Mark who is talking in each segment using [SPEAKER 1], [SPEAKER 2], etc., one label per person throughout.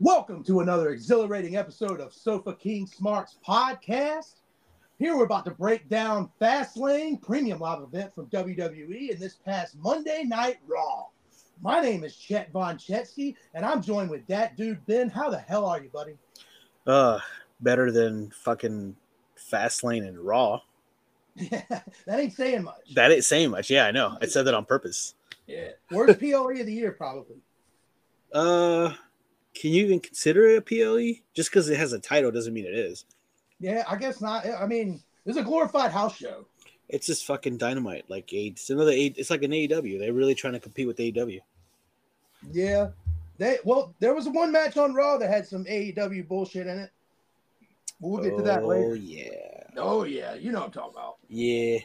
[SPEAKER 1] Welcome to another exhilarating episode of Sofa King Smart's podcast. Here we're about to break down Fastlane Premium Live event from WWE and this past Monday Night Raw. My name is Chet Von Chetsky, and I'm joined with that dude Ben. How the hell are you, buddy?
[SPEAKER 2] Uh, better than fucking Fastlane and Raw.
[SPEAKER 1] that ain't saying much.
[SPEAKER 2] That ain't saying much. Yeah, I know. I said that on purpose.
[SPEAKER 1] Yeah. Worst PLE of the year, probably.
[SPEAKER 2] Uh, can you even consider it a PLE? Just because it has a title doesn't mean it is.
[SPEAKER 1] Yeah, I guess not. I mean, it's a glorified house show.
[SPEAKER 2] It's just fucking dynamite. Like it's another. A- It's like an AEW. They're really trying to compete with E AEW.
[SPEAKER 1] Yeah. They well, there was one match on Raw that had some AEW bullshit in it. We'll get to that
[SPEAKER 2] oh,
[SPEAKER 1] later.
[SPEAKER 2] yeah,
[SPEAKER 1] Oh yeah, you know what I'm talking about.
[SPEAKER 2] yeah.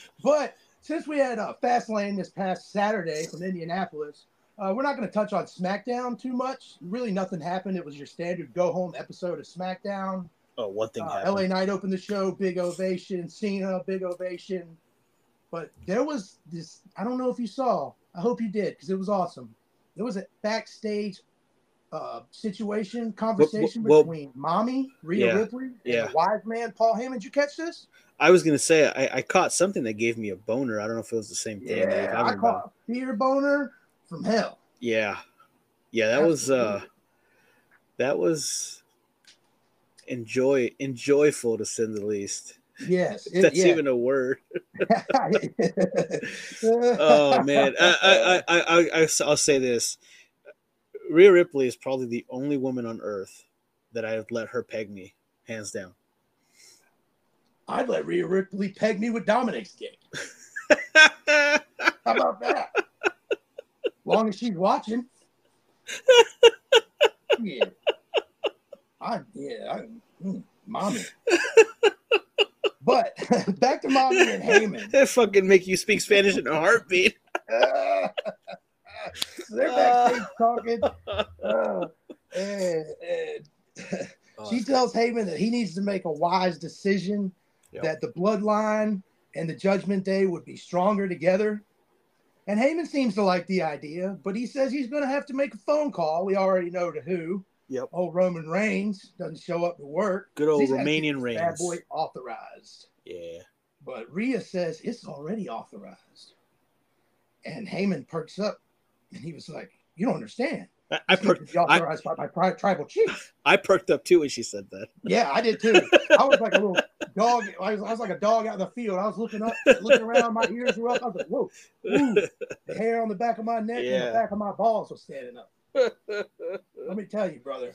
[SPEAKER 1] but since we had uh, Fastlane this past Saturday from Indianapolis, uh, we're not going to touch on SmackDown too much. Really, nothing happened. It was your standard go home episode of SmackDown.
[SPEAKER 2] Oh, one thing
[SPEAKER 1] Uh,
[SPEAKER 2] happened.
[SPEAKER 1] LA Knight opened the show, big ovation. Cena, big ovation. But there was this, I don't know if you saw, I hope you did because it was awesome. There was a backstage uh, situation, conversation
[SPEAKER 2] well-
[SPEAKER 1] between Mommy, Rhea
[SPEAKER 2] Yeah,
[SPEAKER 1] Ripley, and
[SPEAKER 2] yeah.
[SPEAKER 1] the wise man, Paul Heyman. Did you catch this?
[SPEAKER 2] I was gonna say I, I caught something that gave me a boner. I don't know if it was the same thing. like,
[SPEAKER 1] Yeah,
[SPEAKER 2] don't
[SPEAKER 1] I
[SPEAKER 2] know.
[SPEAKER 1] caught a fear boner from hell.
[SPEAKER 2] Yeah. Yeah, that was uh
[SPEAKER 1] Absolutely.
[SPEAKER 2] that was enjoy enjoyful to say the least.
[SPEAKER 1] Yes,
[SPEAKER 2] If that's even a word.
[SPEAKER 1] even.
[SPEAKER 2] Oh man. I I I I I- I will say this. Rhea Ripley is probably the only woman on earth that I have let her peg me, hands down.
[SPEAKER 1] I'd let Rhea Ripley peg me with Dominic's dick. How about that? long as she's watching. yeah. I yeah, I, mm, mommy. but back to mommy and Heyman.
[SPEAKER 2] that fucking make you speak Spanish in a heartbeat.
[SPEAKER 1] so they're backstage talking. Uh, and, and
[SPEAKER 2] Oh,
[SPEAKER 1] she tells Heyman that he needs to make a wise decision
[SPEAKER 2] Yep.
[SPEAKER 1] that the bloodline and the judgment day would be stronger together. And Heyman seems to like the idea, but he says he's going to have to make a phone call. We already know to who.
[SPEAKER 2] Yep.
[SPEAKER 1] Old Roman Reigns doesn't show up to work.
[SPEAKER 2] Good old
[SPEAKER 1] He's gotta get
[SPEAKER 2] Romanian
[SPEAKER 1] this Bad
[SPEAKER 2] Reigns.
[SPEAKER 1] boy authorized.
[SPEAKER 2] Yeah.
[SPEAKER 1] But Rhea says it's already authorized. And Heyman perks up and he was like, You don't understand.
[SPEAKER 2] I, I
[SPEAKER 1] It's
[SPEAKER 2] perked
[SPEAKER 1] gonna be authorized by my pri- tribal chief.
[SPEAKER 2] I perked up too when she said that.
[SPEAKER 1] Yeah, I did too. I was like a little dog. I was, I was like a dog out in the field. I was looking up, looking around. My ears were up. I was like, whoa, ooh, the hair on the back of my neck and
[SPEAKER 2] Yeah.
[SPEAKER 1] the back of my balls was standing up. Let me tell you, brother.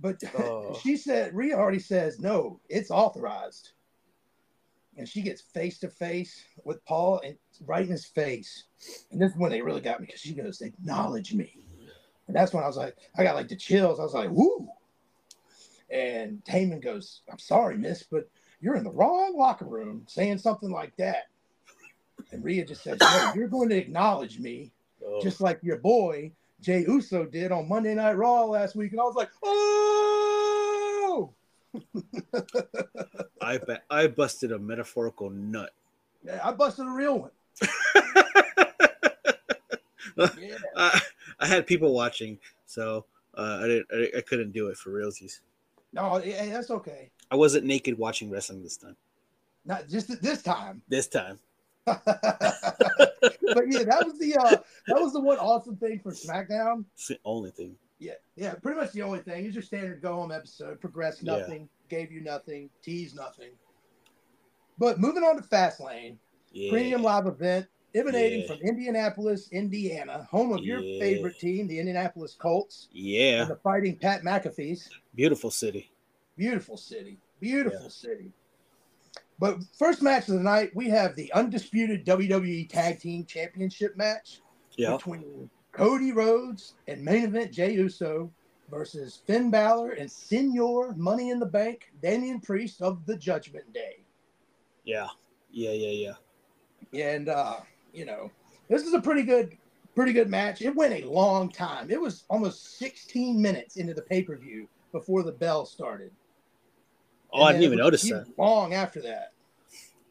[SPEAKER 1] but
[SPEAKER 2] Oh.
[SPEAKER 1] she said, Rhea already says, no, it's authorized. And she gets face to face with Paul and right in his face. And this is when they really got me because she goes, acknowledge me. And that's when I was like, I got like the chills. I was like, woo. And Heyman goes, I'm sorry, miss, but you're in the wrong locker room saying something like that. And Rhea just says, no, you're going to acknowledge me
[SPEAKER 2] Oh.
[SPEAKER 1] just like your boy Jay Uso did on Monday Night Raw last week, and I was like, "Oh,
[SPEAKER 2] I bet I busted a metaphorical nut.
[SPEAKER 1] Yeah, I busted a real one." Yeah,
[SPEAKER 2] I, I had people watching, so uh, I didn't. I, I couldn't do it for realsies.
[SPEAKER 1] no, yeah, that's okay.
[SPEAKER 2] I wasn't naked watching wrestling this time.
[SPEAKER 1] Not just at this time,
[SPEAKER 2] This time,
[SPEAKER 1] but yeah, that was the uh, that was the one awesome thing for SmackDown.
[SPEAKER 2] it's the only thing.
[SPEAKER 1] Yeah, yeah, pretty much the only thing is your standard go home episode. Progressed
[SPEAKER 2] Yeah.
[SPEAKER 1] nothing, gave you nothing, teased nothing. But moving on to Fastlane,
[SPEAKER 2] Yeah.
[SPEAKER 1] premium live event emanating
[SPEAKER 2] Yeah.
[SPEAKER 1] from Indianapolis, Indiana, home of your
[SPEAKER 2] Yeah.
[SPEAKER 1] favorite team, the Indianapolis Colts,
[SPEAKER 2] Yeah.
[SPEAKER 1] and the Fighting Pat McAfee's.
[SPEAKER 2] Beautiful city.
[SPEAKER 1] Beautiful city, beautiful city. But first match of the night, we have the undisputed WWE Tag Team Championship match
[SPEAKER 2] Yeah.
[SPEAKER 1] between Cody Rhodes and main event Jey Uso versus Finn Balor and Senor Money in the Bank, Damian Priest of the Judgment Day.
[SPEAKER 2] Yeah. Yeah. Yeah. Yeah.
[SPEAKER 1] and uh, you know this is a pretty good pretty good match it went a long time it was almost 16 minutes into the pay-per-view before the bell started
[SPEAKER 2] Oh, I
[SPEAKER 1] And then
[SPEAKER 2] didn't even
[SPEAKER 1] it was
[SPEAKER 2] notice that.
[SPEAKER 1] even long after that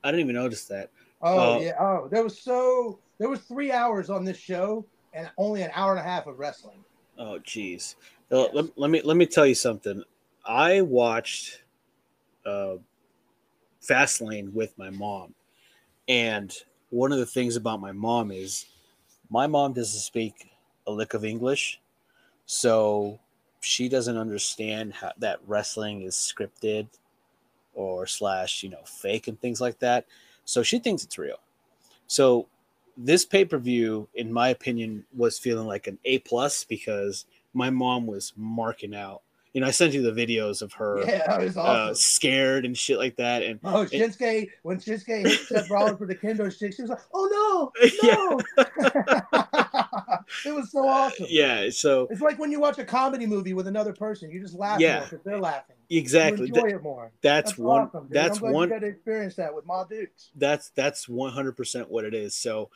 [SPEAKER 2] I didn't even notice that.
[SPEAKER 1] oh
[SPEAKER 2] Uh,
[SPEAKER 1] yeah oh there was so there was three hours on this show and only an hour and a half of wrestling
[SPEAKER 2] Oh, jeez. Uh, Well, Let, let me let me tell you something. I watched uh, Fastlane with my mom, and one of the things about my mom is my mom doesn't speak a lick of English, so she doesn't understand how that wrestling is scripted or slash you know fake and things like that. So she thinks it's real. So this pay per view, in my opinion, was feeling like an A plus because my mom was marking out. You know, I sent you the videos of her
[SPEAKER 1] Yeah, that was
[SPEAKER 2] uh,
[SPEAKER 1] awesome.
[SPEAKER 2] scared and shit like that, and
[SPEAKER 1] Oh,
[SPEAKER 2] it-
[SPEAKER 1] Shinsuke, when Shinsuke hit Seth Rollins with the kendo stick, she was like, "Oh no,
[SPEAKER 2] Yeah.
[SPEAKER 1] no!" it was so awesome.
[SPEAKER 2] yeah. So
[SPEAKER 1] It's like when you watch a comedy movie with another person, you just laugh
[SPEAKER 2] Yeah.
[SPEAKER 1] because they're laughing.
[SPEAKER 2] exactly,
[SPEAKER 1] you
[SPEAKER 2] Th-
[SPEAKER 1] enjoy it more.
[SPEAKER 2] that's, one.
[SPEAKER 1] awesome, dude.
[SPEAKER 2] that's
[SPEAKER 1] I'm glad
[SPEAKER 2] one.
[SPEAKER 1] You got to experience that with my dudes,
[SPEAKER 2] That's that's one hundred percent what it is. So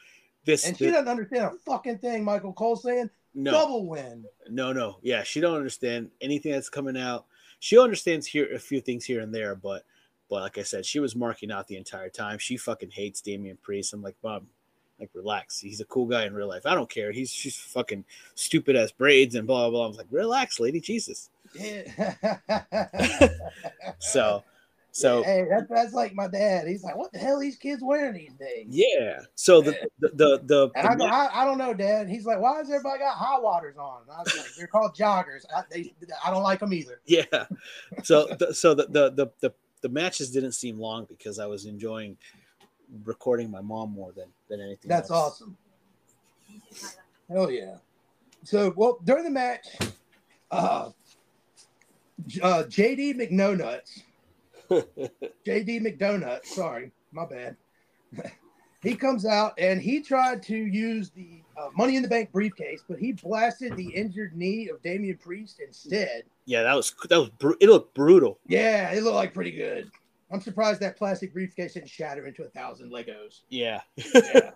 [SPEAKER 2] this,
[SPEAKER 1] and she
[SPEAKER 2] thi-
[SPEAKER 1] doesn't understand a fucking thing. Michael Cole saying
[SPEAKER 2] no,
[SPEAKER 1] double win.
[SPEAKER 2] no, no. Yeah, she don't understand anything that's coming out. She understands here a few things here and there, but but like I said, she was marking out the entire time. She fucking hates Damian Priest. I'm like, Mom, like relax. He's a cool guy in real life. I don't care. He's she's fucking stupid ass braids and blah blah blah. I was like, relax, lady Jesus.
[SPEAKER 1] Yeah.
[SPEAKER 2] So so
[SPEAKER 1] hey, that's that's like my dad. He's like, "What the hell these kids wearing these days?"
[SPEAKER 2] yeah. So the the the, the,
[SPEAKER 1] And I,
[SPEAKER 2] the
[SPEAKER 1] go, I, I don't know, Dad. He's like, why has everybody got high waters on? And I was like, they're called joggers. I, they, I don't like them either.
[SPEAKER 2] yeah so the, so the, the the the the matches didn't seem long because i was enjoying recording my mom more than than anything
[SPEAKER 1] That's
[SPEAKER 2] else.
[SPEAKER 1] awesome. Hell yeah. So, well, during the match, uh, J- uh, JD McNonuts, JD McDonuts, sorry, my bad. he comes out and he tried to use the uh, Money in the Bank briefcase, but he blasted the injured knee of Damian Priest instead.
[SPEAKER 2] yeah that was that was bru- it looked brutal
[SPEAKER 1] Yeah, it looked like pretty good. I'm surprised that plastic briefcase didn't shatter into a thousand Legos.
[SPEAKER 2] yeah
[SPEAKER 1] Yeah.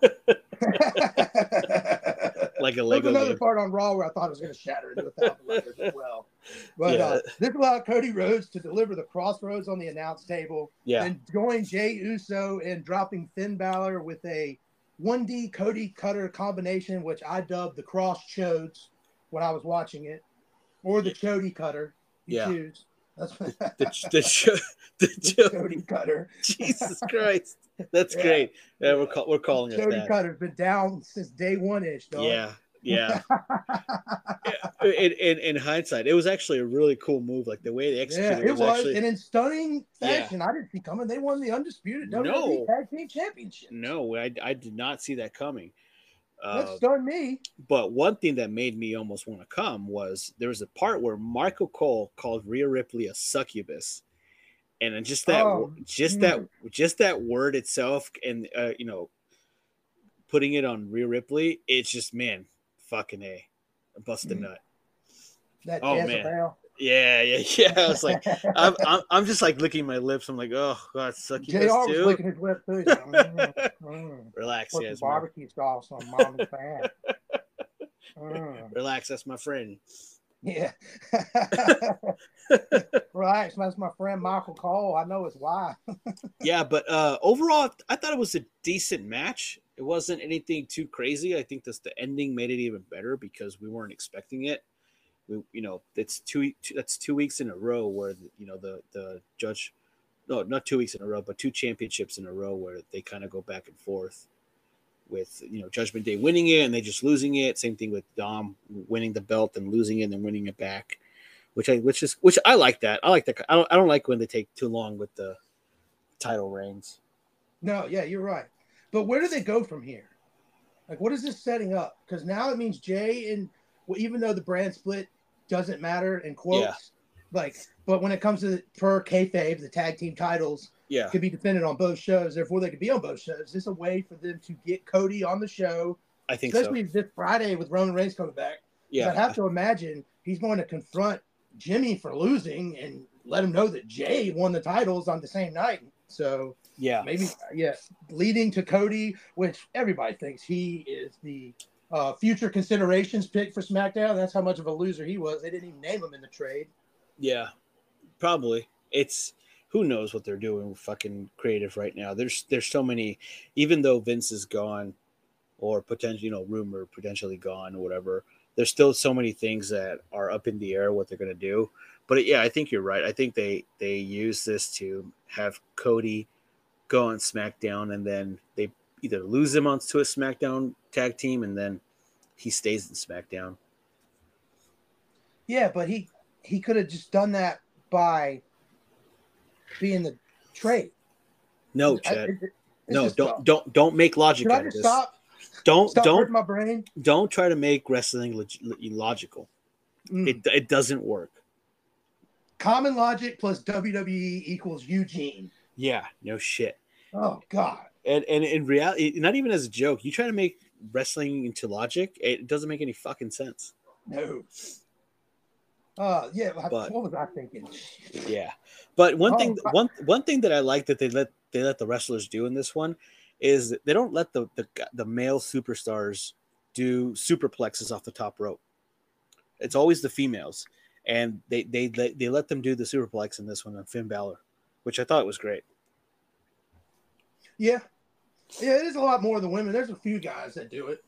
[SPEAKER 2] like a
[SPEAKER 1] There was
[SPEAKER 2] lego
[SPEAKER 1] another
[SPEAKER 2] game.
[SPEAKER 1] part on Raw where I thought it was going to shatter into a thousand Legos as well. But
[SPEAKER 2] Yeah.
[SPEAKER 1] uh, this allowed Cody Rhodes to deliver the crossroads on the announce table
[SPEAKER 2] yeah
[SPEAKER 1] and join Jay Uso in dropping Finn Balor with a 1D Cody Cutter combination, which I dubbed the cross chodes when I was watching it, or the Chody Cutter. You
[SPEAKER 2] Yeah.
[SPEAKER 1] choose. That's
[SPEAKER 2] the, ch- the, show, the show,
[SPEAKER 1] Cody Cutter.
[SPEAKER 2] jesus christ that's
[SPEAKER 1] Yeah.
[SPEAKER 2] great yeah, we're,
[SPEAKER 1] Yeah.
[SPEAKER 2] call, we're calling it
[SPEAKER 1] Jody
[SPEAKER 2] that
[SPEAKER 1] Cutter's been down since day one ish, dog.
[SPEAKER 2] yeah yeah in, in in hindsight it was actually a really cool move like the way they
[SPEAKER 1] Yeah,
[SPEAKER 2] executed
[SPEAKER 1] it was,
[SPEAKER 2] actually
[SPEAKER 1] and in stunning
[SPEAKER 2] Yeah.
[SPEAKER 1] fashion. I didn't see coming. They won the undisputed WWE
[SPEAKER 2] No.
[SPEAKER 1] Tag Team Championship.
[SPEAKER 2] no I, I did not see that coming
[SPEAKER 1] That
[SPEAKER 2] Uh,
[SPEAKER 1] stunned me.
[SPEAKER 2] But one thing that made me almost want to come was there was a part where Michael Cole called Rhea Ripley a succubus, and then just that,
[SPEAKER 1] Oh,
[SPEAKER 2] just that, just that word itself, and uh, you know, putting it on Rhea Ripley, it's just man, fucking a, bust a
[SPEAKER 1] Mhm.
[SPEAKER 2] nut.
[SPEAKER 1] That
[SPEAKER 2] Oh,
[SPEAKER 1] Jezebel.
[SPEAKER 2] Yeah, yeah, yeah. I was like, I'm, I'm, I'm just like licking my lips. I'm like, oh god,
[SPEAKER 1] Jr.
[SPEAKER 2] succubus
[SPEAKER 1] was
[SPEAKER 2] too.
[SPEAKER 1] licking his lip too. He's like, mm, mm.
[SPEAKER 2] Relax,
[SPEAKER 1] Put
[SPEAKER 2] yes,
[SPEAKER 1] some barbecue sauce on mom's fan. Mm,
[SPEAKER 2] relax. That's my friend.
[SPEAKER 1] yeah. right. So that's my friend Michael Cole. I know his wife.
[SPEAKER 2] yeah, but uh, overall, I thought it was a decent match. It wasn't anything too crazy. I think this the ending made it even better because we weren't expecting it. We, you know, it's two, two that's two weeks in a row where you know the the judge, no, not two weeks in a row, but two championships in a row where they kind of go back and forth with you know Judgment Day winning it and they just losing it. Same thing with Dom winning the belt and losing it and then winning it back, which I which is which I like that. I like that. I don't I don't like when they take too long with the title reigns.
[SPEAKER 1] No, yeah, you're right. But where do they go from here? Like, what is this setting up? Because now it means Jay and well, even though the brand split doesn't matter in quotes,
[SPEAKER 2] Yeah.
[SPEAKER 1] like, but when it comes to the, per kayfabe, the tag team titles
[SPEAKER 2] Yeah,
[SPEAKER 1] could be defended on both shows. Therefore, they could be on both shows. It's a way for them to get Cody on the show,
[SPEAKER 2] I think so.
[SPEAKER 1] especially this Friday with Roman Reigns coming back. 'Cause I'd
[SPEAKER 2] Yeah,
[SPEAKER 1] have to imagine he's going to confront Jimmy for losing and let him know that Jay won the titles on the same night. So
[SPEAKER 2] yeah,
[SPEAKER 1] maybe yeah leading to cody which everybody thinks he is the uh, future considerations pick for smackdown that's how much of a loser he was they didn't even name him in the trade
[SPEAKER 2] yeah. Probably. It's who knows what they're doing. with Fucking creative right now. There's there's so many. Even though Vince is gone, or potentially you know rumor potentially gone or whatever, there's still so many things that are up in the air what they're going to do. But yeah, I think you're right. I think they they use this to have Cody go on SmackDown, and then they either lose him onto a SmackDown tag team, and then he stays in SmackDown.
[SPEAKER 1] Yeah, but he he could have just done that by being the trade.
[SPEAKER 2] No,
[SPEAKER 1] I-
[SPEAKER 2] Chad.
[SPEAKER 1] it- it's
[SPEAKER 2] No,
[SPEAKER 1] just
[SPEAKER 2] don't
[SPEAKER 1] dumb.
[SPEAKER 2] don't don't make logic
[SPEAKER 1] Should I
[SPEAKER 2] out of
[SPEAKER 1] just
[SPEAKER 2] this.
[SPEAKER 1] stop?
[SPEAKER 2] Don't
[SPEAKER 1] Stop
[SPEAKER 2] don't
[SPEAKER 1] hurting my brain.
[SPEAKER 2] don't try to make wrestling log- logical.
[SPEAKER 1] Mm.
[SPEAKER 2] It it doesn't work.
[SPEAKER 1] Common logic plus WWE equals Eugene.
[SPEAKER 2] Yeah, no shit.
[SPEAKER 1] Oh God.
[SPEAKER 2] And and in reality, not even as a joke, you try to make wrestling into logic. It doesn't make any fucking sense.
[SPEAKER 1] No. Uh, yeah. I-
[SPEAKER 2] But-
[SPEAKER 1] what was I thinking?
[SPEAKER 2] Yeah, but one
[SPEAKER 1] Oh,
[SPEAKER 2] thing
[SPEAKER 1] I-
[SPEAKER 2] one one thing that I like that they let they let the wrestlers do in this one is that they don't let the the, gu- the male superstars do superplexes off the top rope. It's always the females, and they they they, they let them do the superplex in this one on Finn Balor, which I thought was great.
[SPEAKER 1] Yeah. Yeah, it is a lot more than women. There's a few guys that do it.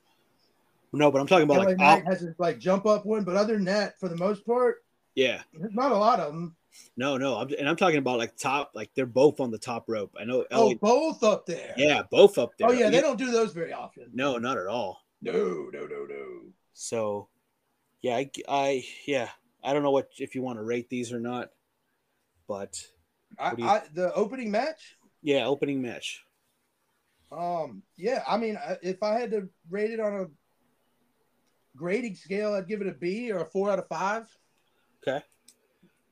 [SPEAKER 2] No, but I'm talking about
[SPEAKER 1] LA
[SPEAKER 2] like
[SPEAKER 1] Knight
[SPEAKER 2] out-
[SPEAKER 1] has his like jump up one, but other than that, for the most part,
[SPEAKER 2] yeah.
[SPEAKER 1] there's not a lot of them.
[SPEAKER 2] No, no, I'm, and I'm talking about like top, like they're both on the top rope. I know.
[SPEAKER 1] Oh,
[SPEAKER 2] Ellie,
[SPEAKER 1] both up there.
[SPEAKER 2] yeah, both up there.
[SPEAKER 1] Oh yeah, they don't do those very often.
[SPEAKER 2] No, not at all.
[SPEAKER 1] No, no, no, no.
[SPEAKER 2] So, yeah, I, I, yeah, I don't know what if you want to rate these or not, but
[SPEAKER 1] I,
[SPEAKER 2] What do you-
[SPEAKER 1] I, the opening match.
[SPEAKER 2] yeah, opening match.
[SPEAKER 1] Um, yeah, I mean, I- if I had to rate it on a grading scale, I'd give it a B or a four out of five.
[SPEAKER 2] Okay.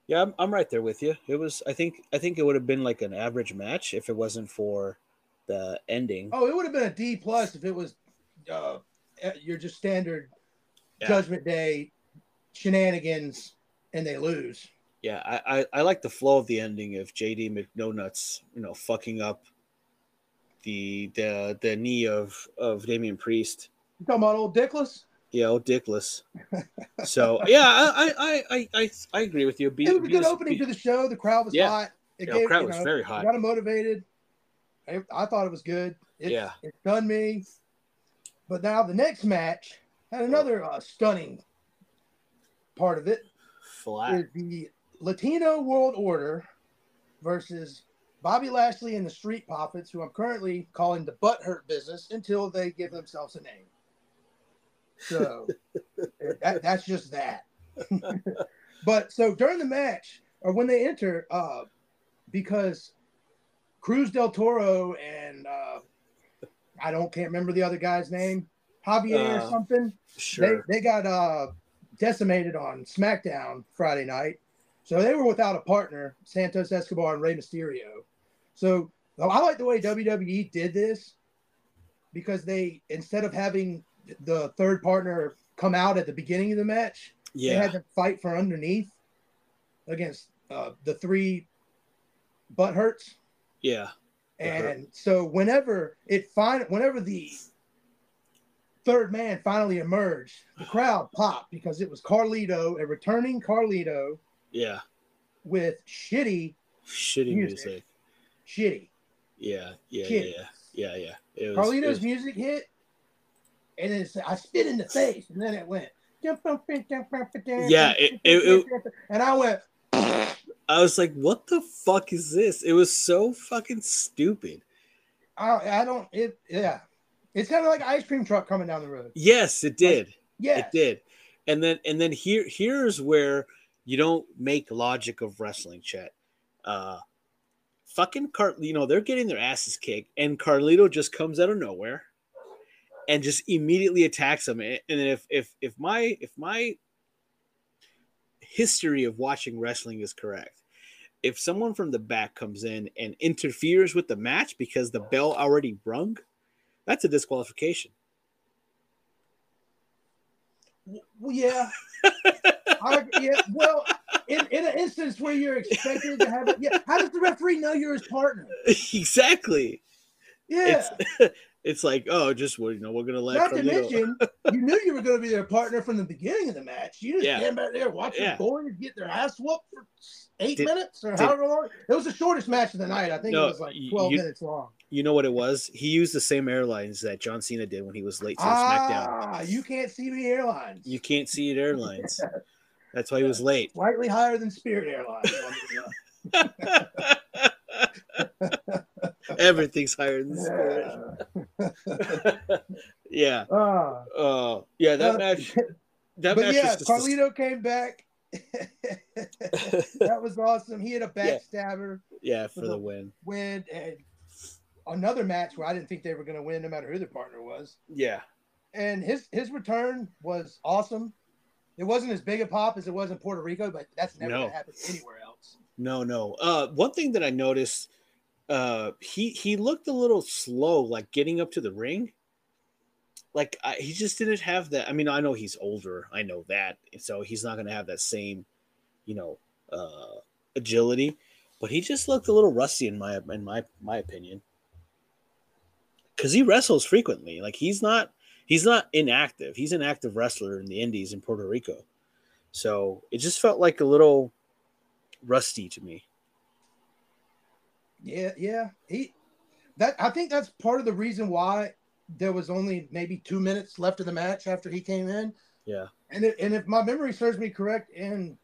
[SPEAKER 2] Yeah, I'm, I'm right there with you. It was, I think, I think it would have been like an average match if it wasn't for the ending.
[SPEAKER 1] Oh, it would have been a D plus if it was uh, your just standard
[SPEAKER 2] Yeah.
[SPEAKER 1] Judgment Day shenanigans, and they lose.
[SPEAKER 2] Yeah, I, I, I like the flow of the ending of JD McNonuts, you know, fucking up the the the knee of of Damian Priest.
[SPEAKER 1] You talking about old Dickless?
[SPEAKER 2] Yeah, old Dickless. So yeah, I I I I, I agree with you. Be,
[SPEAKER 1] It was a
[SPEAKER 2] be-
[SPEAKER 1] good opening to the show. The crowd was
[SPEAKER 2] Yeah.
[SPEAKER 1] hot. It
[SPEAKER 2] Yeah, the crowd was
[SPEAKER 1] know,
[SPEAKER 2] very hot.
[SPEAKER 1] Got 'em motivated. I, I thought it was good. It,
[SPEAKER 2] Yeah.
[SPEAKER 1] it done me. But now the next match had another uh, stunning part of it.
[SPEAKER 2] flat.
[SPEAKER 1] Is the Latino World Order versus Bobby Lashley and the Street Profits, who I'm currently calling the Butt Hurt Business until they give themselves a name. So eh, that, that's just that. but so during the match, or when they enter, uh, because Cruz del Toro and uh, I don't can't remember the other guy's name, Javier
[SPEAKER 2] Uh,
[SPEAKER 1] or something
[SPEAKER 2] Sure.
[SPEAKER 1] they, they got uh, decimated on SmackDown Friday night. So they were without a partner, Santos Escobar and Rey Mysterio. So oh, I like the way WWE did this because they, instead of having the third partner come out at the beginning of the match, they
[SPEAKER 2] yeah.
[SPEAKER 1] had to fight for underneath against uh, the three butt hurts.
[SPEAKER 2] yeah. Uh-huh.
[SPEAKER 1] And so whenever it fin- whenever the third man finally emerged, the crowd popped because it was Carlito, a returning Carlito
[SPEAKER 2] Yeah.
[SPEAKER 1] with shitty,
[SPEAKER 2] Shitty
[SPEAKER 1] Music.
[SPEAKER 2] music.
[SPEAKER 1] shitty.
[SPEAKER 2] Yeah. Yeah. Yeah.
[SPEAKER 1] Kids.
[SPEAKER 2] Yeah. Yeah. yeah. It was, it
[SPEAKER 1] Carlito's
[SPEAKER 2] was-
[SPEAKER 1] music hit, and then it's, I spit in the face, and then it went. Yeah,
[SPEAKER 2] it- it-
[SPEAKER 1] and I went.
[SPEAKER 2] I was like, what the fuck is this? It was so fucking stupid.
[SPEAKER 1] I, I don't. It yeah, it's kind of like an ice cream truck coming down the road.
[SPEAKER 2] Yes, it did.
[SPEAKER 1] Yeah,
[SPEAKER 2] It did. And then and then here here's where you don't make logic of wrestling chat. Uh fucking Car you know, they're getting their asses kicked, and Carlito just comes out of nowhere and just immediately attacks them. And and then if if if my if my history of watching wrestling is correct. If someone from the back comes in and interferes with the match because the bell already rung, that's a disqualification.
[SPEAKER 1] Well, yeah. I, yeah. Well, in, in an instance where you're expected to have it, yeah. How does the referee know you're his partner?
[SPEAKER 2] exactly.
[SPEAKER 1] Yeah.
[SPEAKER 2] it's it's like oh just well, you know we're gonna let
[SPEAKER 1] Not to
[SPEAKER 2] Carlito uh,
[SPEAKER 1] mention, you knew you were going to be their partner from the beginning of the match. You just
[SPEAKER 2] Yeah.
[SPEAKER 1] stand back there watching
[SPEAKER 2] Yeah.
[SPEAKER 1] boys get their ass whooped for eight
[SPEAKER 2] Did-
[SPEAKER 1] minutes or
[SPEAKER 2] did-
[SPEAKER 1] however long. It was the shortest match of the night. I think
[SPEAKER 2] No,
[SPEAKER 1] it was like
[SPEAKER 2] you-
[SPEAKER 1] 12
[SPEAKER 2] you-
[SPEAKER 1] minutes long.
[SPEAKER 2] you know what it was? He used the same airlines that John Cena did when he was late to SmackDown.
[SPEAKER 1] Ah, you can't see me airlines.
[SPEAKER 2] You can't see it airlines. That's why he was late.
[SPEAKER 1] Slightly higher than Spirit Airlines.
[SPEAKER 2] Everything's higher than Spirit.
[SPEAKER 1] yeah.
[SPEAKER 2] yeah.
[SPEAKER 1] Ah.
[SPEAKER 2] Oh, yeah. That
[SPEAKER 1] Uh,
[SPEAKER 2] match. That
[SPEAKER 1] But
[SPEAKER 2] match
[SPEAKER 1] yeah,
[SPEAKER 2] was just. dis-
[SPEAKER 1] Carlito came back. that was awesome. He had a backstabber
[SPEAKER 2] yeah, for the win.
[SPEAKER 1] win and another match where I didn't think they were going to win, no matter who their partner was.
[SPEAKER 2] Yeah.
[SPEAKER 1] And his his return was awesome. It wasn't as big a pop as it was in Puerto Rico, but that's never
[SPEAKER 2] No.
[SPEAKER 1] going to happen anywhere else.
[SPEAKER 2] No, no. Uh, one thing that I noticed, uh, he he looked a little slow, like getting up to the ring. Like I, he just didn't have that. I mean, I know he's older. I know that, so he's not going to have that same, you know, uh, agility. But he just looked a little rusty in my in my my opinion. Because he wrestles frequently. Like he's not he's not inactive. He's an active wrestler in the Indies in Puerto Rico. So it just felt like a little rusty to me.
[SPEAKER 1] Yeah, yeah. He that I think that's part of the reason why there was only maybe two minutes left of the match after he came in.
[SPEAKER 2] Yeah.
[SPEAKER 1] And if, and if my memory serves me correct, in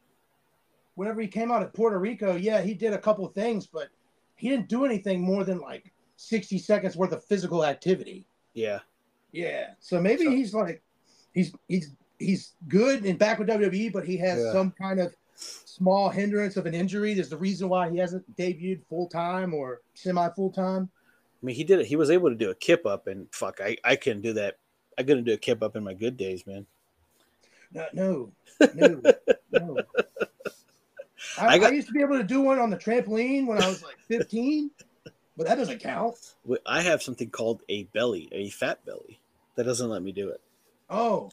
[SPEAKER 1] whenever he came out of Puerto Rico, yeah, he did a couple of things, but he didn't do anything more than like sixty seconds worth of physical activity.
[SPEAKER 2] Yeah.
[SPEAKER 1] Yeah. So maybe
[SPEAKER 2] So-
[SPEAKER 1] he's like he's he's he's good and back with WWE, but he has
[SPEAKER 2] Yeah.
[SPEAKER 1] some kind of small hindrance of an injury. There's the reason why he hasn't debuted full time or semi full time.
[SPEAKER 2] I mean, he did it. He was able to do a kip up, and fuck, I, I couldn't do that. I couldn't do a kip up in my good days, man.
[SPEAKER 1] No, no, no, no. I,
[SPEAKER 2] I got-
[SPEAKER 1] I used to be able to do one on the trampoline when I was like 15, but that doesn't count.
[SPEAKER 2] Wh- I have something called a belly, a fat belly, that doesn't let me do it.
[SPEAKER 1] Oh,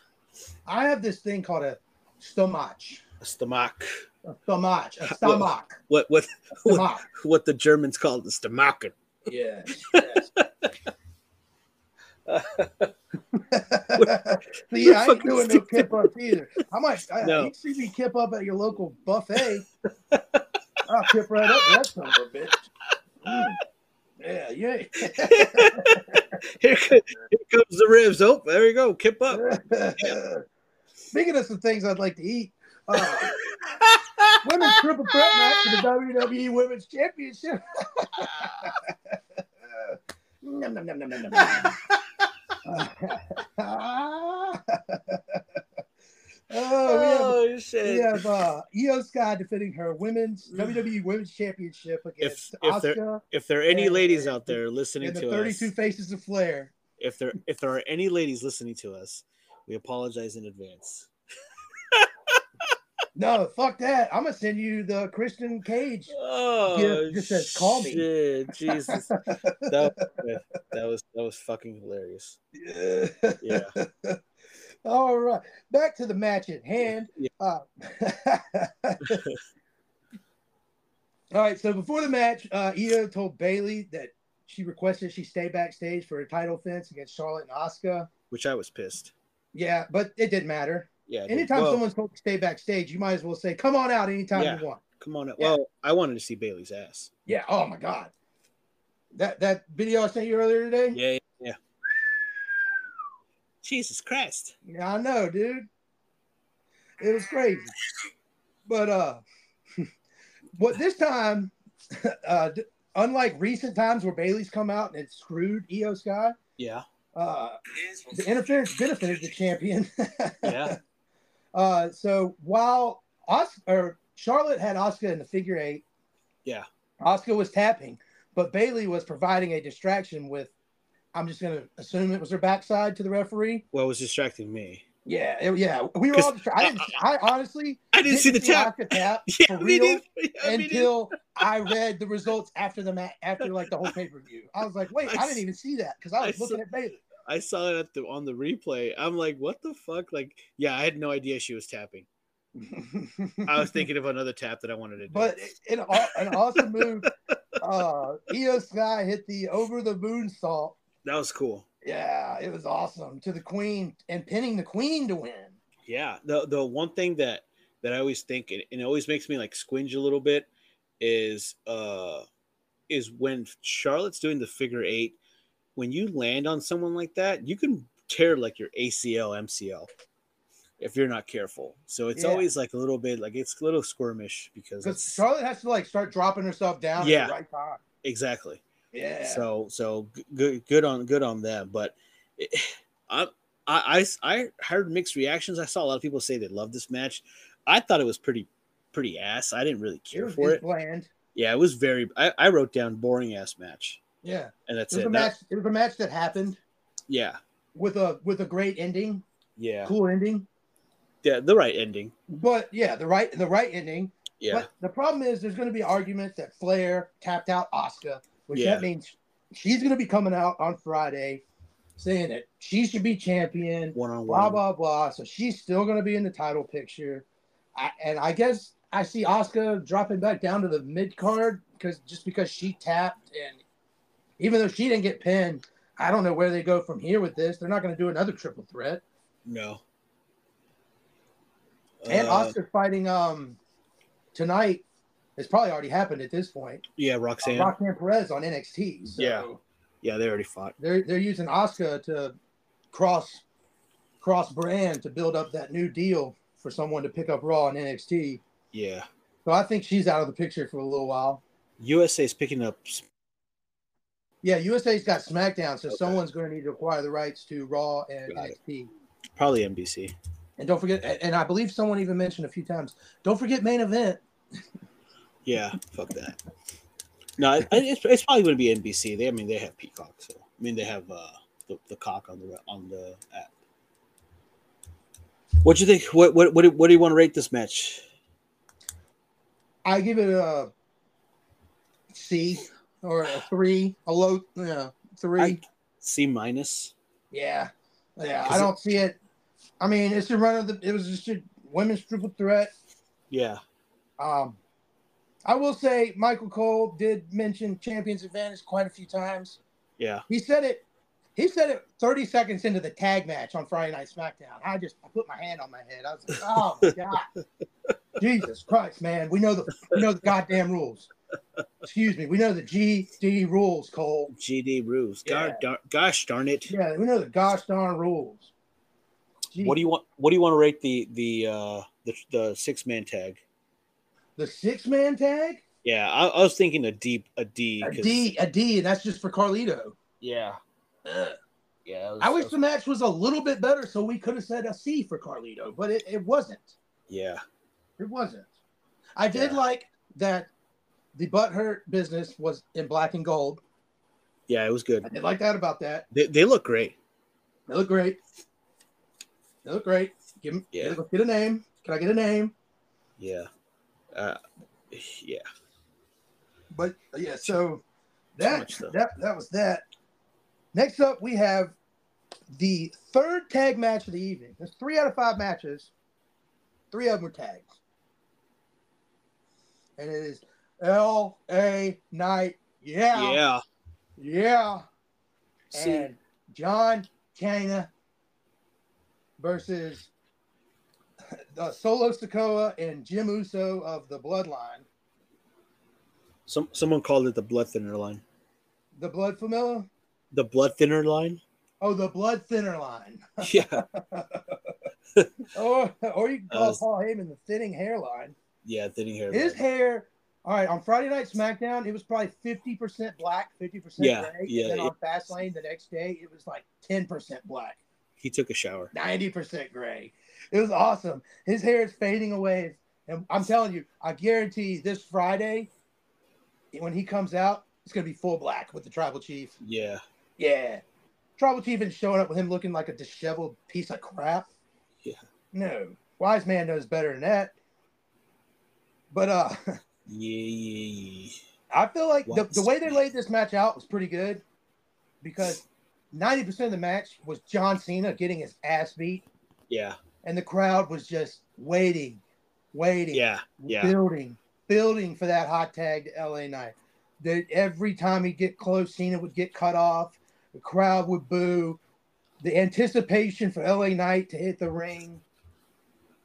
[SPEAKER 1] I have this thing called a stomach,
[SPEAKER 2] A stomach.
[SPEAKER 1] a stomach, a stomach,
[SPEAKER 2] What what
[SPEAKER 1] stomach.
[SPEAKER 2] what the Germans call the stomach.
[SPEAKER 1] Yeah. yes. See, I ain't
[SPEAKER 2] fucking
[SPEAKER 1] doing no kip up either. I might. I,
[SPEAKER 2] No.
[SPEAKER 1] You see me kip up at your local buffet. I'll kip right up that son of a bitch. Mm. Yeah,
[SPEAKER 2] Here, co- here comes the ribs. Oh, there you go. Kip up.
[SPEAKER 1] yeah. Speaking of some things I'd like to eat, uh, women's triple threat match for the WWE Women's Championship. Nom, nom, nom, nom, nom, nom, nom. oh, we have
[SPEAKER 2] Oh
[SPEAKER 1] We
[SPEAKER 2] shit.
[SPEAKER 1] have uh, Io Sky defending her women's WWE Women's Championship against
[SPEAKER 2] if there-
[SPEAKER 1] Asuka
[SPEAKER 2] If there are any
[SPEAKER 1] And-
[SPEAKER 2] ladies out there
[SPEAKER 1] and
[SPEAKER 2] listening
[SPEAKER 1] the
[SPEAKER 2] to
[SPEAKER 1] 32
[SPEAKER 2] us,
[SPEAKER 1] Faces of Flair.
[SPEAKER 2] if there if there are any ladies listening to us, we apologize in advance.
[SPEAKER 1] No, fuck that. I'm gonna send you the Christian Cage.
[SPEAKER 2] Oh,
[SPEAKER 1] Yeah, just says, "Call me."
[SPEAKER 2] shit, Jesus, that, was, that was that was fucking hilarious. Yeah,
[SPEAKER 1] All right, back to the match at hand.
[SPEAKER 2] Yeah.
[SPEAKER 1] Uh, all right, so before the match, uh, Io told Bailey that she requested she stay backstage for a title fence against Charlotte and Asuka.
[SPEAKER 2] which I was pissed.
[SPEAKER 1] Yeah, but it didn't matter.
[SPEAKER 2] Yeah, dude.
[SPEAKER 1] Anytime
[SPEAKER 2] Well,
[SPEAKER 1] someone's told to stay backstage, you might as well say, "Come on out anytime
[SPEAKER 2] Yeah.
[SPEAKER 1] you want."
[SPEAKER 2] come on, out.
[SPEAKER 1] Yeah.
[SPEAKER 2] well, I wanted to see Bailey's ass.
[SPEAKER 1] Yeah. Oh my God. That that video I sent you earlier today.
[SPEAKER 2] Yeah, yeah, yeah. Jesus Christ!
[SPEAKER 1] Yeah, I know, dude. It was crazy. But uh what this time uh d- unlike recent times where Bailey's come out and it screwed EO Sky,
[SPEAKER 2] Yeah,
[SPEAKER 1] uh the interference benefited the champion.
[SPEAKER 2] Yeah.
[SPEAKER 1] Uh so while Os- or Charlotte had Oscar in the figure 8.
[SPEAKER 2] Yeah.
[SPEAKER 1] Oscar was tapping, but Bailey was providing a distraction with I'm just going to assume it was her backside to the referee.
[SPEAKER 2] well, it was distracting me.
[SPEAKER 1] Yeah, it- yeah. We were all distracted. I, didn't, I honestly
[SPEAKER 2] I didn't see the tap.
[SPEAKER 1] Asuka tap
[SPEAKER 2] Yeah,
[SPEAKER 1] for
[SPEAKER 2] we
[SPEAKER 1] real
[SPEAKER 2] did. Yeah, we did.
[SPEAKER 1] until I read the results after the match, after like the whole pay per view. I was like, wait, I,
[SPEAKER 2] I
[SPEAKER 1] didn't
[SPEAKER 2] s-
[SPEAKER 1] even see that because I
[SPEAKER 2] I
[SPEAKER 1] was
[SPEAKER 2] saw-
[SPEAKER 1] looking at Bailey.
[SPEAKER 2] I saw it at the on the replay. I'm like, what the fuck? Like, yeah, I had no idea she was tapping. I was thinking of another tap that I wanted to do.
[SPEAKER 1] but in all, an awesome move, uh, Io Sky hit the over the moon salt.
[SPEAKER 2] that was cool.
[SPEAKER 1] Yeah, it was awesome to the queen and pinning the queen to win.
[SPEAKER 2] Yeah, the the one thing that that I always think and, and it always makes me like squinge a little bit is uh is when Charlotte's doing the figure eight, when you land on someone like that, you can tear like your ACL, MCL if you're not careful. So it's
[SPEAKER 1] Yeah.
[SPEAKER 2] always like a little bit like it's a little squirmish because
[SPEAKER 1] Because
[SPEAKER 2] it's,
[SPEAKER 1] Charlotte has to like start dropping herself down
[SPEAKER 2] Yeah.
[SPEAKER 1] at the right time.
[SPEAKER 2] exactly.
[SPEAKER 1] Yeah.
[SPEAKER 2] So so g- good good on good on them. But it, I, I I I heard mixed reactions. I saw a lot of people say they loved this match. I thought it was pretty pretty ass. I didn't really
[SPEAKER 1] it
[SPEAKER 2] care
[SPEAKER 1] was
[SPEAKER 2] for
[SPEAKER 1] just
[SPEAKER 2] it.
[SPEAKER 1] bland.
[SPEAKER 2] Yeah, it was very. I, I wrote down boring ass match,
[SPEAKER 1] Yeah.
[SPEAKER 2] and that's
[SPEAKER 1] It was
[SPEAKER 2] it.
[SPEAKER 1] a
[SPEAKER 2] That-
[SPEAKER 1] match. It was a match that happened
[SPEAKER 2] yeah,
[SPEAKER 1] with a with a great ending,
[SPEAKER 2] yeah,
[SPEAKER 1] cool ending.
[SPEAKER 2] yeah. The right ending.
[SPEAKER 1] But yeah, the right the right ending.
[SPEAKER 2] Yeah,
[SPEAKER 1] But the problem is there's going to be arguments that Flair tapped out Oscar, which
[SPEAKER 2] Yeah.
[SPEAKER 1] that means she's going to be coming out on Friday saying that she should be champion.
[SPEAKER 2] one on
[SPEAKER 1] blah
[SPEAKER 2] one.
[SPEAKER 1] blah blah. So she's still going to be in the title picture, I, and I guess I see Oscar dropping back down to the mid card because just because she tapped, and even though she didn't get pinned, I don't know where they go from here with this. They're not going to do another triple threat,
[SPEAKER 2] No.
[SPEAKER 1] and
[SPEAKER 2] Uh,
[SPEAKER 1] Oscar fighting um tonight. It's probably already happened at this point.
[SPEAKER 2] Yeah,
[SPEAKER 1] Uh,
[SPEAKER 2] Roxanne.
[SPEAKER 1] Roxanne Perez on NXT. So
[SPEAKER 2] Yeah. yeah, they already fought.
[SPEAKER 1] they're they're using Oscar to cross cross brand to build up that new deal for someone to pick up Raw and NXT.
[SPEAKER 2] Yeah.
[SPEAKER 1] So I think she's out of the picture for a little while.
[SPEAKER 2] USA's picking up.
[SPEAKER 1] Yeah, USA's got SmackDown, so
[SPEAKER 2] Okay.
[SPEAKER 1] someone's going to need to acquire the rights to Raw and
[SPEAKER 2] Got it.
[SPEAKER 1] NXT.
[SPEAKER 2] Probably NBC.
[SPEAKER 1] And don't forget, and I believe someone even mentioned a few times, don't forget main event.
[SPEAKER 2] Yeah, fuck that. No, it, it's, it's probably going to be NBC. They, I mean, they have Peacock, so I mean, they have uh, the, the cock on the on the app. What do you think? What what what do, what do you want to rate this match?
[SPEAKER 1] I give it a C or a three, a low, yeah, three.
[SPEAKER 2] I- C minus.
[SPEAKER 1] yeah, yeah.
[SPEAKER 2] 'Cause
[SPEAKER 1] I
[SPEAKER 2] it-
[SPEAKER 1] don't see it. I mean, it's a run of the. It was just a women's triple threat.
[SPEAKER 2] Yeah,
[SPEAKER 1] Um, I will say Michael Cole did mention champions advantage quite a few times.
[SPEAKER 2] yeah,
[SPEAKER 1] He said it. He said it 30 seconds into the tag match on Friday Night SmackDown. I just I put my hand on my head. I was like, "Oh my god, Jesus Christ, man! We know the we know the goddamn rules. Excuse me, we know the GD rules, Cole.
[SPEAKER 2] GD rules. God,
[SPEAKER 1] Yeah.
[SPEAKER 2] dar- gosh darn it.
[SPEAKER 1] Yeah, we know the gosh darn rules. Jeez.
[SPEAKER 2] What do you want? What do you want to rate the the uh, the, the six man tag?
[SPEAKER 1] the six man tag?
[SPEAKER 2] Yeah, I, I was thinking a deep a D.
[SPEAKER 1] A
[SPEAKER 2] 'cause-
[SPEAKER 1] D, a D, and that's just for Carlito.
[SPEAKER 2] Yeah,
[SPEAKER 1] Ugh.
[SPEAKER 2] yeah. it was-
[SPEAKER 1] I wish the match was a little bit better, so we could have said a C for Carlito, but it, it wasn't.
[SPEAKER 2] yeah,
[SPEAKER 1] It wasn't. I did
[SPEAKER 2] Yeah.
[SPEAKER 1] like that the butt hurt business was in black and gold.
[SPEAKER 2] yeah. It was
[SPEAKER 1] I
[SPEAKER 2] good.
[SPEAKER 1] did like that about that.
[SPEAKER 2] They, they look great.
[SPEAKER 1] They look great. They look great. Give 'em-
[SPEAKER 2] Yeah.
[SPEAKER 1] let's get a name. Can I get a name?
[SPEAKER 2] Yeah. Uh, yeah.
[SPEAKER 1] But uh, yeah, so
[SPEAKER 2] Too
[SPEAKER 1] that
[SPEAKER 2] much stuff.
[SPEAKER 1] that that was that. Next up, we have the third tag match of the evening. There's three out of five matches. Three of them were tags, and it is L A Night. Yeah, yeah,
[SPEAKER 2] Yeah. See,
[SPEAKER 1] and John Cena versus uh, Solo Sokoa and Jim Uso of the Bloodline.
[SPEAKER 2] some someone called it the blood thinner line.
[SPEAKER 1] The Blood Familia.
[SPEAKER 2] The blood thinner line.
[SPEAKER 1] Oh, the blood thinner line.
[SPEAKER 2] Yeah.
[SPEAKER 1] Or, or you can
[SPEAKER 2] Uh,
[SPEAKER 1] call Paul Heyman the thinning hairline.
[SPEAKER 2] Yeah. Thinning hair.
[SPEAKER 1] His
[SPEAKER 2] line.
[SPEAKER 1] hair, all right, on Friday Night SmackDown, it was probably 50% black, 50%
[SPEAKER 2] Yeah,
[SPEAKER 1] gray.
[SPEAKER 2] yeah,
[SPEAKER 1] and then
[SPEAKER 2] it-
[SPEAKER 1] on Fastlane the next day, it was like 10% black,
[SPEAKER 2] He took a shower.
[SPEAKER 1] 90% gray. It was awesome. His hair is fading away. And I'm telling you, I guarantee this Friday, when he comes out, it's going to be full black with the tribal chief.
[SPEAKER 2] Yeah.
[SPEAKER 1] Yeah. Tribal Chief is showing up with him looking like a disheveled piece of crap.
[SPEAKER 2] Yeah.
[SPEAKER 1] No. Wise man knows better than that. But uh
[SPEAKER 2] Yeah. yeah, yeah.
[SPEAKER 1] I feel like the,
[SPEAKER 2] Wise
[SPEAKER 1] the way they
[SPEAKER 2] man.
[SPEAKER 1] laid this match out was pretty good because 90% of the match was John Cena getting his ass beat,
[SPEAKER 2] Yeah.
[SPEAKER 1] and the crowd was just waiting, waiting,
[SPEAKER 2] Yeah. Yeah.
[SPEAKER 1] building, building for that hot tag to LA Knight. That every time he'd get close, Cena would get cut off. The crowd would boo. The anticipation for LA Knight to hit the ring,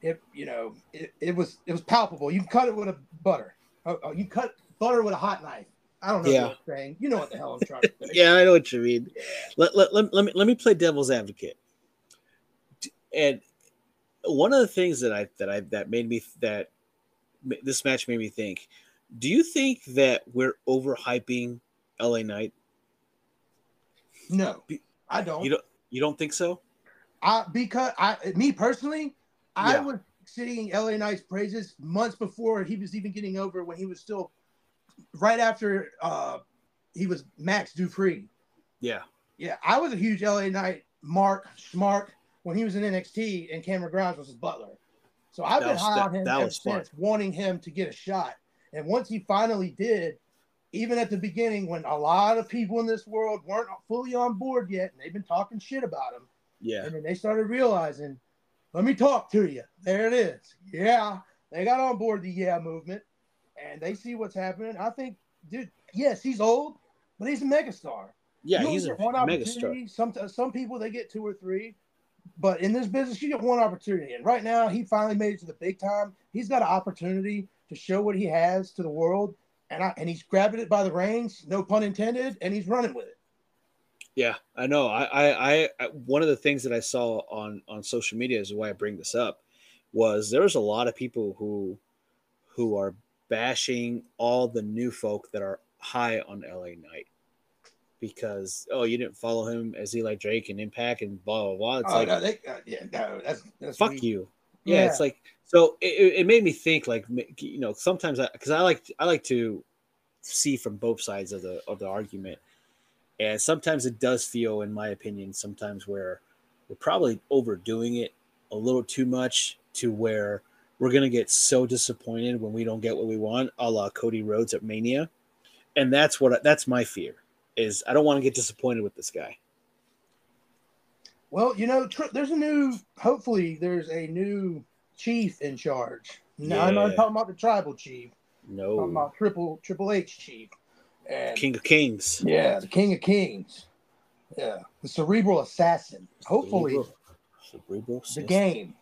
[SPEAKER 1] it you know, Uh, it, it was it was palpable. You can cut it with a butter. Oh, oh, you cut butter with a hot knife. I don't know
[SPEAKER 2] Yeah.
[SPEAKER 1] what I'm saying. You know what the hell I'm trying to say.
[SPEAKER 2] yeah, I know what you mean. Let, let, let, let me let me play devil's advocate. D- And one of the things that I that I that made me that ma- this match made me think. Do you think that we're overhyping LA Knight?
[SPEAKER 1] No, I don't.
[SPEAKER 2] You don't you don't think so?
[SPEAKER 1] I because I me personally, I
[SPEAKER 2] Yeah.
[SPEAKER 1] was singing LA Knight's praises months before he was even getting over when he was still right after uh he was Max Dupree.
[SPEAKER 2] Yeah.
[SPEAKER 1] Yeah, I was a huge LA Knight Mark Smart when he was in NXT and Cameron Grimes was his butler. So I've
[SPEAKER 2] That
[SPEAKER 1] been
[SPEAKER 2] was-
[SPEAKER 1] high
[SPEAKER 2] that-
[SPEAKER 1] on him
[SPEAKER 2] that
[SPEAKER 1] ever
[SPEAKER 2] was fun.
[SPEAKER 1] since, wanting him to get a shot. And once he finally did, even at the beginning when a lot of people in this world weren't fully on board yet, and they've been talking shit about him,
[SPEAKER 2] Yeah.
[SPEAKER 1] and then they started realizing, let me talk to you. There it is. Yeah. They got on board the yeah movement and they see what's happening. I think, dude, yes, he's old, but he's a megastar.
[SPEAKER 2] Yeah,
[SPEAKER 1] You only
[SPEAKER 2] he's a
[SPEAKER 1] get one
[SPEAKER 2] megastar.
[SPEAKER 1] opportunity. Some, some people, they get two or three. But in this business, you get one opportunity. And right now, he finally made it to the big time. He's got an opportunity to show what he has to the world. And, I, and he's grabbing it by the reins, no pun intended, and he's running with it.
[SPEAKER 2] Yeah, I know. I, I, I, I, one of the things that I saw on on social media is why I bring this up was there's a lot of people who, who are bashing all the new folk that are high on LA Knight because oh you didn't follow him as Eli Drake and Impact and blah blah blah. It's
[SPEAKER 1] oh,
[SPEAKER 2] like
[SPEAKER 1] no, they, uh, yeah, no, that's, that's
[SPEAKER 2] fuck
[SPEAKER 1] weak.
[SPEAKER 2] you. Yeah, it's like so. It, it- it made me think like m- you know sometimes I because I like I like to see from both sides of the of the argument, and sometimes it does feel, in my opinion, sometimes where we're probably overdoing it a little too much to where we're gonna get so disappointed when we don't get what we want, a la Cody Rhodes at Mania, and that's what I- that's my fear is I don't want to get disappointed with this guy.
[SPEAKER 1] Well, you know, tr- there's a new. Hopefully, there's a new chief in charge. No, I'm
[SPEAKER 2] Yeah.
[SPEAKER 1] not talking about the tribal chief. I'm talking
[SPEAKER 2] No,
[SPEAKER 1] about triple Triple H chief. And
[SPEAKER 2] King of Kings.
[SPEAKER 1] yeah, the King of Kings. Yeah, the cerebral assassin. Hopefully,
[SPEAKER 2] Cerebral- cerebral
[SPEAKER 1] the
[SPEAKER 2] system.
[SPEAKER 1] game.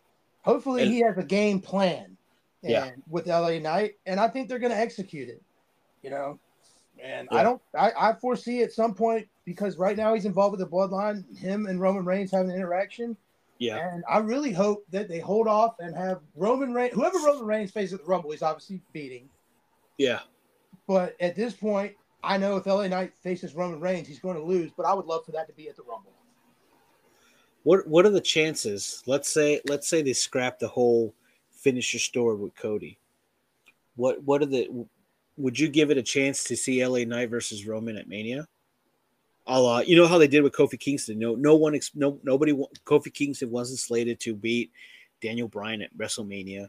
[SPEAKER 1] Hopefully,
[SPEAKER 2] And-
[SPEAKER 1] he has a game plan. And
[SPEAKER 2] Yeah.
[SPEAKER 1] With LA Knight, and I think they're going to execute it. You know, and
[SPEAKER 2] Yeah.
[SPEAKER 1] I don't. I, I foresee at some point because right now he's involved with the Bloodline. Him and Roman Reigns having an interaction.
[SPEAKER 2] Yeah,
[SPEAKER 1] And I really hope that they hold off and have Roman Reigns, whoever Roman Reigns faces at the Rumble, he's obviously beating.
[SPEAKER 2] yeah,
[SPEAKER 1] But at this point, I know if LA Knight faces Roman Reigns, he's going to lose. But I would love for that to be at the Rumble.
[SPEAKER 2] What What are the chances? Let's say Let's say they scrap the whole finish your story with Cody. What What are the Would you give it a chance to see LA Knight versus Roman at Mania? A la, you know how they did with Kofi Kingston. No, no one, ex- no, nobody. wa- Kofi Kingston wasn't slated to beat Daniel Bryan at WrestleMania,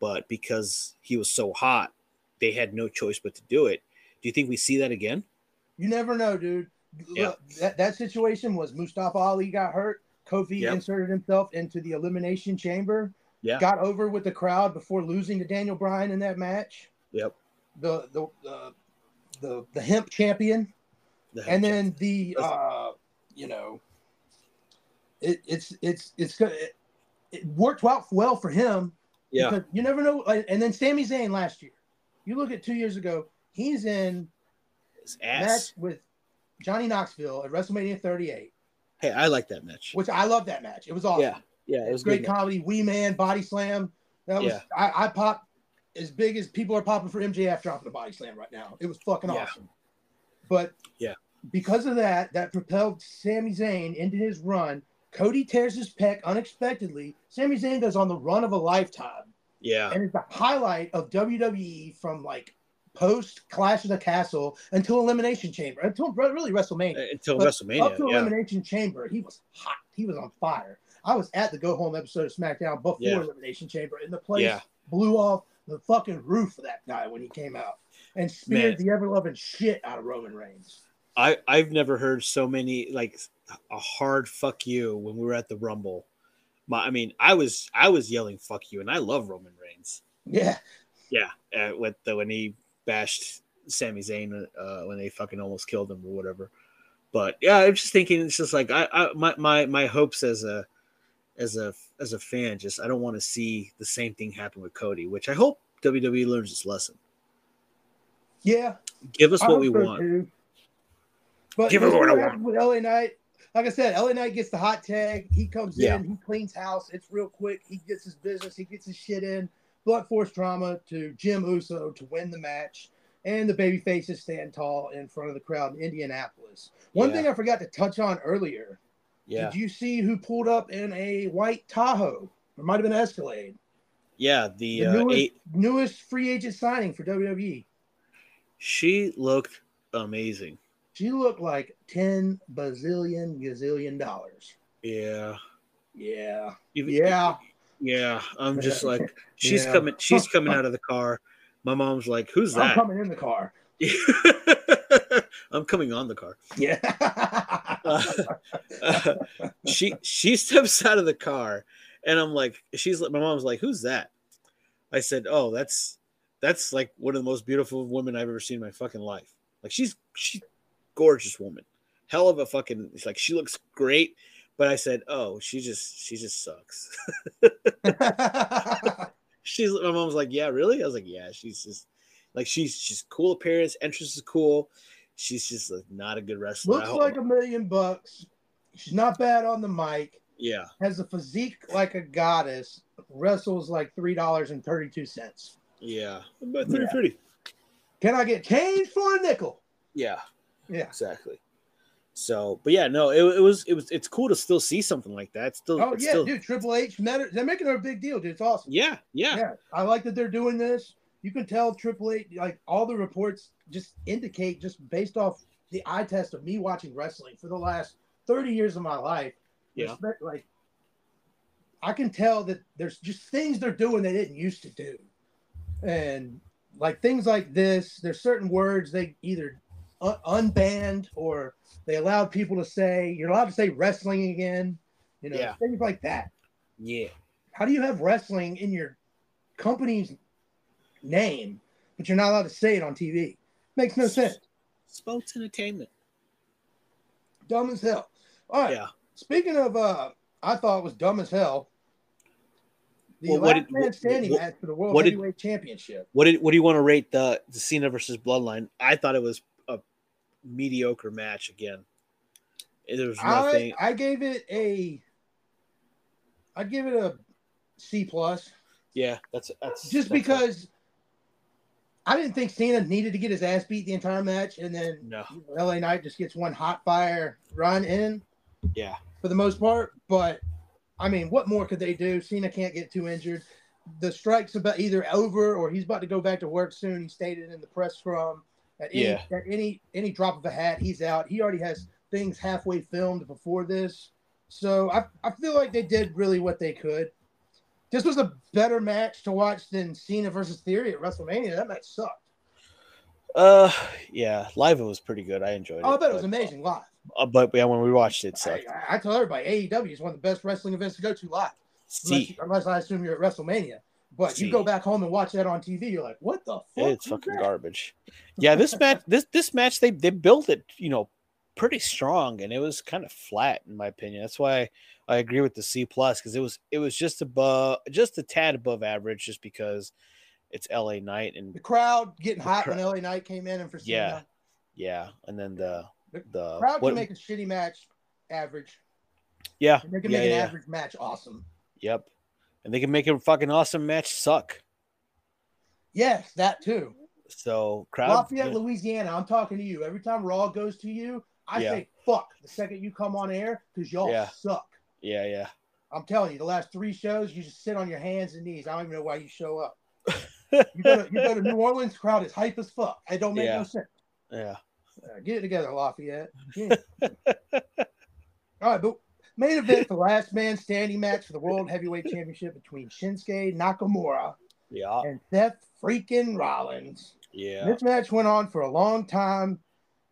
[SPEAKER 2] but because he was so hot, they had no choice but to do it. Do you think we see that again?
[SPEAKER 1] You never know, dude.
[SPEAKER 2] Yeah.
[SPEAKER 1] Look, that, that situation was Mustafa Ali got hurt. Kofi
[SPEAKER 2] Yep.
[SPEAKER 1] inserted himself into the elimination chamber.
[SPEAKER 2] Yeah.
[SPEAKER 1] Got over with the crowd before losing to Daniel Bryan in that match.
[SPEAKER 2] Yep.
[SPEAKER 1] The the the the, the hemp champion.
[SPEAKER 2] The-
[SPEAKER 1] and then the
[SPEAKER 2] That's-
[SPEAKER 1] uh you know it, it's it's it's good it, it worked out well for him
[SPEAKER 2] yeah,
[SPEAKER 1] because you never know like, and then Sami Zayn last year you look at two years ago he's in
[SPEAKER 2] his
[SPEAKER 1] a
[SPEAKER 2] ass.
[SPEAKER 1] match with Johnny Knoxville at WrestleMania 38
[SPEAKER 2] Hey, I like that match.
[SPEAKER 1] which I love that match it was awesome
[SPEAKER 2] Yeah, yeah, it was a
[SPEAKER 1] great
[SPEAKER 2] good. match.
[SPEAKER 1] comedy wee man body slam that was
[SPEAKER 2] Yeah.
[SPEAKER 1] I, I popped as big as people are popping for MJF dropping the body slam right now it was fucking
[SPEAKER 2] Yeah.
[SPEAKER 1] awesome but
[SPEAKER 2] Yeah.
[SPEAKER 1] because of that that propelled Sami Zayn into his run Cody tears his pec unexpectedly Sami Zayn goes on the run of a lifetime
[SPEAKER 2] Yeah, Uh,
[SPEAKER 1] and it's the highlight of WWE from like post Clash of the Castle until Elimination Chamber until really WrestleMania
[SPEAKER 2] until
[SPEAKER 1] But up
[SPEAKER 2] WrestleMania.
[SPEAKER 1] to
[SPEAKER 2] yeah.
[SPEAKER 1] Elimination Chamber, he was hot. He was on fire. I was at the Go Home episode of SmackDown before
[SPEAKER 2] Yeah.
[SPEAKER 1] Elimination Chamber, and the place
[SPEAKER 2] Yeah.
[SPEAKER 1] blew off the fucking roof of that guy when he came out and speared the ever loving shit out of Roman Reigns.
[SPEAKER 2] I I've never heard so many like a hard fuck you when we were at the Rumble. My, I mean, I was I was yelling fuck you, and I love Roman Reigns.
[SPEAKER 1] Yeah,
[SPEAKER 2] Yeah, uh, with the, when he bashed Sami Zayn uh, when they fucking almost killed him or whatever. But yeah, I'm just thinking it's just like I, I my, my my hopes as a as a as a fan just I don't want to E see the same thing happen with Cody, which I hope WWE learns its lesson.
[SPEAKER 1] Yeah,
[SPEAKER 2] Give us
[SPEAKER 1] I
[SPEAKER 2] what we
[SPEAKER 1] hope so,
[SPEAKER 2] want.
[SPEAKER 1] too. But
[SPEAKER 2] Give
[SPEAKER 1] you
[SPEAKER 2] us
[SPEAKER 1] know
[SPEAKER 2] what I
[SPEAKER 1] happens With LA Knight, like I said, LA Knight gets the hot tag. He comes
[SPEAKER 2] Yeah.
[SPEAKER 1] in, he cleans house. It's real quick. He gets his business. He gets his shit in. Blunt force trauma to Jim Uso to win the match, and the baby faces stand tall in front of the crowd in Indianapolis. One
[SPEAKER 2] Yeah.
[SPEAKER 1] thing I forgot to touch on earlier.
[SPEAKER 2] Yeah.
[SPEAKER 1] Did you see who pulled up in a white Tahoe? It might have been Escalade.
[SPEAKER 2] Yeah. The,
[SPEAKER 1] The
[SPEAKER 2] uh,
[SPEAKER 1] newest,
[SPEAKER 2] eight,
[SPEAKER 1] newest free agent signing for E. WWE.
[SPEAKER 2] she looked amazing.
[SPEAKER 1] She looked like ten bazillion gazillion dollars.
[SPEAKER 2] Yeah.
[SPEAKER 1] Yeah,
[SPEAKER 2] Even-
[SPEAKER 1] Yeah.
[SPEAKER 2] Yeah. I'm just like, she's
[SPEAKER 1] Yeah. Uh-huh.
[SPEAKER 2] coming, she's coming out of the car. My mom's like, who's
[SPEAKER 1] I'm
[SPEAKER 2] that?
[SPEAKER 1] coming in the car.
[SPEAKER 2] I'm coming on the car.
[SPEAKER 1] Yeah,
[SPEAKER 2] Uh, she she steps out of the car, and I'm like, she's like, my mom's like, who's that? I said, oh, that's that's like one of the most beautiful women I've ever seen in my fucking life. Like she's she gorgeous woman, hell of a fucking. It's like she looks great, but I said, oh, she just she just sucks. she's my mom's like, yeah, really? I was like, yeah, she's just like she's she's cool appearance, entrance is cool. She's just like not a good wrestler. I
[SPEAKER 1] looks
[SPEAKER 2] hope-
[SPEAKER 1] like a million bucks. She's not bad on the mic.
[SPEAKER 2] yeah,
[SPEAKER 1] Has a physique like a goddess. Wrestles like three dollars and thirty-two cents.
[SPEAKER 2] yeah, but
[SPEAKER 1] Yeah.
[SPEAKER 2] pretty pretty.
[SPEAKER 1] Can I get change for a nickel?
[SPEAKER 2] Yeah,
[SPEAKER 1] Yeah.
[SPEAKER 2] exactly. So, but yeah, no, it, it was it was it's cool to still see something like that. It's still,
[SPEAKER 1] Oh
[SPEAKER 2] it's
[SPEAKER 1] yeah,
[SPEAKER 2] still-
[SPEAKER 1] dude. Triple H met her. They're making her a big deal, dude. It's awesome.
[SPEAKER 2] yeah, yeah,
[SPEAKER 1] Yeah, I like that they're doing this. You can tell Triple H, like all the reports just indicate, just based off the eye test of me watching wrestling for the last 30 years of my life.
[SPEAKER 2] Yeah.
[SPEAKER 1] respect- like, I can tell that there's just things they're doing they didn't used to do. And like things like this, there's certain words they either un- unbanned or they allowed people to say, you're allowed to say wrestling again, you know,
[SPEAKER 2] Yeah.
[SPEAKER 1] things like that
[SPEAKER 2] yeah,
[SPEAKER 1] how do you have wrestling in your company's name, but you're not allowed to say it on TV? Makes no sense.
[SPEAKER 2] Sports entertainment.
[SPEAKER 1] Dumb as hell. All right.
[SPEAKER 2] Yeah,
[SPEAKER 1] Speaking of, uh, I thought was dumb as hell. The
[SPEAKER 2] Well,
[SPEAKER 1] last
[SPEAKER 2] what did-
[SPEAKER 1] man
[SPEAKER 2] what-
[SPEAKER 1] standing
[SPEAKER 2] what-
[SPEAKER 1] match for the World
[SPEAKER 2] what did-
[SPEAKER 1] Heavyweight Championship.
[SPEAKER 2] what did what do you want to rate the, the Cena versus Bloodline? I thought it was a mediocre match again. There was
[SPEAKER 1] I,
[SPEAKER 2] nothing.
[SPEAKER 1] I gave it a. I'd give it a C plus,
[SPEAKER 2] yeah, that's that's
[SPEAKER 1] just
[SPEAKER 2] that's-
[SPEAKER 1] because I didn't think Cena needed to get his ass beat the entire match, and then
[SPEAKER 2] No,
[SPEAKER 1] LA Knight just gets one hot fire run in.
[SPEAKER 2] Yeah.
[SPEAKER 1] For the most part. But I mean, what more could they do? Cena can't get too injured. The strike's about either over or he's about to go back to work soon. He stated in the press scrum at any,
[SPEAKER 2] Yeah.
[SPEAKER 1] at any any drop of a hat, he's out. He already has things halfway filmed before this. So I, I feel like they did really what they could. This was a better match to watch than Cena versus Theory at WrestleMania. That match sucked.
[SPEAKER 2] uh, yeah, live it was pretty good. I enjoyed it.
[SPEAKER 1] Oh, I bet it was
[SPEAKER 2] but-
[SPEAKER 1] amazing live.
[SPEAKER 2] Uh, but yeah, when we watched it, it
[SPEAKER 1] I,
[SPEAKER 2] sucked.
[SPEAKER 1] I- I tell everybody AEW is one of the best wrestling events to go to live. Unless,
[SPEAKER 2] See,
[SPEAKER 1] unless I assume you're at WrestleMania. But
[SPEAKER 2] See.
[SPEAKER 1] you go back home and watch that on TV, you're like, what the fuck?
[SPEAKER 2] it's
[SPEAKER 1] was
[SPEAKER 2] fucking
[SPEAKER 1] that?
[SPEAKER 2] garbage. Yeah, this match, this this match, they they built it, you know, pretty strong, and it was kind of flat in my opinion. That's why I agree with the C plus because it was it was just above, just a tad above average, just because it's L.A. night and
[SPEAKER 1] The crowd getting
[SPEAKER 2] The
[SPEAKER 1] hot
[SPEAKER 2] cra-
[SPEAKER 1] when LA Knight came in and for
[SPEAKER 2] Yeah.
[SPEAKER 1] Cena.
[SPEAKER 2] yeah, and then the the
[SPEAKER 1] Yeah. Crowd
[SPEAKER 2] what-
[SPEAKER 1] can make a shitty match average.
[SPEAKER 2] yeah,
[SPEAKER 1] And they can
[SPEAKER 2] yeah,
[SPEAKER 1] make
[SPEAKER 2] yeah,
[SPEAKER 1] an
[SPEAKER 2] yeah,
[SPEAKER 1] average match awesome.
[SPEAKER 2] yep, and they can make a fucking awesome match suck.
[SPEAKER 1] Yes, that too.
[SPEAKER 2] So crowd,
[SPEAKER 1] Lafayette,
[SPEAKER 2] yeah,
[SPEAKER 1] Louisiana, I'm talking to you. Every time Raw goes to you, I
[SPEAKER 2] Yeah.
[SPEAKER 1] say fuck the second you come on air because y'all
[SPEAKER 2] Yeah.
[SPEAKER 1] suck.
[SPEAKER 2] yeah, yeah.
[SPEAKER 1] I'm telling you, the last three shows, you just sit on your hands and knees. I don't even know why you show up. You go to, you go to New Orleans, crowd is hype as fuck. It don't make
[SPEAKER 2] Yeah.
[SPEAKER 1] no sense.
[SPEAKER 2] yeah.
[SPEAKER 1] Uh, get it together, Lafayette. Yeah. All right, but main event, the last man standing match for the World Heavyweight Championship between Shinsuke Nakamura
[SPEAKER 2] Yeah,
[SPEAKER 1] and Seth freaking Rollins.
[SPEAKER 2] yeah,
[SPEAKER 1] This match went on for a long time.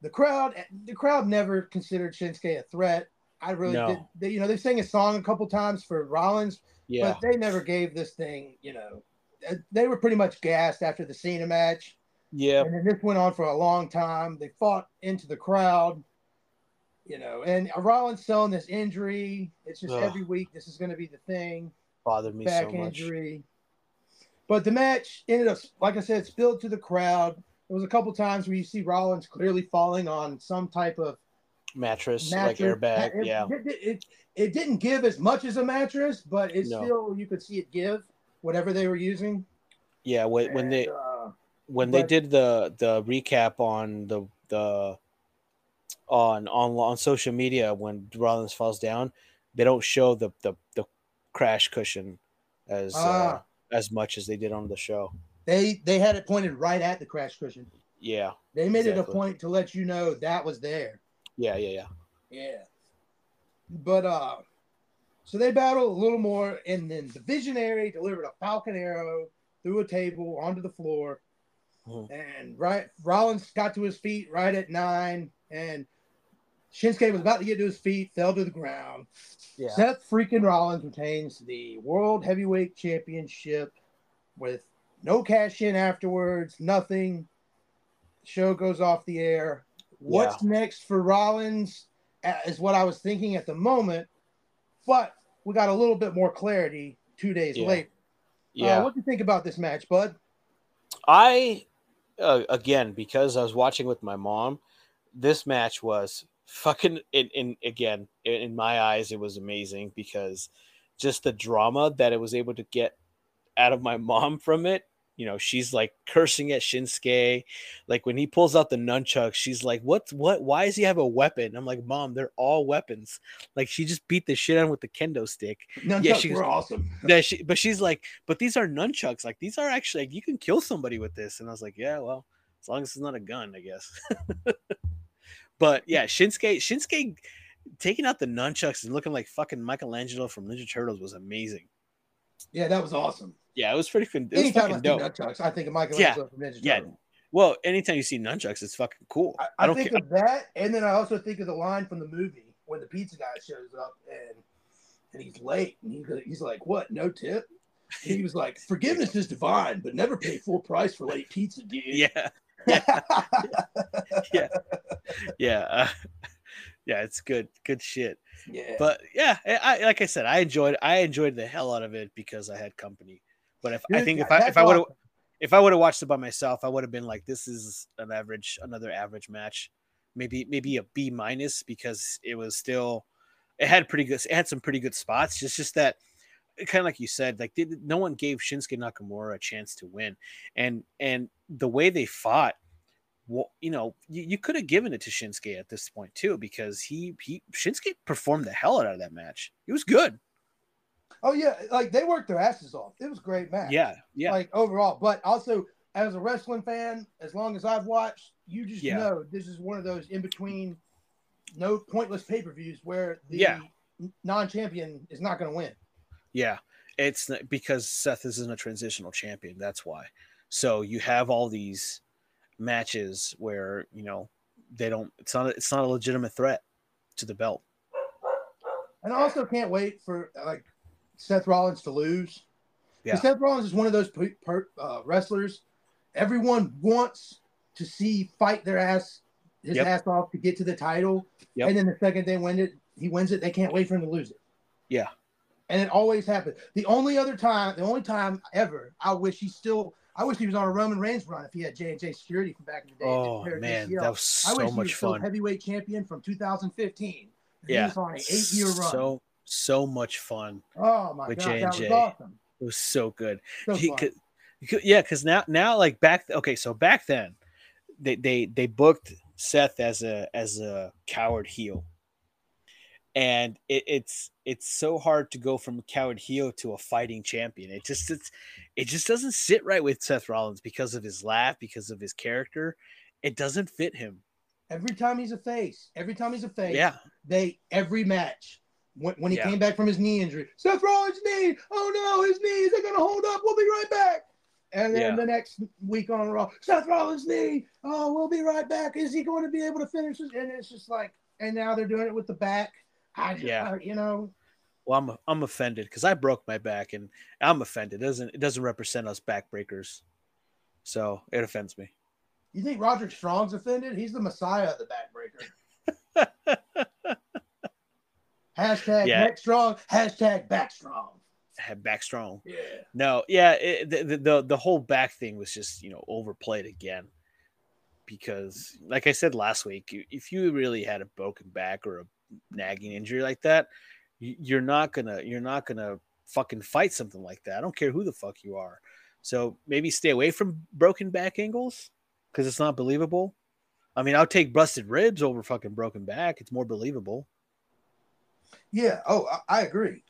[SPEAKER 1] The crowd, the crowd never considered Shinsuke a threat. I really
[SPEAKER 2] No.
[SPEAKER 1] did. They, you know, they sang a song a couple times for Rollins,
[SPEAKER 2] yeah,
[SPEAKER 1] but they never gave this thing. You know, Uh, they were pretty much gassed after the Cena match,
[SPEAKER 2] yeah.
[SPEAKER 1] and then this went on for a long time. They fought into the crowd, you know, and Rollins selling this injury. It's just
[SPEAKER 2] Ugh.
[SPEAKER 1] every week this is going to be the thing
[SPEAKER 2] Bothered me
[SPEAKER 1] back
[SPEAKER 2] so much.
[SPEAKER 1] injury. But the match ended up, like I said, spilled to the crowd. It There was a couple times where you see Rollins clearly falling on some type of
[SPEAKER 2] mattress,
[SPEAKER 1] mattress.
[SPEAKER 2] like airbag.
[SPEAKER 1] It,
[SPEAKER 2] yeah.
[SPEAKER 1] It, it, it, it didn't give as much as a mattress, but it
[SPEAKER 2] No.
[SPEAKER 1] still you could see it give whatever they were using.
[SPEAKER 2] Yeah. When, when they,
[SPEAKER 1] And, uh,
[SPEAKER 2] when they
[SPEAKER 1] But-
[SPEAKER 2] did the the recap on the the on on on social media when Rollins falls down, they don't show the the, the crash cushion as uh,
[SPEAKER 1] Ah.
[SPEAKER 2] as much as they did on the show.
[SPEAKER 1] they they had it pointed right at the crash cushion.
[SPEAKER 2] Yeah,
[SPEAKER 1] They made it a
[SPEAKER 2] Exactly.
[SPEAKER 1] point to let you know that was there.
[SPEAKER 2] yeah, yeah, yeah.
[SPEAKER 1] Yeah. But uh so they battle a little more and then the visionary delivered a falcon arrow through a table onto the floor.
[SPEAKER 2] Mhm.
[SPEAKER 1] And right Rollins got to his feet right at nine and Shinsuke was about to get to his feet, fell to the ground.
[SPEAKER 2] Yeah.
[SPEAKER 1] Seth freaking Rollins retains the World Heavyweight Championship with no cash in afterwards, nothing. Show goes off the air. What's next for Rollins uh, is what I was thinking at the moment, but we got a little bit more clarity two days
[SPEAKER 2] Yeah.
[SPEAKER 1] later.
[SPEAKER 2] Yeah.
[SPEAKER 1] Uh, what do you think about this match, bud?
[SPEAKER 2] I uh, again because I was watching with my mom, this match was fucking in, in again in, in my eyes it was amazing because just the drama that it was able to get out of my mom from it. You know, she's like cursing at Shinsuke. Like when he pulls out the nunchucks, she's like, "What's what? Why does he have a weapon?" I'm like, "Mom, they're all weapons." Like she just beat the shit out of him with the kendo stick,
[SPEAKER 1] Nunchucks
[SPEAKER 2] Yeah, she was-
[SPEAKER 1] were awesome.
[SPEAKER 2] that she but she's like but these are nunchucks like these are actually like you can kill somebody with this and i was like yeah well as long as it's not a gun i guess but yeah shinsuke shinsuke taking out the nunchucks and looking like fucking michelangelo from ninja turtles was amazing
[SPEAKER 1] Yeah, that was awesome.
[SPEAKER 2] yeah it was pretty fin- it was
[SPEAKER 1] Anytime I
[SPEAKER 2] fucking
[SPEAKER 1] think
[SPEAKER 2] dope
[SPEAKER 1] nunchucks, I think of Michael
[SPEAKER 2] Yeah.
[SPEAKER 1] from Ninja
[SPEAKER 2] Yeah.
[SPEAKER 1] Turtle.
[SPEAKER 2] well anytime you see nunchucks it's fucking cool
[SPEAKER 1] I,
[SPEAKER 2] i,
[SPEAKER 1] I,
[SPEAKER 2] don't
[SPEAKER 1] think
[SPEAKER 2] care
[SPEAKER 1] of that, and then I also think of the line from the movie when the pizza guy shows up and and he's late, and he, he's like, "What? No tip?" And he was like, "Forgiveness is divine, but never pay full price for late pizza, dude."
[SPEAKER 2] yeah yeah uh, yeah it's good good shit
[SPEAKER 1] yeah.
[SPEAKER 2] but yeah I, I like i said i enjoyed i enjoyed the hell out of it because i had company but if i
[SPEAKER 1] Dude,
[SPEAKER 2] think if
[SPEAKER 1] that-
[SPEAKER 2] i if i would have
[SPEAKER 1] that's awesome.
[SPEAKER 2] if i would have watched it by myself i would have been like this is an average another average match maybe maybe a b minus because it was still it had pretty good it had some pretty good spots just just that kind of like you said like did, no one gave shinsuke nakamura a chance to win and and the way they fought well, you know, you, you could have given it to Shinsuke at this point too, because he he Shinsuke performed the hell out of that match. He was good.
[SPEAKER 1] oh yeah, like they worked their asses off. It was a great match.
[SPEAKER 2] Yeah, yeah,
[SPEAKER 1] like overall. But also, as a wrestling fan, as long as I've watched, you just
[SPEAKER 2] Yeah.
[SPEAKER 1] know this is one of those in between, no pointless pay per views where the
[SPEAKER 2] Yeah.
[SPEAKER 1] non champion is not going to win.
[SPEAKER 2] yeah. It's n- because Seth isn't a transitional champion. That's why. So you have all these matches where you know they don't. It's not. It's not a legitimate threat to the belt.
[SPEAKER 1] And I also can't wait for like Seth Rollins to lose. 'Cause
[SPEAKER 2] Yeah.
[SPEAKER 1] Seth Rollins is one of those pe- per, uh, wrestlers everyone wants to see fight their ass his
[SPEAKER 2] Yep.
[SPEAKER 1] ass off to get to the title,
[SPEAKER 2] Yep.
[SPEAKER 1] and then the second they win it, he wins it. They can't wait for him to lose it.
[SPEAKER 2] Yeah.
[SPEAKER 1] and it always happens. The only other time, the only time ever, I wish he still. I wish he was on a Roman Reigns run if he had J and J security from back in the day. and
[SPEAKER 2] Oh
[SPEAKER 1] compared
[SPEAKER 2] man,
[SPEAKER 1] ACL.
[SPEAKER 2] that was
[SPEAKER 1] I wish
[SPEAKER 2] so
[SPEAKER 1] he was
[SPEAKER 2] much
[SPEAKER 1] still
[SPEAKER 2] fun.
[SPEAKER 1] heavyweight champion from 2015. he
[SPEAKER 2] Yeah.
[SPEAKER 1] was on an eight-year run.
[SPEAKER 2] So so much fun.
[SPEAKER 1] Oh my
[SPEAKER 2] with
[SPEAKER 1] god, that was
[SPEAKER 2] J&J.
[SPEAKER 1] awesome.
[SPEAKER 2] It was so good.
[SPEAKER 1] So
[SPEAKER 2] he
[SPEAKER 1] fun.
[SPEAKER 2] could, you could- yeah, because now now like back okay, so back then they they they booked Seth as a as a coward heel, and it, it's it's so hard to go from a coward heel to a fighting champion. It just it's it just doesn't sit right with Seth Rollins because of his laugh, because of his character. It doesn't fit him.
[SPEAKER 1] every time he's a face, every time he's a face,
[SPEAKER 2] Yeah,
[SPEAKER 1] they every match. When, when he
[SPEAKER 2] Yeah.
[SPEAKER 1] came back from his knee injury, Seth Rollins' knee. Oh no, his knee. Is it gonna hold up? We'll be right back. And then
[SPEAKER 2] Yeah.
[SPEAKER 1] the next week on Raw, Seth Rollins' knee. Oh, we'll be right back. Is he going to be able to finish this? And it's just like, and now they're doing it with the back. I just,
[SPEAKER 2] Yeah.
[SPEAKER 1] I- you know,
[SPEAKER 2] well, I'm I'm offended because I broke my back, and I'm offended. It doesn't it doesn't represent us backbreakers, so it offends me.
[SPEAKER 1] you think Roderick Strong's offended? He's the messiah of the backbreaker. hashtag
[SPEAKER 2] Yeah.
[SPEAKER 1] back strong. Hashtag back strong.
[SPEAKER 2] Have back strong.
[SPEAKER 1] Yeah.
[SPEAKER 2] No, yeah, it, the, the the whole back thing was just you know overplayed again. because, like I said last week, if you really had a broken back or a nagging injury like that, you're not gonna you're not gonna fucking fight something like that. I don't care who the fuck you are. So maybe stay away from broken back angles because it's not believable. I mean, I'll take busted ribs over fucking broken back. It's more believable.
[SPEAKER 1] Yeah. Oh, I, I agree.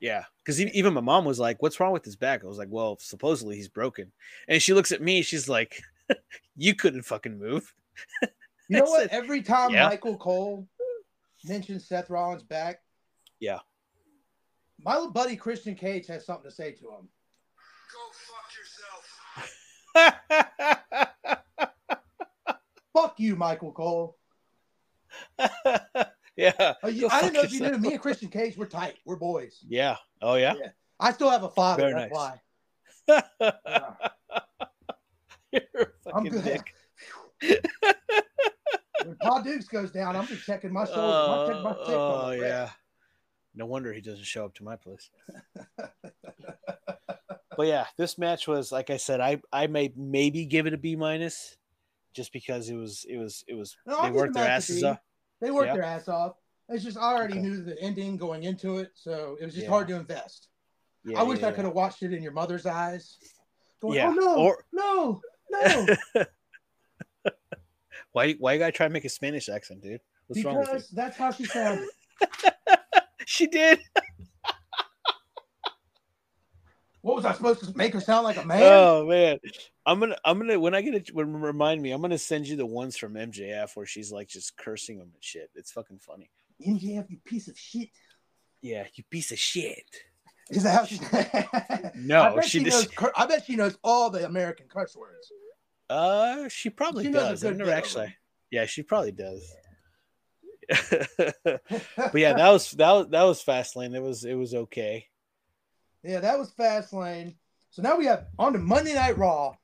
[SPEAKER 2] Yeah, because even my mom was like, "What's wrong with his back?" I was like, "Well, supposedly he's broken." And she looks at me. She's like, "You couldn't fucking move."
[SPEAKER 1] you know what? Said, Every time yeah. Michael Cole mentions Seth Rollins' back,
[SPEAKER 2] yeah,
[SPEAKER 1] my little buddy Christian Cage has something to say to him. Go fuck yourself. fuck you, Michael Cole.
[SPEAKER 2] Yeah.
[SPEAKER 1] Oh, you, I didn't know if you knew. Me and Christian Cage, we're tight. We're boys.
[SPEAKER 2] Yeah. Oh yeah. yeah.
[SPEAKER 1] I still have a father. Very that's nice. why. yeah.
[SPEAKER 2] You're a fucking I'm dick.
[SPEAKER 1] when Paul Dukes goes down, I'm just checking my shoulder. Uh, checking my
[SPEAKER 2] oh yeah. No wonder he doesn't show up to my place. but yeah, this match was like I said, I I may maybe give it a B minus, just because it was it was it was no, they worked their asses up.
[SPEAKER 1] They worked yeah. their ass off. It's just I already okay. knew the ending going into it, so it was just yeah. hard to invest. Yeah, I wish I could have watched it in your mother's eyes. Going, yeah. Oh no, or... no,
[SPEAKER 2] no. why why you gotta try to make a Spanish accent, dude? What's
[SPEAKER 1] because wrong with you? that's how she sounded.
[SPEAKER 2] she did.
[SPEAKER 1] what was I supposed to make her sound like a man?
[SPEAKER 2] Oh man, I'm gonna I'm gonna when I get it when remind me I'm gonna send you the ones from MJF where she's like just cursing them and shit. It's fucking funny.
[SPEAKER 1] MJF, you piece of shit.
[SPEAKER 2] Yeah, you piece of shit.
[SPEAKER 1] Is that how she?
[SPEAKER 2] no,
[SPEAKER 1] I bet Oh, she, she knows. She... I bet she knows all the American curse words.
[SPEAKER 2] Uh, she probably she does. I've never actually. One. Yeah, she probably does. but yeah, that was that was that was fast lane. It was it was okay.
[SPEAKER 1] Yeah, that was fast lane. So now we have on to Monday Night Raw.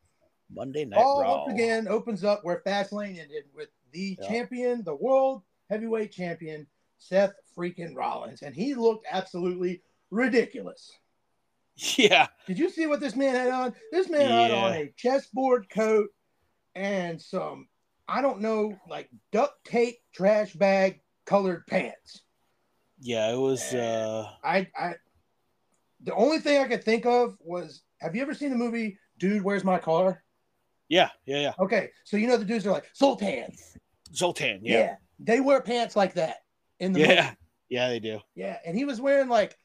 [SPEAKER 2] Monday Night All Raw
[SPEAKER 1] once again opens up where Fastlane ended with the yeah. champion, the world heavyweight champion, Seth freaking Rollins, and he looked absolutely ridiculous.
[SPEAKER 2] Yeah.
[SPEAKER 1] Did you see what this man had on? This man yeah. had on a chessboard coat and some I don't know like duct tape trash bag colored pants.
[SPEAKER 2] Yeah, it was. And uh I
[SPEAKER 1] I the only thing I could think of was Have you ever seen the movie Dude, Where's My Car?
[SPEAKER 2] Yeah, yeah, yeah.
[SPEAKER 1] Okay, so you know the dudes are like Zoltan.
[SPEAKER 2] Zoltan, yeah. yeah.
[SPEAKER 1] They wear pants like that in the
[SPEAKER 2] yeah,
[SPEAKER 1] movie.
[SPEAKER 2] yeah, they do.
[SPEAKER 1] Yeah, and he was wearing like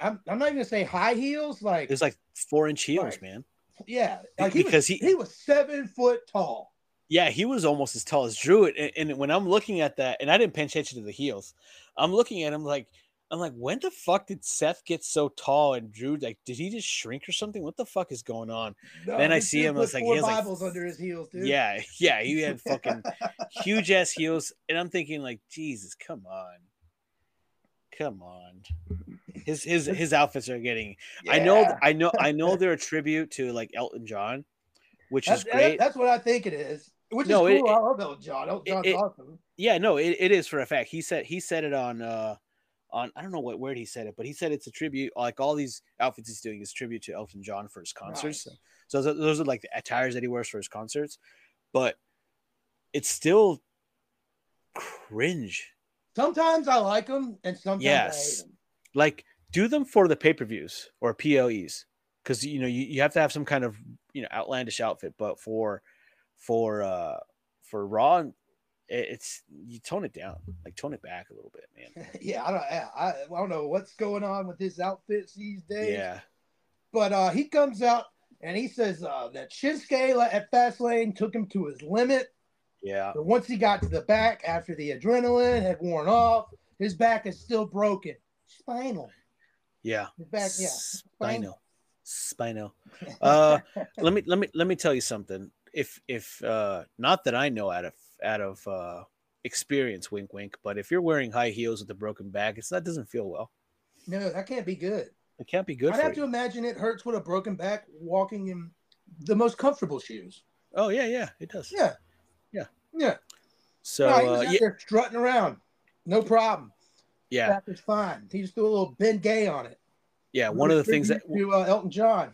[SPEAKER 1] I'm, I'm not even gonna say high heels, like
[SPEAKER 2] it was like four inch heels, like, man.
[SPEAKER 1] Yeah, like he because was, he he was seven foot tall.
[SPEAKER 2] Yeah, he was almost as tall as Drew. And, and when I'm looking at that, and I didn't pay attention to the heels, I'm looking at him like I'm like, when the fuck did Seth get so tall and Drew like did he just shrink or something? What the fuck is going on? No, then I see him. I was like,
[SPEAKER 1] four
[SPEAKER 2] he has
[SPEAKER 1] Bibles
[SPEAKER 2] like,
[SPEAKER 1] under his heels, dude.
[SPEAKER 2] Yeah, yeah, he had fucking huge ass heels, and I'm thinking like, Jesus, come on, come on. His his his outfits are getting. Yeah. I know, I know, I know they're a tribute to like Elton John, which
[SPEAKER 1] that's,
[SPEAKER 2] is great.
[SPEAKER 1] That's what I think it is. Which no, is cool. It, I love Elton John. Elton John's
[SPEAKER 2] it,
[SPEAKER 1] awesome.
[SPEAKER 2] Yeah, no, it, it is for a fact. He said he said it on. uh on, I don't know what word he said it, but he said it's a tribute. Like all these outfits he's doing is tribute to Elton John for his concerts. Nice. So, so those are like the attires that he wears for his concerts, but it's still cringe.
[SPEAKER 1] Sometimes I like them, and sometimes yes,
[SPEAKER 2] like do them for the pay per views or PLEs because you know you, you have to have some kind of you know outlandish outfit, but for for uh for Raw it's you tone it down, like tone it back a little bit, man.
[SPEAKER 1] yeah, I don't, I, I don't know what's going on with his outfits these days.
[SPEAKER 2] Yeah,
[SPEAKER 1] but uh, he comes out and he says uh, that Shinsuke at Fastlane took him to his limit.
[SPEAKER 2] Yeah,
[SPEAKER 1] but once he got to the back after the adrenaline had worn off, his back is still broken, spinal.
[SPEAKER 2] Yeah,
[SPEAKER 1] his back, yeah,
[SPEAKER 2] spinal, spinal. spinal. Uh, let me let me let me tell you something. If if uh, not that I know out of out of uh, experience, wink, wink. But if you're wearing high heels with a broken back, it's that doesn't feel well.
[SPEAKER 1] No, that can't be good.
[SPEAKER 2] It can't be good.
[SPEAKER 1] I'd have
[SPEAKER 2] you.
[SPEAKER 1] to imagine it hurts with a broken back walking in the most comfortable shoes.
[SPEAKER 2] Oh yeah, yeah, it does.
[SPEAKER 1] Yeah,
[SPEAKER 2] yeah,
[SPEAKER 1] yeah.
[SPEAKER 2] So no,
[SPEAKER 1] he was
[SPEAKER 2] uh, yeah.
[SPEAKER 1] strutting around, no problem.
[SPEAKER 2] Yeah,
[SPEAKER 1] back was fine. He just threw a little Ben Gay on it.
[SPEAKER 2] Yeah, one of the things that
[SPEAKER 1] to uh, Elton John.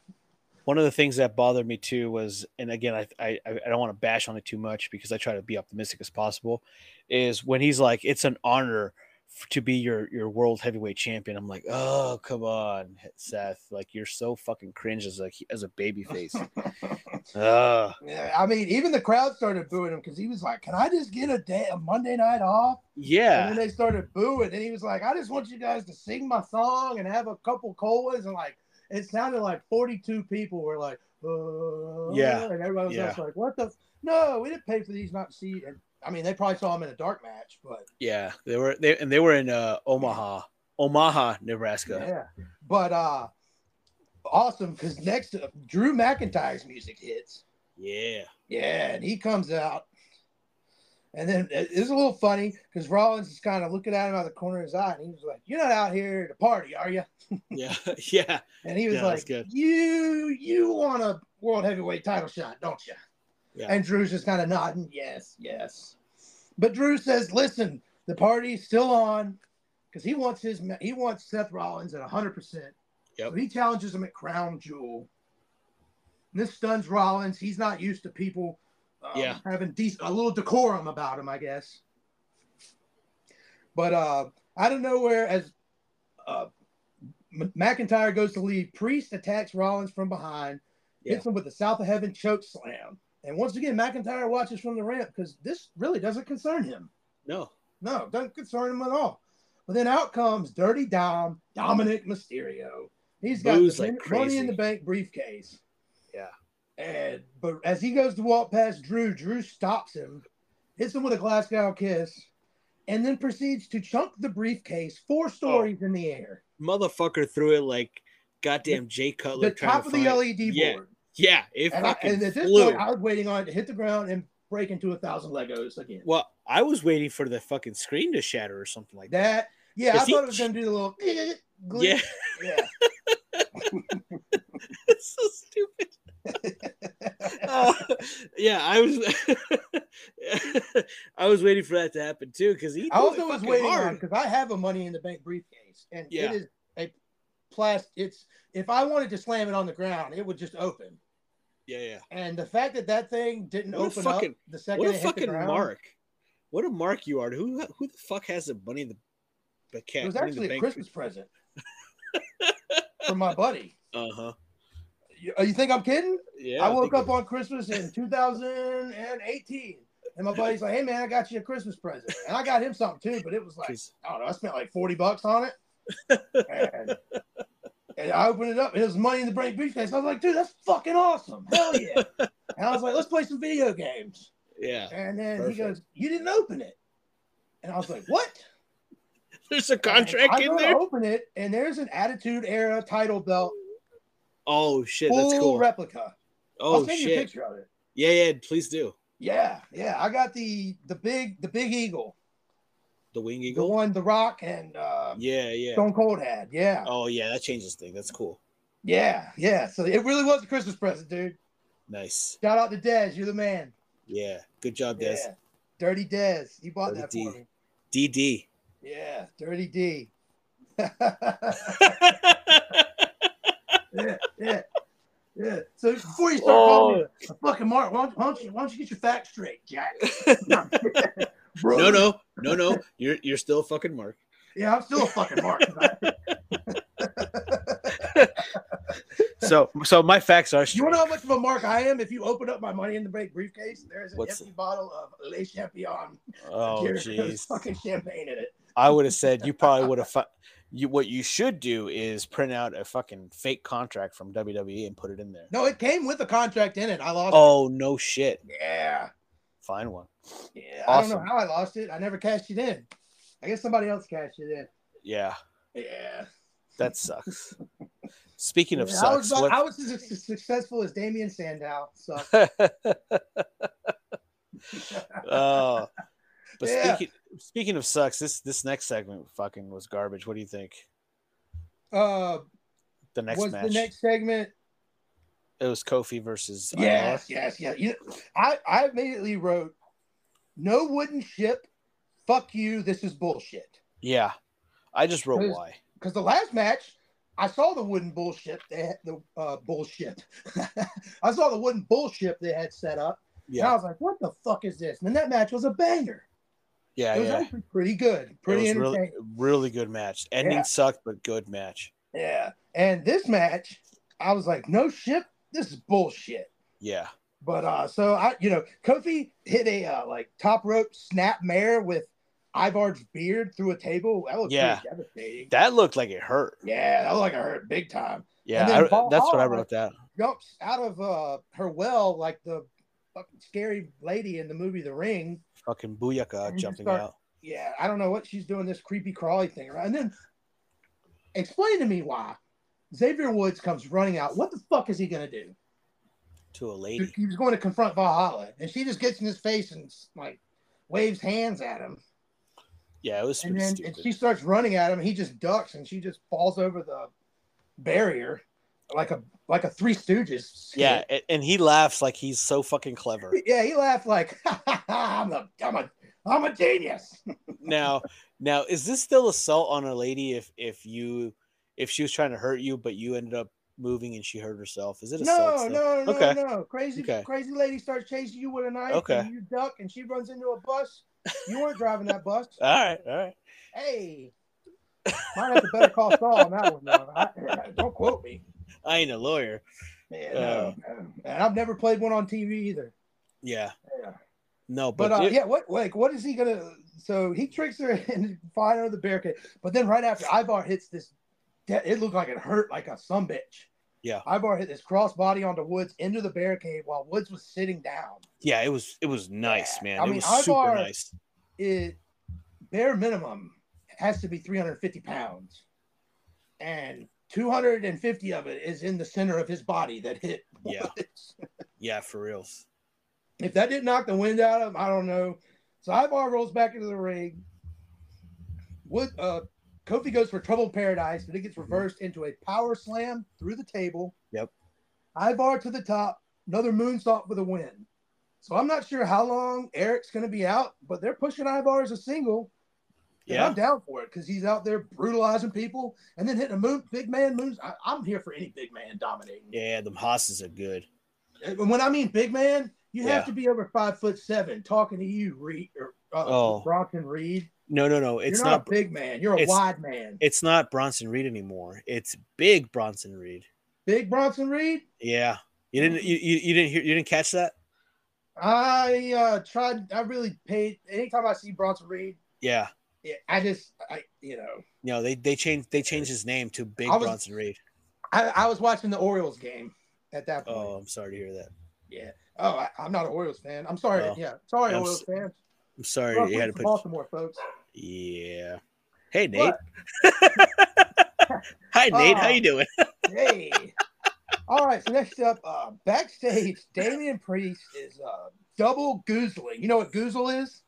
[SPEAKER 2] one of the things that bothered me too was, and again, I I, I don't want to bash on it too much because I try to be optimistic as possible, is when he's like, "It's an honor f- to be your your world heavyweight champion." I'm like, "Oh come on, Seth! Like you're so fucking cringe as a as a baby face." Ugh.
[SPEAKER 1] Yeah, I mean, even the crowd started booing him because he was like, "Can I just get a day, a Monday night off?" And
[SPEAKER 2] yeah,
[SPEAKER 1] then they started booing, and he was like, "I just want you guys to sing my song and have a couple colas." And like, it sounded like forty-two people were like, uh,
[SPEAKER 2] Yeah.
[SPEAKER 1] and everybody was
[SPEAKER 2] Yeah.
[SPEAKER 1] else like, "What the? f- No, we didn't pay for these not to see." And I mean, they probably saw him in a dark match, but
[SPEAKER 2] yeah, they were they and they were in uh, Omaha, Omaha, Nebraska.
[SPEAKER 1] yeah, but uh, awesome because next up, Drew McIntyre's music hits.
[SPEAKER 2] Yeah.
[SPEAKER 1] Yeah, and he comes out. And then it- it's a little funny because Rollins is kind of looking at him out of the corner of his eye, and he was like, "You're not out here to party, are you?"
[SPEAKER 2] Yeah. Yeah.
[SPEAKER 1] And he was
[SPEAKER 2] Yeah, that's
[SPEAKER 1] like,
[SPEAKER 2] good.
[SPEAKER 1] "You, you want a world heavyweight title shot, don't you?"
[SPEAKER 2] Yeah.
[SPEAKER 1] And Drew's just kind of nodding, "Yes, yes." But Drew says, "Listen, the party's still on, because he wants his ma- he wants Seth Rollins at 100. percent
[SPEAKER 2] Yep.
[SPEAKER 1] So he challenges him at Crown Jewel. And this stuns Rollins. He's not used to people um,
[SPEAKER 2] Yeah.
[SPEAKER 1] having decent a little decorum about him, I guess. But uh, out of nowhere, as uh, M- McIntyre goes to lead, Priest attacks Rollins from behind, hits him with the South of Heaven choke slam. And once again, McIntyre watches from the ramp because this really doesn't concern him.
[SPEAKER 2] No.
[SPEAKER 1] No, doesn't concern him at all. But then out comes Dirty Dom, Dominic Mysterio. He's got
[SPEAKER 2] Boos
[SPEAKER 1] the
[SPEAKER 2] like
[SPEAKER 1] min- money in
[SPEAKER 2] crazy.
[SPEAKER 1] the bank briefcase.
[SPEAKER 2] Yeah.
[SPEAKER 1] And but as he goes to walk past Drew, Drew stops him, hits him with a Glasgow kiss, and then proceeds to chunk the briefcase
[SPEAKER 2] Oh.
[SPEAKER 1] four stories in the air.
[SPEAKER 2] Motherfucker threw it like goddamn Jay Cutler.
[SPEAKER 1] the
[SPEAKER 2] trying
[SPEAKER 1] top
[SPEAKER 2] to
[SPEAKER 1] of the
[SPEAKER 2] find-
[SPEAKER 1] LED board.
[SPEAKER 2] Yeah. Yeah. It
[SPEAKER 1] And, I,
[SPEAKER 2] fucking
[SPEAKER 1] and at this
[SPEAKER 2] flew.
[SPEAKER 1] point, I was waiting on it to hit the ground and break into a thousand Legos again.
[SPEAKER 2] Well, I was waiting for the fucking screen to shatter or something like that.
[SPEAKER 1] That yeah,
[SPEAKER 2] Is
[SPEAKER 1] I
[SPEAKER 2] he-
[SPEAKER 1] thought it was gonna do the little glitch.
[SPEAKER 2] Yeah,
[SPEAKER 1] yeah.
[SPEAKER 2] it's so stupid. Uh, yeah, I was, I was waiting for that to happen too because he.
[SPEAKER 1] I
[SPEAKER 2] threw
[SPEAKER 1] also
[SPEAKER 2] it
[SPEAKER 1] was
[SPEAKER 2] fucking
[SPEAKER 1] waiting
[SPEAKER 2] hard.
[SPEAKER 1] on because I have a money in the bank briefcase, and
[SPEAKER 2] Yeah.
[SPEAKER 1] it is a plastic. It's if I wanted to slam it on the ground, it would just open.
[SPEAKER 2] Yeah, yeah.
[SPEAKER 1] And the fact that that thing didn't
[SPEAKER 2] What a
[SPEAKER 1] open
[SPEAKER 2] fucking-
[SPEAKER 1] up the second
[SPEAKER 2] What a
[SPEAKER 1] it hit the
[SPEAKER 2] fucking
[SPEAKER 1] ground,
[SPEAKER 2] mark! What a mark you are! Who who the fuck has the money in the, the cat?
[SPEAKER 1] it was
[SPEAKER 2] money in the
[SPEAKER 1] actually a
[SPEAKER 2] bank?
[SPEAKER 1] Christmas present from my buddy.
[SPEAKER 2] Uh huh.
[SPEAKER 1] You, you think I'm kidding?
[SPEAKER 2] Yeah.
[SPEAKER 1] I woke
[SPEAKER 2] think-
[SPEAKER 1] up on Christmas in 2018, and my buddy's like, "Hey man, I got you a Christmas present," and I got him something too, but it was like
[SPEAKER 2] Jeez.
[SPEAKER 1] I don't know, I spent like 40 bucks on it. And, and I opened it up, and it was money in the bank briefcase. I was like, dude, that's fucking awesome. Hell yeah. and I was like, let's play some video games.
[SPEAKER 2] Yeah.
[SPEAKER 1] And then
[SPEAKER 2] Perfect.
[SPEAKER 1] he goes, You didn't open it. And I was like, What?
[SPEAKER 2] There's a
[SPEAKER 1] And
[SPEAKER 2] contract
[SPEAKER 1] I
[SPEAKER 2] in
[SPEAKER 1] go to
[SPEAKER 2] there.
[SPEAKER 1] open it, and there's an Attitude Era title belt,
[SPEAKER 2] Oh shit,
[SPEAKER 1] full
[SPEAKER 2] that's cool.
[SPEAKER 1] replica. I'll
[SPEAKER 2] oh
[SPEAKER 1] send you a
[SPEAKER 2] shit.
[SPEAKER 1] picture of it.
[SPEAKER 2] Yeah, yeah. Please do
[SPEAKER 1] Yeah, yeah. I got the the big the big eagle,
[SPEAKER 2] the wing
[SPEAKER 1] the
[SPEAKER 2] eagle.
[SPEAKER 1] one The Rock and uh,
[SPEAKER 2] Yeah, yeah.
[SPEAKER 1] Stone Cold had. Yeah,
[SPEAKER 2] Oh yeah, that changes thing. That's cool.
[SPEAKER 1] yeah, yeah. So it really was a Christmas present, dude.
[SPEAKER 2] Nice.
[SPEAKER 1] Shout out to Dez, you're the man.
[SPEAKER 2] Yeah. Good job, Des.
[SPEAKER 1] Yeah. Dirty Dez. He bought
[SPEAKER 2] Dirty
[SPEAKER 1] that
[SPEAKER 2] D.
[SPEAKER 1] for me.
[SPEAKER 2] DD.
[SPEAKER 1] Yeah, Dirty D. yeah, yeah, yeah. So before you start
[SPEAKER 2] Oh.
[SPEAKER 1] calling me a fucking Mark, why don't, why don't you why don't you get your facts straight, Jack? Bro.
[SPEAKER 2] no, no, no, no. You're you're still a fucking Mark.
[SPEAKER 1] Yeah, I'm still a fucking Mark.
[SPEAKER 2] So so my facts are
[SPEAKER 1] you want to know how much of a Mark I am? If you open up my money in the bank briefcase, there's an
[SPEAKER 2] What's
[SPEAKER 1] empty bottle of Le Champion.
[SPEAKER 2] Oh
[SPEAKER 1] There's
[SPEAKER 2] jeez.
[SPEAKER 1] fucking champagne in it.
[SPEAKER 2] I would have said you probably would have. Fu- you what you should do is print out a fucking fake contract from WWE and put it in there.
[SPEAKER 1] No, it came with a contract in it. I lost.
[SPEAKER 2] Oh no shit.
[SPEAKER 1] it. yeah.
[SPEAKER 2] Find one.
[SPEAKER 1] Yeah, I
[SPEAKER 2] Awesome.
[SPEAKER 1] don't know how I lost it. I never cashed it in. I guess somebody else cashed it in.
[SPEAKER 2] Yeah,
[SPEAKER 1] Yeah.
[SPEAKER 2] that sucks. Speaking of
[SPEAKER 1] Yeah, I,
[SPEAKER 2] sucks,
[SPEAKER 1] was, about-
[SPEAKER 2] what-
[SPEAKER 1] I was as su- successful as Damian Sandow. So
[SPEAKER 2] oh. But
[SPEAKER 1] Yeah.
[SPEAKER 2] speaking speaking of sucks, this this next segment fucking was garbage. What do you think?
[SPEAKER 1] uh,
[SPEAKER 2] The next
[SPEAKER 1] was
[SPEAKER 2] match.
[SPEAKER 1] the next segment.
[SPEAKER 2] It was Kofi versus IR.
[SPEAKER 1] Yes, yes, yes. You know, I, I immediately wrote, no wooden ship. Fuck you. This is bullshit.
[SPEAKER 2] Yeah. I just wrote
[SPEAKER 1] Who's-
[SPEAKER 2] why.
[SPEAKER 1] Because the last match I saw the wooden bullshit. They had the uh, bullshit. I saw the wooden bullshit they had set up. Yeah. And I was like, what the fuck is this? And then that match was a banger.
[SPEAKER 2] Yeah,
[SPEAKER 1] It was
[SPEAKER 2] yeah.
[SPEAKER 1] actually pretty good. Pretty
[SPEAKER 2] it was
[SPEAKER 1] entertaining.
[SPEAKER 2] really, really good match. Ending
[SPEAKER 1] Yeah.
[SPEAKER 2] sucked, but good match.
[SPEAKER 1] Yeah. And this match, I was like, no shit, this is bullshit.
[SPEAKER 2] Yeah,
[SPEAKER 1] But uh, so I, you know, Kofi hit a uh, like top rope snap mare with Ivar's beard through a table. That looked
[SPEAKER 2] Yeah.
[SPEAKER 1] pretty devastating.
[SPEAKER 2] that looked like it hurt.
[SPEAKER 1] yeah, that looked like I hurt big time.
[SPEAKER 2] Yeah,
[SPEAKER 1] And then
[SPEAKER 2] I-
[SPEAKER 1] Paul
[SPEAKER 2] that's what I
[SPEAKER 1] Hall-
[SPEAKER 2] wrote down.
[SPEAKER 1] Jumps out of uh, her well like the fucking scary lady in the movie The Ring.
[SPEAKER 2] Fucking booyaka
[SPEAKER 1] And you
[SPEAKER 2] jumping
[SPEAKER 1] start-
[SPEAKER 2] out.
[SPEAKER 1] Yeah, I don't know what she's doing this creepy crawly thing. Right? And then explain to me why Xavier Woods comes running out. What the fuck is he gonna do?
[SPEAKER 2] to a lady.
[SPEAKER 1] he was going to confront Valhalla, and she just gets in his face and like waves hands at him,
[SPEAKER 2] Yeah, it was
[SPEAKER 1] and
[SPEAKER 2] pretty
[SPEAKER 1] then
[SPEAKER 2] stupid.
[SPEAKER 1] and she starts running at him. and He just ducks, and she just falls over the barrier like a like a Three Stooges. skit.
[SPEAKER 2] yeah, and, and he laughs like he's so fucking clever.
[SPEAKER 1] yeah. He laughed like, ha, ha, ha, "I'm a I'm a I'm a genius."
[SPEAKER 2] now, now is this still assault on a lady if if you if she was trying to hurt you but you ended up moving and she hurt herself? Is it assault?
[SPEAKER 1] No,
[SPEAKER 2] still?
[SPEAKER 1] no, no,
[SPEAKER 2] Okay.
[SPEAKER 1] no. Crazy
[SPEAKER 2] Okay.
[SPEAKER 1] crazy lady starts chasing you with a knife,
[SPEAKER 2] Okay.
[SPEAKER 1] and you duck, and she runs into a bus. You weren't driving that bus.
[SPEAKER 2] All right, all right.
[SPEAKER 1] Hey. Might have to better call Saul on that one, though. I- don't quote me.
[SPEAKER 2] I ain't a lawyer.
[SPEAKER 1] Yeah, no, no. and I've never played one on TV either.
[SPEAKER 2] Yeah,
[SPEAKER 1] Yeah.
[SPEAKER 2] no, but,
[SPEAKER 1] But uh,
[SPEAKER 2] dude-
[SPEAKER 1] yeah, what like what is he gonna? So he tricks her and flying over the barricade, but then right after Ivar hits this, de- it looked like it hurt like a some bitch.
[SPEAKER 2] Yeah.
[SPEAKER 1] Ivar hit this crossbody onto Woods into the barricade while Woods was sitting down.
[SPEAKER 2] yeah, it was it was nice, man.
[SPEAKER 1] I
[SPEAKER 2] it
[SPEAKER 1] mean,
[SPEAKER 2] was
[SPEAKER 1] I've
[SPEAKER 2] super
[SPEAKER 1] already-
[SPEAKER 2] nice.
[SPEAKER 1] It bare minimum has to be 350 pounds, and 250 of it is in the center of his body that hit.
[SPEAKER 2] Yeah.
[SPEAKER 1] Woods.
[SPEAKER 2] Yeah, for reals.
[SPEAKER 1] If that didn't knock the wind out of him, I don't know. So Ivar rolls back into the ring. Wood, uh, Kofi goes for Trouble in Paradise, but it gets reversed into a power slam through the table.
[SPEAKER 2] Yep.
[SPEAKER 1] Ivar to the top, another moonsault for the win. So I'm not sure how long Eric's going to be out, but they're pushing Ivar as a single. And
[SPEAKER 2] Yeah,
[SPEAKER 1] I'm down for it because he's out there brutalizing people and then hitting a moon, big man moons. I, I'm here for any big man dominating.
[SPEAKER 2] yeah, them hosses are good.
[SPEAKER 1] And when I mean big man, you have
[SPEAKER 2] Yeah.
[SPEAKER 1] to be over five foot seven. Talking to you, Reed or uh,
[SPEAKER 2] Oh.
[SPEAKER 1] Bronson Reed,
[SPEAKER 2] No, no, no. It's
[SPEAKER 1] you're not,
[SPEAKER 2] not.
[SPEAKER 1] a big man. You're a
[SPEAKER 2] it's-
[SPEAKER 1] wide man.
[SPEAKER 2] It's not Bronson Reed anymore. It's Big Bronson Reed.
[SPEAKER 1] Big Bronson Reed.
[SPEAKER 2] Yeah, you didn't you, you, you didn't hear you didn't catch that?
[SPEAKER 1] I uh, tried. I really paid. Anytime I see Bronson Reed,
[SPEAKER 2] Yeah,
[SPEAKER 1] yeah, I just, I you know,
[SPEAKER 2] you know they they changed they changed his name to Big
[SPEAKER 1] I was-
[SPEAKER 2] Bronson Reed.
[SPEAKER 1] I, I was watching the Orioles game at that point.
[SPEAKER 2] Oh, I'm sorry to hear that.
[SPEAKER 1] Yeah. Oh, I, I'm not an Orioles fan. I'm sorry.
[SPEAKER 2] Oh.
[SPEAKER 1] yeah. Sorry,
[SPEAKER 2] I'm
[SPEAKER 1] Orioles
[SPEAKER 2] s-
[SPEAKER 1] fans.
[SPEAKER 2] I'm sorry
[SPEAKER 1] Rough
[SPEAKER 2] you
[SPEAKER 1] week
[SPEAKER 2] had to
[SPEAKER 1] for
[SPEAKER 2] put.
[SPEAKER 1] Baltimore folks.
[SPEAKER 2] Yeah. Hey Nate.
[SPEAKER 1] What?
[SPEAKER 2] Hi Nate. How
[SPEAKER 1] Oh.
[SPEAKER 2] you doing?
[SPEAKER 1] hey. All right. So next up, uh, backstage, Damian Priest is uh, double goozling. You know what goozle is?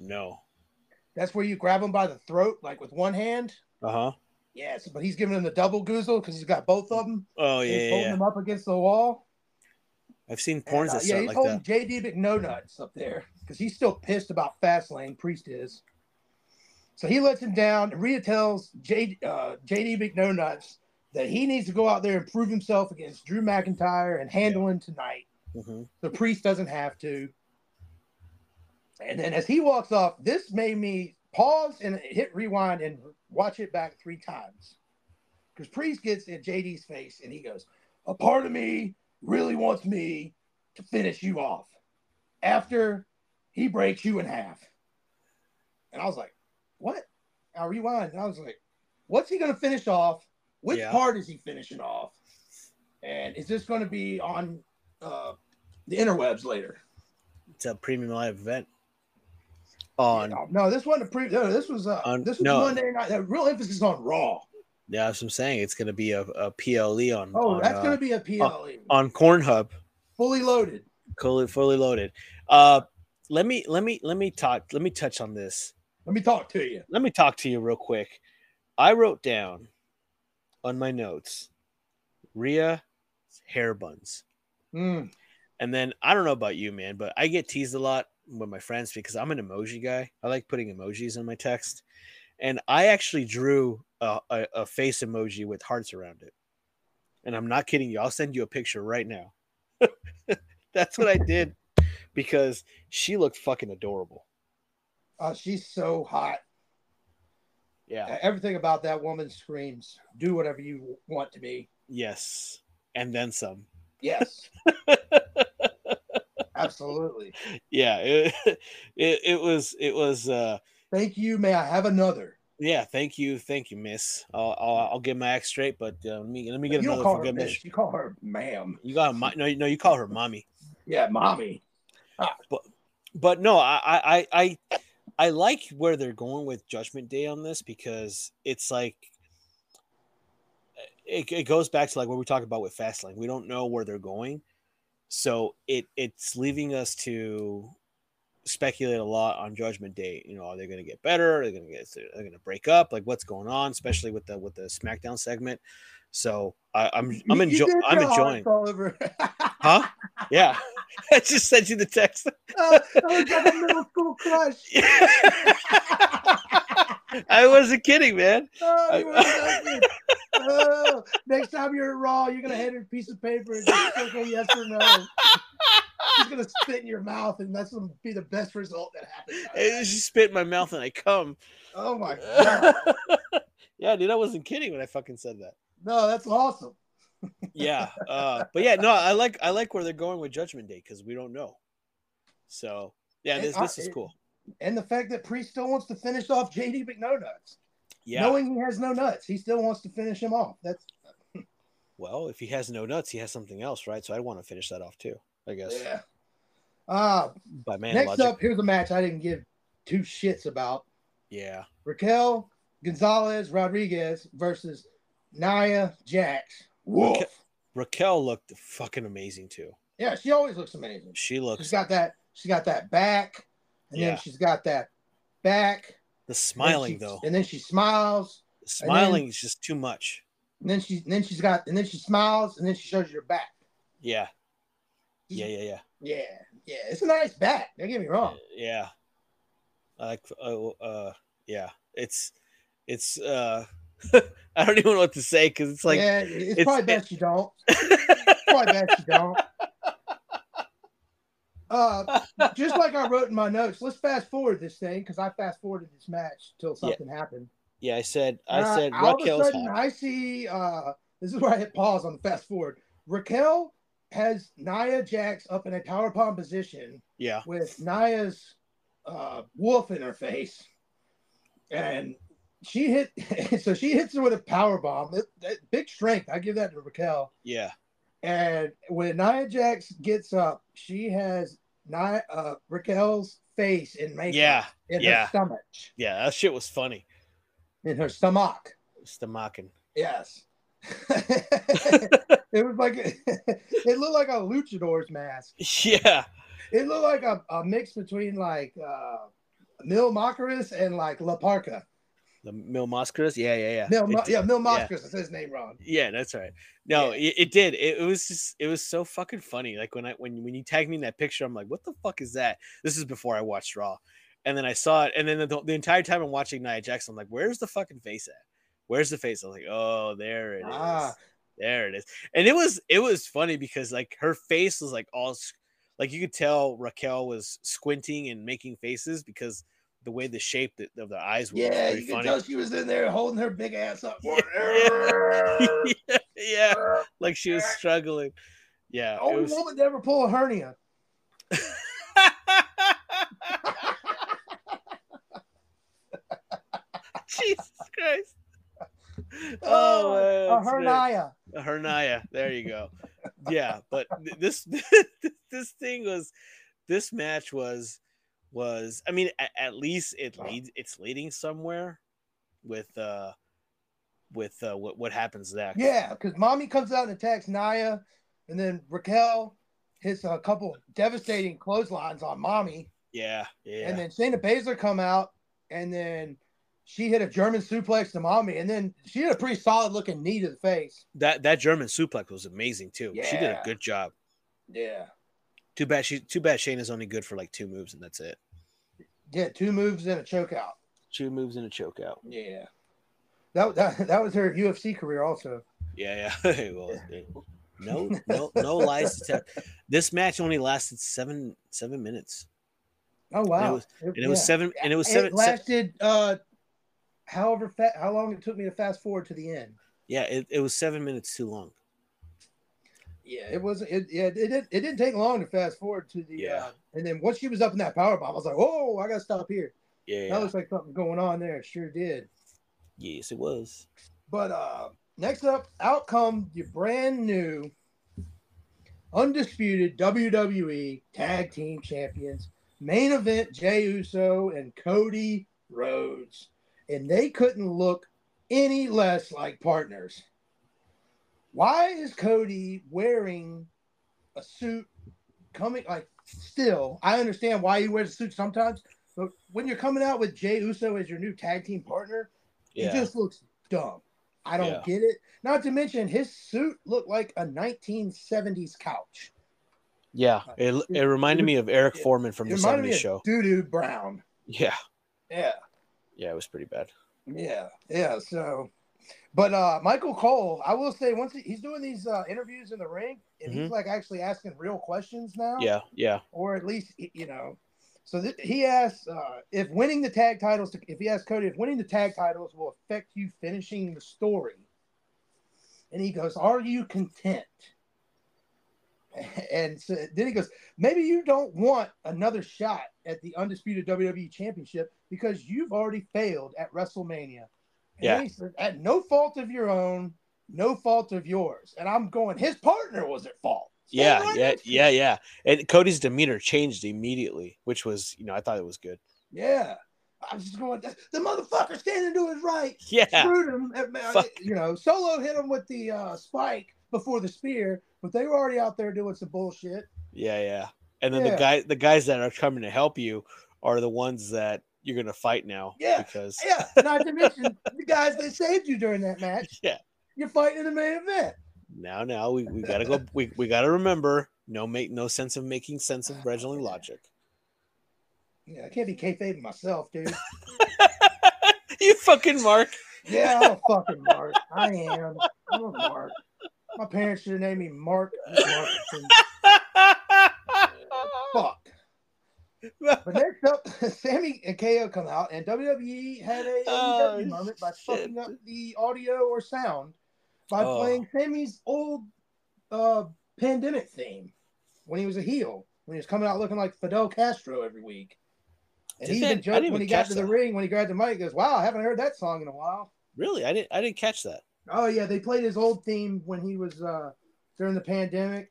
[SPEAKER 2] No.
[SPEAKER 1] That's where you grab him by the throat, like with one hand.
[SPEAKER 2] Uh huh.
[SPEAKER 1] Yes, but he's giving him the double goozle because he's got both of them.
[SPEAKER 2] Oh yeah,
[SPEAKER 1] he's
[SPEAKER 2] yeah,
[SPEAKER 1] holding
[SPEAKER 2] yeah.
[SPEAKER 1] them up against the wall.
[SPEAKER 2] I've seen
[SPEAKER 1] And,
[SPEAKER 2] porns
[SPEAKER 1] uh,
[SPEAKER 2] that
[SPEAKER 1] yeah,
[SPEAKER 2] start
[SPEAKER 1] he's
[SPEAKER 2] like
[SPEAKER 1] holding
[SPEAKER 2] that.
[SPEAKER 1] JD McNo nuts up there because he's still pissed about Fastlane. Priest is. So he lets him down. and Rhea tells J, uh, JD McNo nuts that he needs to go out there and prove himself against Drew McIntyre and handle him tonight.
[SPEAKER 2] Mhm.
[SPEAKER 1] The priest doesn't have to. And then as he walks off, this made me pause and hit rewind and watch it back three times. Because Priest gets in JD's face and he goes, A part of me really wants me to finish you off after he breaks you in half. And I was like, What? I rewind and I was like, What's he going to finish off? Which
[SPEAKER 2] Yeah.
[SPEAKER 1] part is he finishing off? And is this going to be on uh, the interwebs later.
[SPEAKER 2] It's a premium live event. On
[SPEAKER 1] No, no, this wasn't a pre. No, this was uh,
[SPEAKER 2] On-
[SPEAKER 1] this was
[SPEAKER 2] no.
[SPEAKER 1] Monday night. uh, Real emphasis on Raw.
[SPEAKER 2] yeah, that's what I'm saying. It's gonna be a, a PLE on
[SPEAKER 1] Oh,
[SPEAKER 2] on,
[SPEAKER 1] that's
[SPEAKER 2] uh,
[SPEAKER 1] gonna be a PLE,
[SPEAKER 2] on Cornhub.
[SPEAKER 1] fully loaded.
[SPEAKER 2] fully fully loaded. Uh, let me let me let me talk. Let me touch on this.
[SPEAKER 1] Let me talk to you.
[SPEAKER 2] Let me talk to you real quick. I wrote down on my notes Rhea's hair buns,
[SPEAKER 1] Mm,
[SPEAKER 2] and then I don't know about you, man, but I get teased a lot with my friends because I'm an emoji guy. I like putting emojis in my text, and I actually drew a, a, a face emoji with hearts around it. And I'm not kidding you. I'll send you a picture right now. That's what I did because she looked fucking adorable.
[SPEAKER 1] Uh, she's so hot. Uh,
[SPEAKER 2] Yeah.
[SPEAKER 1] Everything about that woman screams, do whatever you want to be.
[SPEAKER 2] Yes. And then some.
[SPEAKER 1] Yes. Absolutely.
[SPEAKER 2] Yeah. It, it, it was, it was, uh,
[SPEAKER 1] Thank you. May I have another?
[SPEAKER 2] yeah. Thank you. Thank you, miss. I'll, I'll, I'll get my act straight, but uh, let me, let me get
[SPEAKER 1] you don't
[SPEAKER 2] another
[SPEAKER 1] call
[SPEAKER 2] for
[SPEAKER 1] her
[SPEAKER 2] good
[SPEAKER 1] miss.
[SPEAKER 2] measure.
[SPEAKER 1] You call her ma'am.
[SPEAKER 2] You got, my, no, no, you call her mommy.
[SPEAKER 1] Yeah, mommy.
[SPEAKER 2] but no, I I I I- I like where they're going with Judgment Day on this because it's like it, it goes back to like what we talked about with Fastlane. We don't know where they're going, so it it's leaving us to speculate a lot on Judgment Day. You know, are they going to get better? Are they going to get? They're going to break up? Like what's going on? Especially with the with the SmackDown segment. So I, I'm I'm
[SPEAKER 1] You
[SPEAKER 2] enjoying.
[SPEAKER 1] did
[SPEAKER 2] I'm
[SPEAKER 1] your hearts
[SPEAKER 2] enjoying.
[SPEAKER 1] All over.
[SPEAKER 2] Huh? Yeah, I just sent you the text.
[SPEAKER 1] I was like a middle school crush.
[SPEAKER 2] I wasn't kidding, man.
[SPEAKER 1] Oh,
[SPEAKER 2] I-
[SPEAKER 1] you were so good. Oh, next time you're at raw, you're gonna hand her a piece of paper and just circle yes or no. She's gonna spit in your mouth, and that's gonna be the best result that
[SPEAKER 2] It
[SPEAKER 1] happens.
[SPEAKER 2] just spit in my mouth and I come.
[SPEAKER 1] Oh my god!
[SPEAKER 2] yeah, dude, I wasn't kidding when I fucking said that.
[SPEAKER 1] No, that's awesome.
[SPEAKER 2] Yeah, uh, but yeah, no, I like I like where they're going with Judgment Day because we don't know. So yeah,
[SPEAKER 1] And
[SPEAKER 2] this
[SPEAKER 1] I-
[SPEAKER 2] this is cool.
[SPEAKER 1] And the fact that Priest still wants to finish off JD McNo Nuts,
[SPEAKER 2] Yeah.
[SPEAKER 1] knowing he has no nuts, he still wants to finish him off. That's
[SPEAKER 2] well, if he has no nuts, he has something else, right? So I want to finish that off too. I guess
[SPEAKER 1] yeah. Uh,
[SPEAKER 2] by man
[SPEAKER 1] next
[SPEAKER 2] logic.
[SPEAKER 1] up, here's a match I didn't give two shits about.
[SPEAKER 2] yeah.
[SPEAKER 1] Raquel Gonzalez Rodriguez versus Nia Jax. Woof.
[SPEAKER 2] Raquel- Raquel looked fucking amazing too.
[SPEAKER 1] Yeah, she always looks amazing.
[SPEAKER 2] She
[SPEAKER 1] She's
[SPEAKER 2] looks
[SPEAKER 1] got that. She's got that back, and
[SPEAKER 2] Yeah.
[SPEAKER 1] then she's got that back.
[SPEAKER 2] the
[SPEAKER 1] and then
[SPEAKER 2] smiling
[SPEAKER 1] she-
[SPEAKER 2] though.
[SPEAKER 1] and then she smiles,
[SPEAKER 2] Smiling is just too much.
[SPEAKER 1] and then she, and then she's got, and then she smiles, and then she shows you her back.
[SPEAKER 2] Yeah. Yeah, yeah, yeah.
[SPEAKER 1] Yeah, yeah, it's a nice back. Don't get me wrong.
[SPEAKER 2] yeah I like uh, uh yeah it's it's uh i don't even know what to say because it's like
[SPEAKER 1] yeah, it's,
[SPEAKER 2] it's-
[SPEAKER 1] probably best you don't. probably best you don't. Uh, just like I wrote in my notes, let's fast forward this thing because I fast forwarded this match till
[SPEAKER 2] Yeah.
[SPEAKER 1] something happened.
[SPEAKER 2] yeah i said i
[SPEAKER 1] Uh,
[SPEAKER 2] said
[SPEAKER 1] all of a
[SPEAKER 2] raquel's
[SPEAKER 1] sudden,
[SPEAKER 2] hot.
[SPEAKER 1] I see. Uh, this is where I hit pause on the fast forward. Raquel has Nia Jax up in a power palm position
[SPEAKER 2] yeah
[SPEAKER 1] with Nia's uh, wolf in her face, and she hit. so she hits her with a power bomb. That, that big strength. I give that to Raquel.
[SPEAKER 2] yeah
[SPEAKER 1] And when Nia Jax gets up, she has Nia, uh, Raquel's face in makeup
[SPEAKER 2] yeah
[SPEAKER 1] in
[SPEAKER 2] yeah.
[SPEAKER 1] her stomach,
[SPEAKER 2] yeah that shit was funny
[SPEAKER 1] in her stomach.
[SPEAKER 2] stomachin
[SPEAKER 1] Yes. it was like it looked like a luchador's mask.
[SPEAKER 2] yeah
[SPEAKER 1] It looked like a, a mix between like uh Mil Mocaris and like La Parca.
[SPEAKER 2] the mil Moscaris. yeah yeah yeah
[SPEAKER 1] Mil,
[SPEAKER 2] It
[SPEAKER 1] Mo-
[SPEAKER 2] did-
[SPEAKER 1] yeah, Mil Mocaris. I said his name wrong.
[SPEAKER 2] yeah that's right no it, it did it, it was just it was so fucking funny like when i when, when you tagged me in that picture i'm like what the fuck is that this is before i watched raw and then i saw it and then the, the entire time i'm watching nia jackson i'm like where's the fucking face at where's the face i was like oh there it is
[SPEAKER 1] Ah.
[SPEAKER 2] there it is and it was it was funny because like her face was like all s- like you could tell raquel was squinting and making faces because the way the shape that- of the eyes were was
[SPEAKER 1] Yeah,
[SPEAKER 2] pretty
[SPEAKER 1] you can
[SPEAKER 2] funny.
[SPEAKER 1] tell she was in there holding her big ass up.
[SPEAKER 2] yeah, yeah,
[SPEAKER 1] Uh,
[SPEAKER 2] like she was struggling. Yeah, it
[SPEAKER 1] Only
[SPEAKER 2] was-
[SPEAKER 1] woman to ever pull a hernia.
[SPEAKER 2] Jesus Christ.
[SPEAKER 1] Oh,
[SPEAKER 2] Oh,
[SPEAKER 1] a
[SPEAKER 2] man, it's
[SPEAKER 1] hernia.
[SPEAKER 2] been- a hernia. There you go. Yeah, but th- this this thing was this match was was I mean at, at least it leads it's leading somewhere with uh with uh what what happens next.
[SPEAKER 1] Yeah, because mommy comes out and attacks Naya, and then Raquel hits a couple devastating clotheslines on mommy,
[SPEAKER 2] Yeah. Yeah.
[SPEAKER 1] and then Shayna Baszler come out, and then she hit a German suplex to mommy, and then she had a pretty solid looking knee to the face.
[SPEAKER 2] that that German suplex was amazing too. She did a
[SPEAKER 1] Yeah.
[SPEAKER 2] good job.
[SPEAKER 1] Yeah,
[SPEAKER 2] Too bad she too bad Shane is only good for like two moves and that's it.
[SPEAKER 1] yeah, two moves and a choke out.
[SPEAKER 2] two moves in a chokeout.
[SPEAKER 1] Yeah. That, that that was her UFC career also.
[SPEAKER 2] Yeah, yeah. well, it- no, no, no lies detected. This match only lasted seven seven minutes,
[SPEAKER 1] Oh wow.
[SPEAKER 2] was- and it was
[SPEAKER 1] yeah.
[SPEAKER 2] seven, and it was
[SPEAKER 1] It
[SPEAKER 2] seven. se-
[SPEAKER 1] lasted uh however fa- how long it took me to fast forward to the end.
[SPEAKER 2] yeah, it, it was seven minutes too long.
[SPEAKER 1] Yeah, it wasn't. It, yeah, it didn't. It didn't take long to fast forward to the.
[SPEAKER 2] Yeah.
[SPEAKER 1] Uh, and then once she was up in that power bomb, I was like, "Oh, I gotta stop here."
[SPEAKER 2] Yeah,
[SPEAKER 1] That looks like something going on there. It Sure did.
[SPEAKER 2] yes, it was.
[SPEAKER 1] But uh next up, out come your brand new, undisputed WWE Tag Team Champions main event: Jey Uso and Cody Rhodes, and they couldn't look any less like partners. Why is Cody wearing a suit coming like still? I understand why he wears a suit sometimes, but when you're coming out with Jay Uso as your new tag team partner,
[SPEAKER 2] Yeah,
[SPEAKER 1] it just looks dumb. I don't
[SPEAKER 2] Yeah.
[SPEAKER 1] get it. Not to mention his suit looked like a 1970s couch.
[SPEAKER 2] yeah. It, it reminded me of Eric
[SPEAKER 1] it-
[SPEAKER 2] Foreman from the
[SPEAKER 1] reminded
[SPEAKER 2] '70s show.
[SPEAKER 1] of Doo Doo Brown.
[SPEAKER 2] Yeah,
[SPEAKER 1] Yeah.
[SPEAKER 2] yeah, it was pretty bad.
[SPEAKER 1] Yeah, yeah. So, but uh, Michael Cole, I will say, once he, he's doing these uh, interviews in the ring, and he's like actually asking real questions now,
[SPEAKER 2] Mm-hmm. Yeah, yeah,
[SPEAKER 1] or at least y- you know. So th- he asks uh, if winning the tag titles. If he asks Cody if winning the tag titles will affect you finishing the story, and he goes, "Are you content?" And so then he goes, "Maybe you don't want another shot at the undisputed WWE Championship because you've already failed at WrestleMania." And
[SPEAKER 2] Yeah.
[SPEAKER 1] then he said, at no fault of your own, no fault of yours. And I'm going, his partner was at fault. Stay
[SPEAKER 2] yeah,
[SPEAKER 1] right
[SPEAKER 2] yeah,
[SPEAKER 1] next to
[SPEAKER 2] yeah, yeah. And Cody's demeanor changed immediately, which was, you know, I thought it was good.
[SPEAKER 1] Yeah. I was just going, the motherfucker standing to his right
[SPEAKER 2] Yeah,
[SPEAKER 1] screwed him. at-
[SPEAKER 2] Fuck.
[SPEAKER 1] You know, Solo hit him with the uh, spike before the spear, but they were already out there doing some bullshit.
[SPEAKER 2] yeah, yeah. And then the
[SPEAKER 1] Yeah.
[SPEAKER 2] guy, the guys that are coming to help you are the ones that you're gonna fight now.
[SPEAKER 1] Yeah.
[SPEAKER 2] because
[SPEAKER 1] Yeah, not to mention the guys that saved you during that match.
[SPEAKER 2] Yeah.
[SPEAKER 1] You're fighting in the main event.
[SPEAKER 2] now, now we, we gotta go. We, we gotta remember no make no sense of making sense of wrestling logic.
[SPEAKER 1] Yeah, I can't be kayfabing myself, dude.
[SPEAKER 2] you fucking Mark.
[SPEAKER 1] Yeah, I'm a fucking Mark. I am. I'm a Mark. My parents should have named me Mark. Markinson. Fuck. But next up, Sammy and KO come out, and WWE had a
[SPEAKER 2] Oh,
[SPEAKER 1] AEW moment by
[SPEAKER 2] shit.
[SPEAKER 1] fucking up the audio or sound by
[SPEAKER 2] Oh.
[SPEAKER 1] playing Sammy's old uh, pandemic theme when he was a heel, when he was coming out looking like Fidel Castro every week. And
[SPEAKER 2] Did
[SPEAKER 1] he
[SPEAKER 2] that-
[SPEAKER 1] even
[SPEAKER 2] I
[SPEAKER 1] joked
[SPEAKER 2] didn't
[SPEAKER 1] when he got
[SPEAKER 2] even catch
[SPEAKER 1] to the
[SPEAKER 2] that.
[SPEAKER 1] ring, when he grabbed the mic, he goes, Wow, I haven't heard that song in a while.
[SPEAKER 2] really, I didn't I didn't catch that.
[SPEAKER 1] Oh, yeah, they played his old theme when he was uh, during the pandemic.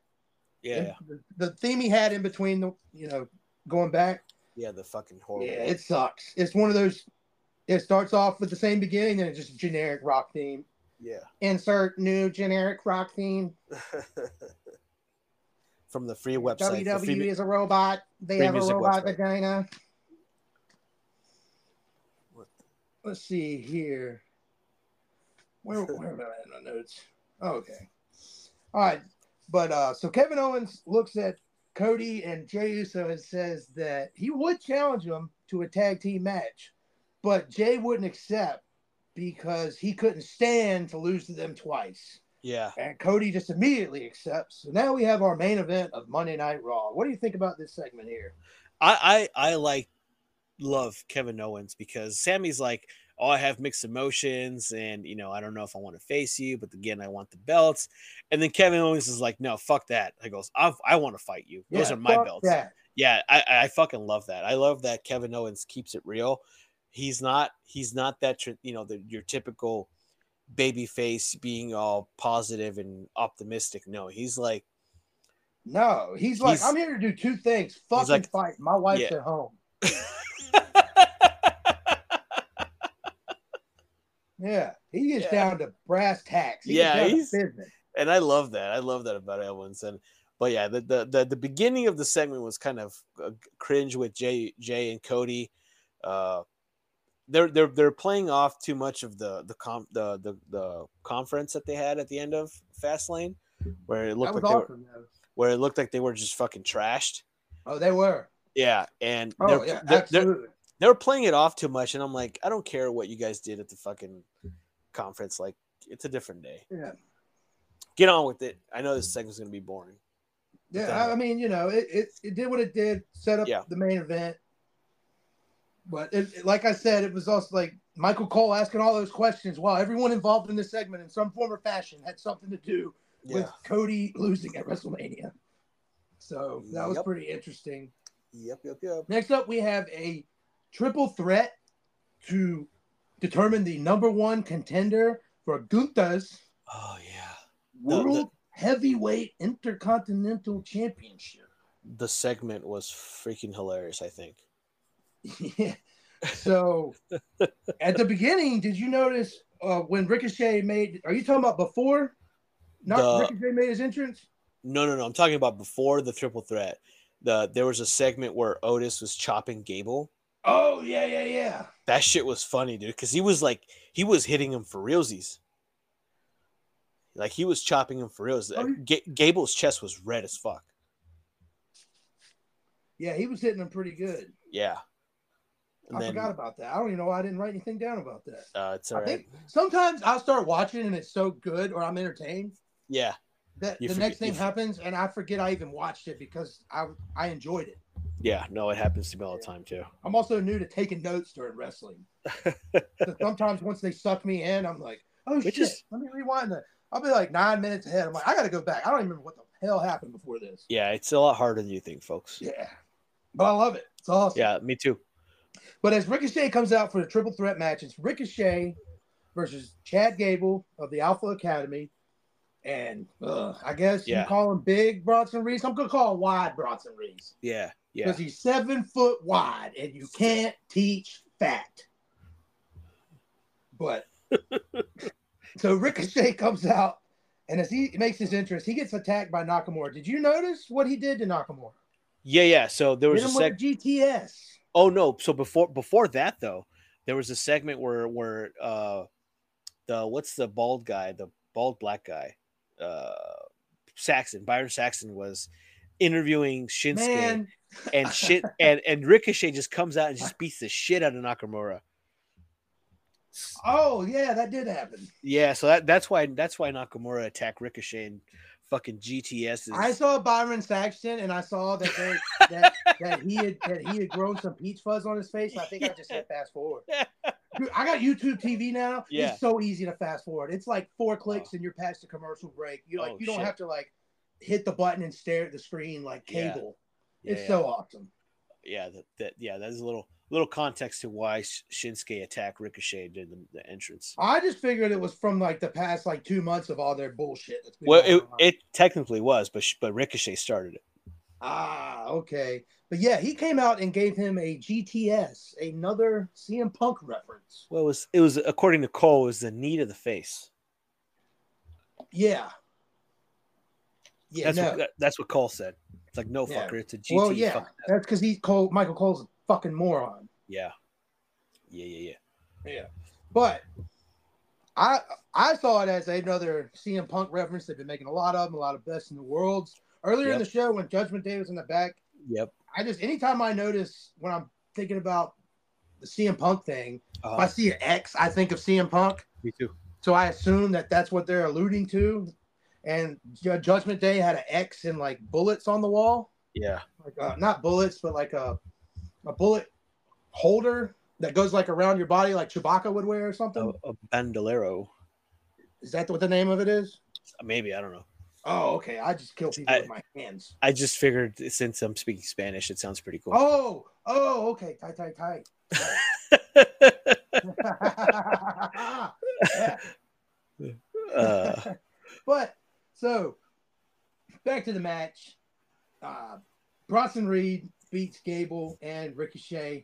[SPEAKER 2] Yeah,
[SPEAKER 1] The, the theme he had in between the, you know, going back.
[SPEAKER 2] yeah, the fucking horrible.
[SPEAKER 1] Yeah, it sucks. It's one of those. It starts off with the same beginning and it's just generic rock theme.
[SPEAKER 2] yeah.
[SPEAKER 1] Insert new generic rock theme.
[SPEAKER 2] from the free website. the
[SPEAKER 1] WWE
[SPEAKER 2] free mu-
[SPEAKER 1] E is a robot. They
[SPEAKER 2] free
[SPEAKER 1] have a
[SPEAKER 2] music
[SPEAKER 1] robot
[SPEAKER 2] website.
[SPEAKER 1] vagina.
[SPEAKER 2] What
[SPEAKER 1] Let's see here. Where where am I at in my notes? Oh, okay. All right. But uh so Kevin Owens looks at Cody and Jey Uso and says that he would challenge him to a tag team match, but Jay wouldn't accept because he couldn't stand to lose to them twice.
[SPEAKER 2] yeah,
[SPEAKER 1] And Cody just immediately accepts. So now we have our main event of Monday Night Raw. What do you think about this segment here?
[SPEAKER 2] I, I I like love Kevin Owens because Sammy's like, oh, I have mixed emotions, and you know, I don't know if I want to face you, but again, I want the belts. And then Kevin Owens is like, no, fuck that. I goes, I, I want to fight you. Those
[SPEAKER 1] Yeah,
[SPEAKER 2] are my
[SPEAKER 1] fuck
[SPEAKER 2] belts.
[SPEAKER 1] that.
[SPEAKER 2] yeah I, I fucking love that i love that kevin owens keeps it real he's not he's not that tr- you know the, your typical baby face being all positive and optimistic no he's like
[SPEAKER 1] No, he's like,
[SPEAKER 2] He's-
[SPEAKER 1] I'm here to do two things. Fucking
[SPEAKER 2] like-
[SPEAKER 1] fight. My wife's
[SPEAKER 2] Yeah.
[SPEAKER 1] at home. Yeah, he gets
[SPEAKER 2] Yeah.
[SPEAKER 1] down to brass tacks. He
[SPEAKER 2] Yeah,
[SPEAKER 1] gets down
[SPEAKER 2] he's-
[SPEAKER 1] to business.
[SPEAKER 2] and i love that i love that about owens and but yeah the the, the, the beginning of the segment was kind of uh, cringe with jay jay and cody uh they're, they're, they're playing off too much of the the, com- the the the conference that they had at the end of Fastlane, where it
[SPEAKER 1] That
[SPEAKER 2] looked
[SPEAKER 1] was
[SPEAKER 2] like they were,
[SPEAKER 1] awesome. though.
[SPEAKER 2] where it looked like they were just fucking trashed.
[SPEAKER 1] Oh, they were.
[SPEAKER 2] Yeah, and
[SPEAKER 1] Oh,
[SPEAKER 2] they're,
[SPEAKER 1] yeah,
[SPEAKER 2] they're, they're,
[SPEAKER 1] absolutely.
[SPEAKER 2] they were playing it off too much, and I'm like, I don't care what you guys did at the fucking conference. Like, it's a different day.
[SPEAKER 1] Yeah.
[SPEAKER 2] Get on with it. I know this segment's gonna be boring.
[SPEAKER 1] Yeah, I, I mean, you know, it, it, it did what it did, set up
[SPEAKER 2] uh, Yeah.
[SPEAKER 1] the main event. But it, it- like I said, it was also like Michael Cole asking all those questions while everyone involved in this segment in some form or fashion had something to do with Cody losing at WrestleMania. So that was
[SPEAKER 2] Yep.
[SPEAKER 1] pretty interesting.
[SPEAKER 2] Yep. Yep. Yep.
[SPEAKER 1] Next up, we have a triple threat to determine the number one contender for Gunther's
[SPEAKER 2] Oh yeah. The- the-
[SPEAKER 1] World Heavyweight Intercontinental Championship.
[SPEAKER 2] The segment was freaking hilarious. I think.
[SPEAKER 1] Yeah. So at the beginning, did you notice uh, when Ricochet made? Are you talking about before? Not
[SPEAKER 2] The-
[SPEAKER 1] Ricochet made his entrance.
[SPEAKER 2] No, no, no. I'm talking about before the triple threat. The there was a segment where Otis was chopping Gable.
[SPEAKER 1] Oh yeah, yeah, yeah.
[SPEAKER 2] That shit was funny, dude, because he was like he was hitting him for realsies. Like he was chopping him for reals.
[SPEAKER 1] Oh, he-
[SPEAKER 2] Ga- Gable's chest was red as fuck.
[SPEAKER 1] Yeah, he was hitting him pretty good.
[SPEAKER 2] Yeah. And
[SPEAKER 1] I
[SPEAKER 2] then
[SPEAKER 1] forgot about that. I don't even know why I didn't write anything down about that.
[SPEAKER 2] uh, it's
[SPEAKER 1] I
[SPEAKER 2] all right.
[SPEAKER 1] think sometimes I'll start watching and it's so good or I'm entertained
[SPEAKER 2] Yeah.
[SPEAKER 1] that
[SPEAKER 2] You
[SPEAKER 1] the
[SPEAKER 2] forget-
[SPEAKER 1] next thing
[SPEAKER 2] you-
[SPEAKER 1] happens and I forget I even watched it because I I enjoyed it.
[SPEAKER 2] Yeah. No, it happens to me all the time too.
[SPEAKER 1] I'm also new to taking notes during wrestling. so sometimes once they suck me in, I'm like, oh
[SPEAKER 2] Which
[SPEAKER 1] shit,
[SPEAKER 2] is-
[SPEAKER 1] let me rewind that. I'll be like nine minutes ahead. I'm like, I gotta go back. I don't even remember what the hell happened before this.
[SPEAKER 2] Yeah, it's a lot harder than you think, folks.
[SPEAKER 1] Yeah. But I love it. It's awesome.
[SPEAKER 2] Yeah, me too.
[SPEAKER 1] But as Ricochet comes out for the triple threat match, it's Ricochet versus Chad Gable of the Alpha Academy. And uh, I guess
[SPEAKER 2] Yeah.
[SPEAKER 1] you call him big Bronson Reese. I'm gonna call him wide Bronson Reese.
[SPEAKER 2] Yeah. Yeah.
[SPEAKER 1] Because he's seven foot wide and you can't teach fat. But so Ricochet comes out and as he makes his entrance, he gets attacked by Nakamura. Did you notice what he did to Nakamura?
[SPEAKER 2] Yeah, yeah. So there was
[SPEAKER 1] Hit
[SPEAKER 2] a
[SPEAKER 1] him
[SPEAKER 2] sec.
[SPEAKER 1] with the GTS.
[SPEAKER 2] Oh no! So before before that though, there was a segment where where uh, the what's the bald guy, the bald black guy, uh, Saxon Byron Saxon was interviewing Shinsuke
[SPEAKER 1] Man,
[SPEAKER 2] and shit and and Ricochet just comes out and just beats the shit out of Nakamura. S-
[SPEAKER 1] oh yeah, that did happen.
[SPEAKER 2] Yeah, so that that's why that's why Nakamura attacked Ricochet and fucking GTS is
[SPEAKER 1] I saw Byron Saxton and I saw that they, that, that he had that he had grown some peach fuzz on his face. I think I just hit fast forward. Dude, I got YouTube TV now.
[SPEAKER 2] Yeah.
[SPEAKER 1] It's so easy to fast forward. It's like four clicks and you're past the commercial break. You like
[SPEAKER 2] Oh,
[SPEAKER 1] you don't
[SPEAKER 2] shit.
[SPEAKER 1] have to like hit the button and stare at the screen like
[SPEAKER 2] Yeah.
[SPEAKER 1] cable.
[SPEAKER 2] yeah,
[SPEAKER 1] it's
[SPEAKER 2] yeah.
[SPEAKER 1] so awesome.
[SPEAKER 2] yeah, that, that yeah, that is a little little context to why Sh- Shinsuke attacked Ricochet during the, the entrance.
[SPEAKER 1] I just figured it was from like the past like two months of all their bullshit. That's been
[SPEAKER 2] Well,
[SPEAKER 1] going
[SPEAKER 2] it,
[SPEAKER 1] on.
[SPEAKER 2] it technically was, but sh- but Ricochet started it.
[SPEAKER 1] ah okay, but yeah, he came out and gave him a GTS, another CM Punk reference.
[SPEAKER 2] Well, it was it was according to Cole, it was the knee to the face.
[SPEAKER 1] Yeah. Yeah,
[SPEAKER 2] That's
[SPEAKER 1] no.
[SPEAKER 2] what that, that's what Cole said. It's like no
[SPEAKER 1] Yeah.
[SPEAKER 2] fucker, it's a GT.
[SPEAKER 1] well, yeah,
[SPEAKER 2] fuck that.
[SPEAKER 1] that's because he's Cole. Michael Cole's a fucking moron.
[SPEAKER 2] yeah, yeah, yeah, yeah.
[SPEAKER 1] But I I saw it as another CM Punk reference. They've been making a lot of them, a lot of best in the worlds. Earlier in
[SPEAKER 2] Yep.
[SPEAKER 1] the show, when Judgment Day was in the back,
[SPEAKER 2] Yep.
[SPEAKER 1] I just anytime I notice when I'm thinking about the CM Punk thing, if I
[SPEAKER 2] Uh,
[SPEAKER 1] see an X, I think of CM Punk.
[SPEAKER 2] me too.
[SPEAKER 1] So I assume that that's what they're alluding to. And Ju- Judgment Day had an X and like bullets on the wall.
[SPEAKER 2] Yeah.
[SPEAKER 1] like uh, not bullets, but like a a bullet holder that goes like around your body, like Chewbacca would wear or
[SPEAKER 2] A,
[SPEAKER 1] something.
[SPEAKER 2] a bandolero.
[SPEAKER 1] Is that what the name of it is?
[SPEAKER 2] Maybe I don't know.
[SPEAKER 1] Oh, okay. I just kill people
[SPEAKER 2] I-
[SPEAKER 1] with my hands.
[SPEAKER 2] I just figured since I'm speaking Spanish, it sounds pretty cool.
[SPEAKER 1] Oh, oh, okay. Tight, tight, tight. Yeah.
[SPEAKER 2] uh,
[SPEAKER 1] but so back to the match. Uh, Bronson Reed beats Gable and Ricochet.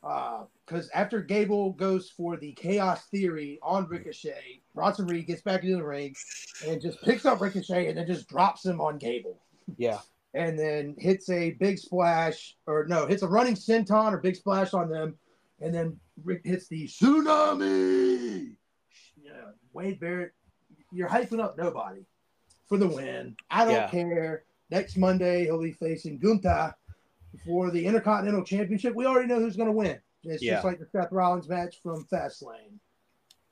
[SPEAKER 1] Because after Gable goes for the chaos theory on Ricochet, Bronson Reed gets back into the ring and just picks up Ricochet and then just drops him on Gable.
[SPEAKER 2] yeah.
[SPEAKER 1] And then hits a big splash, or no, hits a running senton or big splash on them. And then Rick hits the tsunami. Yeah, Wade Barrett, you're hyping up nobody for the win. I don't
[SPEAKER 2] Yeah.
[SPEAKER 1] care. Next Monday, he'll be facing Gunta for the Intercontinental Championship. We already know who's going to win. It's
[SPEAKER 2] Yeah.
[SPEAKER 1] just like the Seth Rollins match from Fastlane.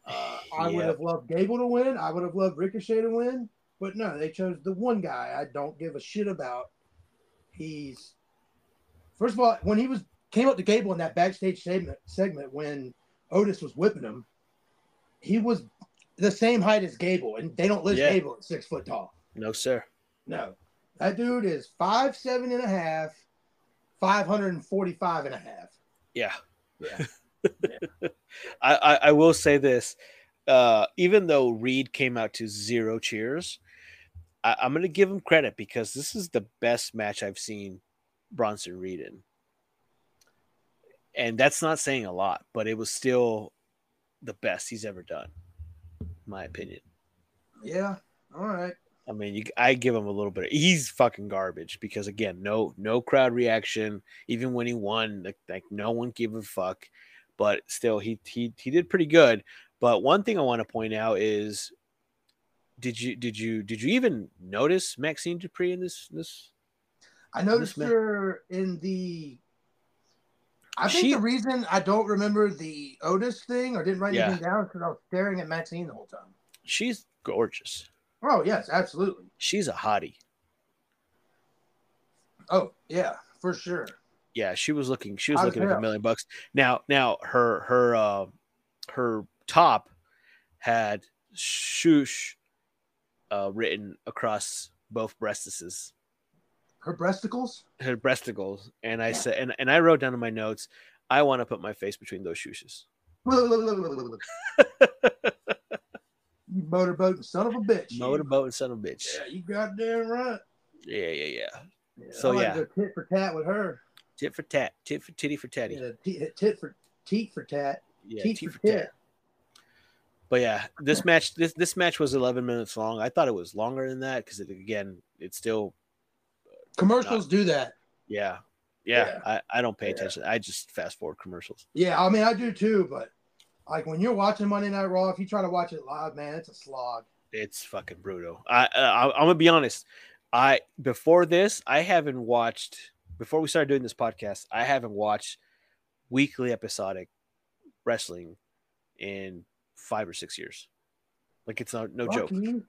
[SPEAKER 1] Uh, I would
[SPEAKER 2] Yeah.
[SPEAKER 1] have loved Gable to win. I would have loved Ricochet to win. But no, they chose the one guy I don't give a shit about. He's first of all when he was came up to Gable in that backstage segment segment when Otis was whipping him, he was the same height as Gable, and they don't list
[SPEAKER 2] Yeah.
[SPEAKER 1] Gable at six foot tall.
[SPEAKER 2] No, sir.
[SPEAKER 1] No. That dude is five seven and a half, five hundred and forty five and a half.
[SPEAKER 2] Yeah.
[SPEAKER 1] Yeah.
[SPEAKER 2] I, I, I will say this. Uh, even though Reed came out to zero cheers, I, I'm going to give him credit because this is the best match I've seen Bronson Reed in. And that's not saying a lot, but it was still the best he's ever done, in my opinion.
[SPEAKER 1] Yeah. All right.
[SPEAKER 2] I mean, you, I give him a little bit. He's fucking garbage because again, no, no crowd reaction. Even when he won, like, like no one gave a fuck. But still, he he he did pretty good. But one thing I want to point out is, did you did you did you even notice Maxine Dupree in this this?
[SPEAKER 1] I noticed
[SPEAKER 2] man-
[SPEAKER 1] her in the I think
[SPEAKER 2] She-
[SPEAKER 1] the reason I don't remember the Otis thing or didn't write
[SPEAKER 2] Yeah.
[SPEAKER 1] anything down is because I was staring at Maxine the whole time.
[SPEAKER 2] She's gorgeous.
[SPEAKER 1] Oh yes, absolutely.
[SPEAKER 2] She's a hottie.
[SPEAKER 1] Oh yeah, for sure.
[SPEAKER 2] Yeah, she was looking. She was
[SPEAKER 1] Hot as
[SPEAKER 2] looking like
[SPEAKER 1] hell.
[SPEAKER 2] a million bucks. Now now her her uh, her top had shoosh uh, written across both breastises
[SPEAKER 1] Her breasticles?
[SPEAKER 2] her breasticles and i said and, and i wrote down in my notes i want to put my face between those shoes
[SPEAKER 1] you motorboat son of a bitch.
[SPEAKER 2] motorboat and son of a bitch
[SPEAKER 1] Yeah, you goddamn right.
[SPEAKER 2] yeah yeah yeah
[SPEAKER 1] Yeah,
[SPEAKER 2] So,
[SPEAKER 1] I like
[SPEAKER 2] yeah.
[SPEAKER 1] to go tit for tat with her.
[SPEAKER 2] tit for tat tit for titty for tatty
[SPEAKER 1] Yeah, t- tit for teat for tat.
[SPEAKER 2] yeah
[SPEAKER 1] teat
[SPEAKER 2] tit
[SPEAKER 1] for
[SPEAKER 2] for tat
[SPEAKER 1] tat.
[SPEAKER 2] but yeah this match this this match was 11 minutes long i thought it was longer than that because it, again it's still
[SPEAKER 1] Commercials
[SPEAKER 2] Uh,
[SPEAKER 1] do that.
[SPEAKER 2] yeah yeah,
[SPEAKER 1] Yeah.
[SPEAKER 2] I, I don't pay
[SPEAKER 1] Yeah.
[SPEAKER 2] attention i just fast forward commercials
[SPEAKER 1] Yeah, I mean I do too, but like when you're watching Monday Night Raw, if you try to watch it live, man, it's a slog.
[SPEAKER 2] it's fucking brutal. I, I I'm gonna be honest. I before this, I haven't watched. Before we started doing this podcast, I haven't watched weekly episodic wrestling in five or six years. Like it's not no joke.
[SPEAKER 1] Fuck you.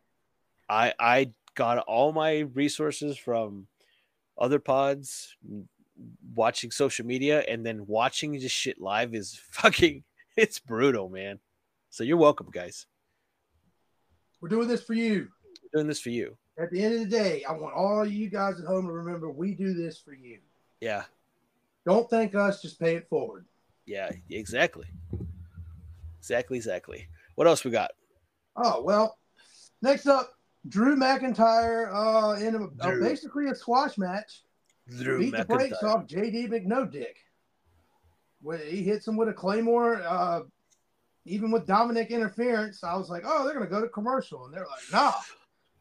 [SPEAKER 2] I I got all my resources from other pods, watching social media, and then watching this shit live is fucking. It's brutal, man. So you're welcome, guys.
[SPEAKER 1] We're doing this for you.
[SPEAKER 2] We're doing this for you.
[SPEAKER 1] At the end of the day, I want all you guys at home to remember we do this for you.
[SPEAKER 2] Yeah.
[SPEAKER 1] Don't thank us, just pay it forward.
[SPEAKER 2] Yeah, exactly. Exactly, exactly. What else we got?
[SPEAKER 1] Oh well. Next up, Drew McIntyre uh, in a, uh,
[SPEAKER 2] Drew.
[SPEAKER 1] basically a squash match.
[SPEAKER 2] Drew
[SPEAKER 1] beat the brakes off JD McNodick. When he hits him with a claymore, uh, even with Dominic interference, I was like, oh, they're gonna go to commercial, and they're like, nah.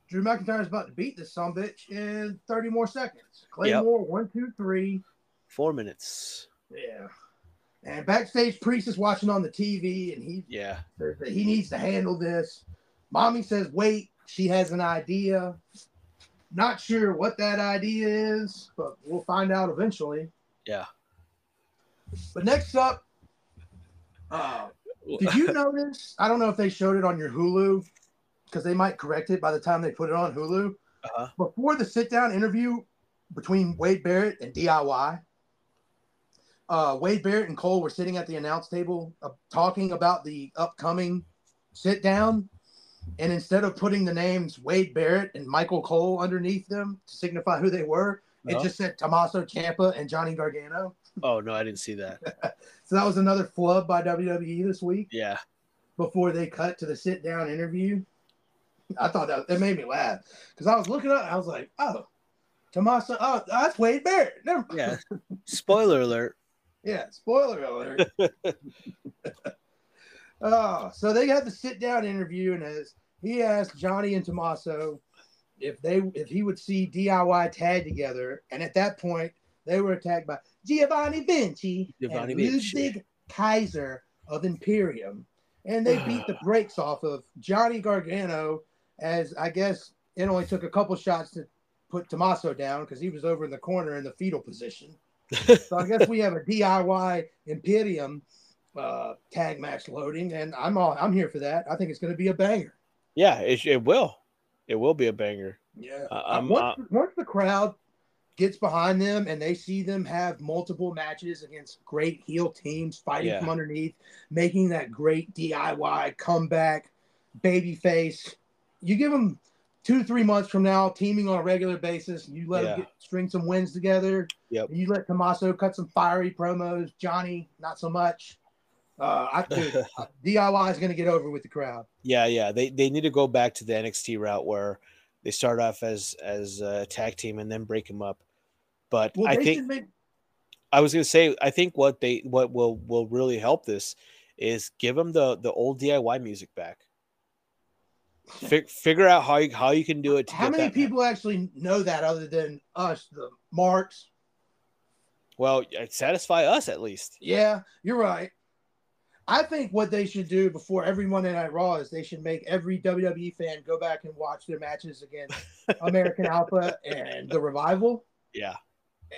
[SPEAKER 1] Drew McIntyre's about to beat this some bitch in 30 more seconds. Claymore, one, two, three.
[SPEAKER 2] Four minutes.
[SPEAKER 1] Yeah. And backstage, Priest is watching on the TV, and he
[SPEAKER 2] Yeah.
[SPEAKER 1] says that he needs to handle this. Mommy says, wait, she has an idea. Not sure what that idea is, but we'll find out eventually.
[SPEAKER 2] Yeah.
[SPEAKER 1] But next up, uh, did you notice? I don't know if they showed it on your Hulu because they might correct it by the time they put it on Hulu.
[SPEAKER 2] Uh-huh.
[SPEAKER 1] Before the sit down interview between Wade Barrett and DIY, uh, Wade Barrett and Cole were sitting at the announce table uh, talking about the upcoming sit down. And instead of putting the names Wade Barrett and Michael Cole underneath them to signify who they were,
[SPEAKER 2] No?
[SPEAKER 1] it just said Tommaso Ciampa and Johnny Gargano.
[SPEAKER 2] Oh no, I didn't see that.
[SPEAKER 1] So that was another flub by WWE this week
[SPEAKER 2] Yeah.
[SPEAKER 1] before they cut to the sit down interview. I thought that it made me laugh because I was looking up. I was like, oh, Tomasa, oh, that's Wade Barrett. Never mind.
[SPEAKER 2] Yeah. Spoiler alert.
[SPEAKER 1] Yeah, spoiler alert. oh, so they had the sit down interview, and as he asked Johnny and Tommaso if they if he would see DIY tag together, and at that point they were attacked by Giovanni Vinci
[SPEAKER 2] Giovanni
[SPEAKER 1] and
[SPEAKER 2] Vinci.
[SPEAKER 1] Ludwig Kaiser of Imperium, and they beat the brakes off of Johnny Gargano. As I guess it only took a couple shots to put Tommaso down because he was over in the corner in the fetal position. so I guess we have a DIY Imperium uh, tag match loading, and I'm all I'm here for that. I think it's going to be a banger.
[SPEAKER 2] Yeah, it, it will. It will be a banger.
[SPEAKER 1] Yeah.
[SPEAKER 2] Uh, I'm-
[SPEAKER 1] once, once the crowd gets behind them and they see them have multiple matches against great heel teams fighting
[SPEAKER 2] Yeah.
[SPEAKER 1] from underneath, making that great DIY comeback, baby face, you give them two, three months from now, teaming on a regular basis, and you let them
[SPEAKER 2] Yeah.
[SPEAKER 1] get, string some wins together.
[SPEAKER 2] Yep.
[SPEAKER 1] You let Tommaso cut some fiery promos. Johnny, not so much. Uh, I think DIY is going to get over with the crowd.
[SPEAKER 2] Yeah, yeah. They they need to go back to the NXT route where they start off as as a tag team and then break them up. But
[SPEAKER 1] Well,
[SPEAKER 2] I
[SPEAKER 1] they
[SPEAKER 2] think
[SPEAKER 1] should make
[SPEAKER 2] I was gonna say I think what they what will will really help this is give them the the old DIY music back. Fig, figure out how you, how you can do it. To
[SPEAKER 1] How
[SPEAKER 2] get
[SPEAKER 1] many
[SPEAKER 2] that-
[SPEAKER 1] people actually know that other than us, the marks?
[SPEAKER 2] Well, it satisfy us at least.
[SPEAKER 1] Yeah, you're right. I think what they should do before every Monday Night Raw is they should make every WWE fan go back and watch their matches against American Alpha and the Revival,
[SPEAKER 2] Yeah,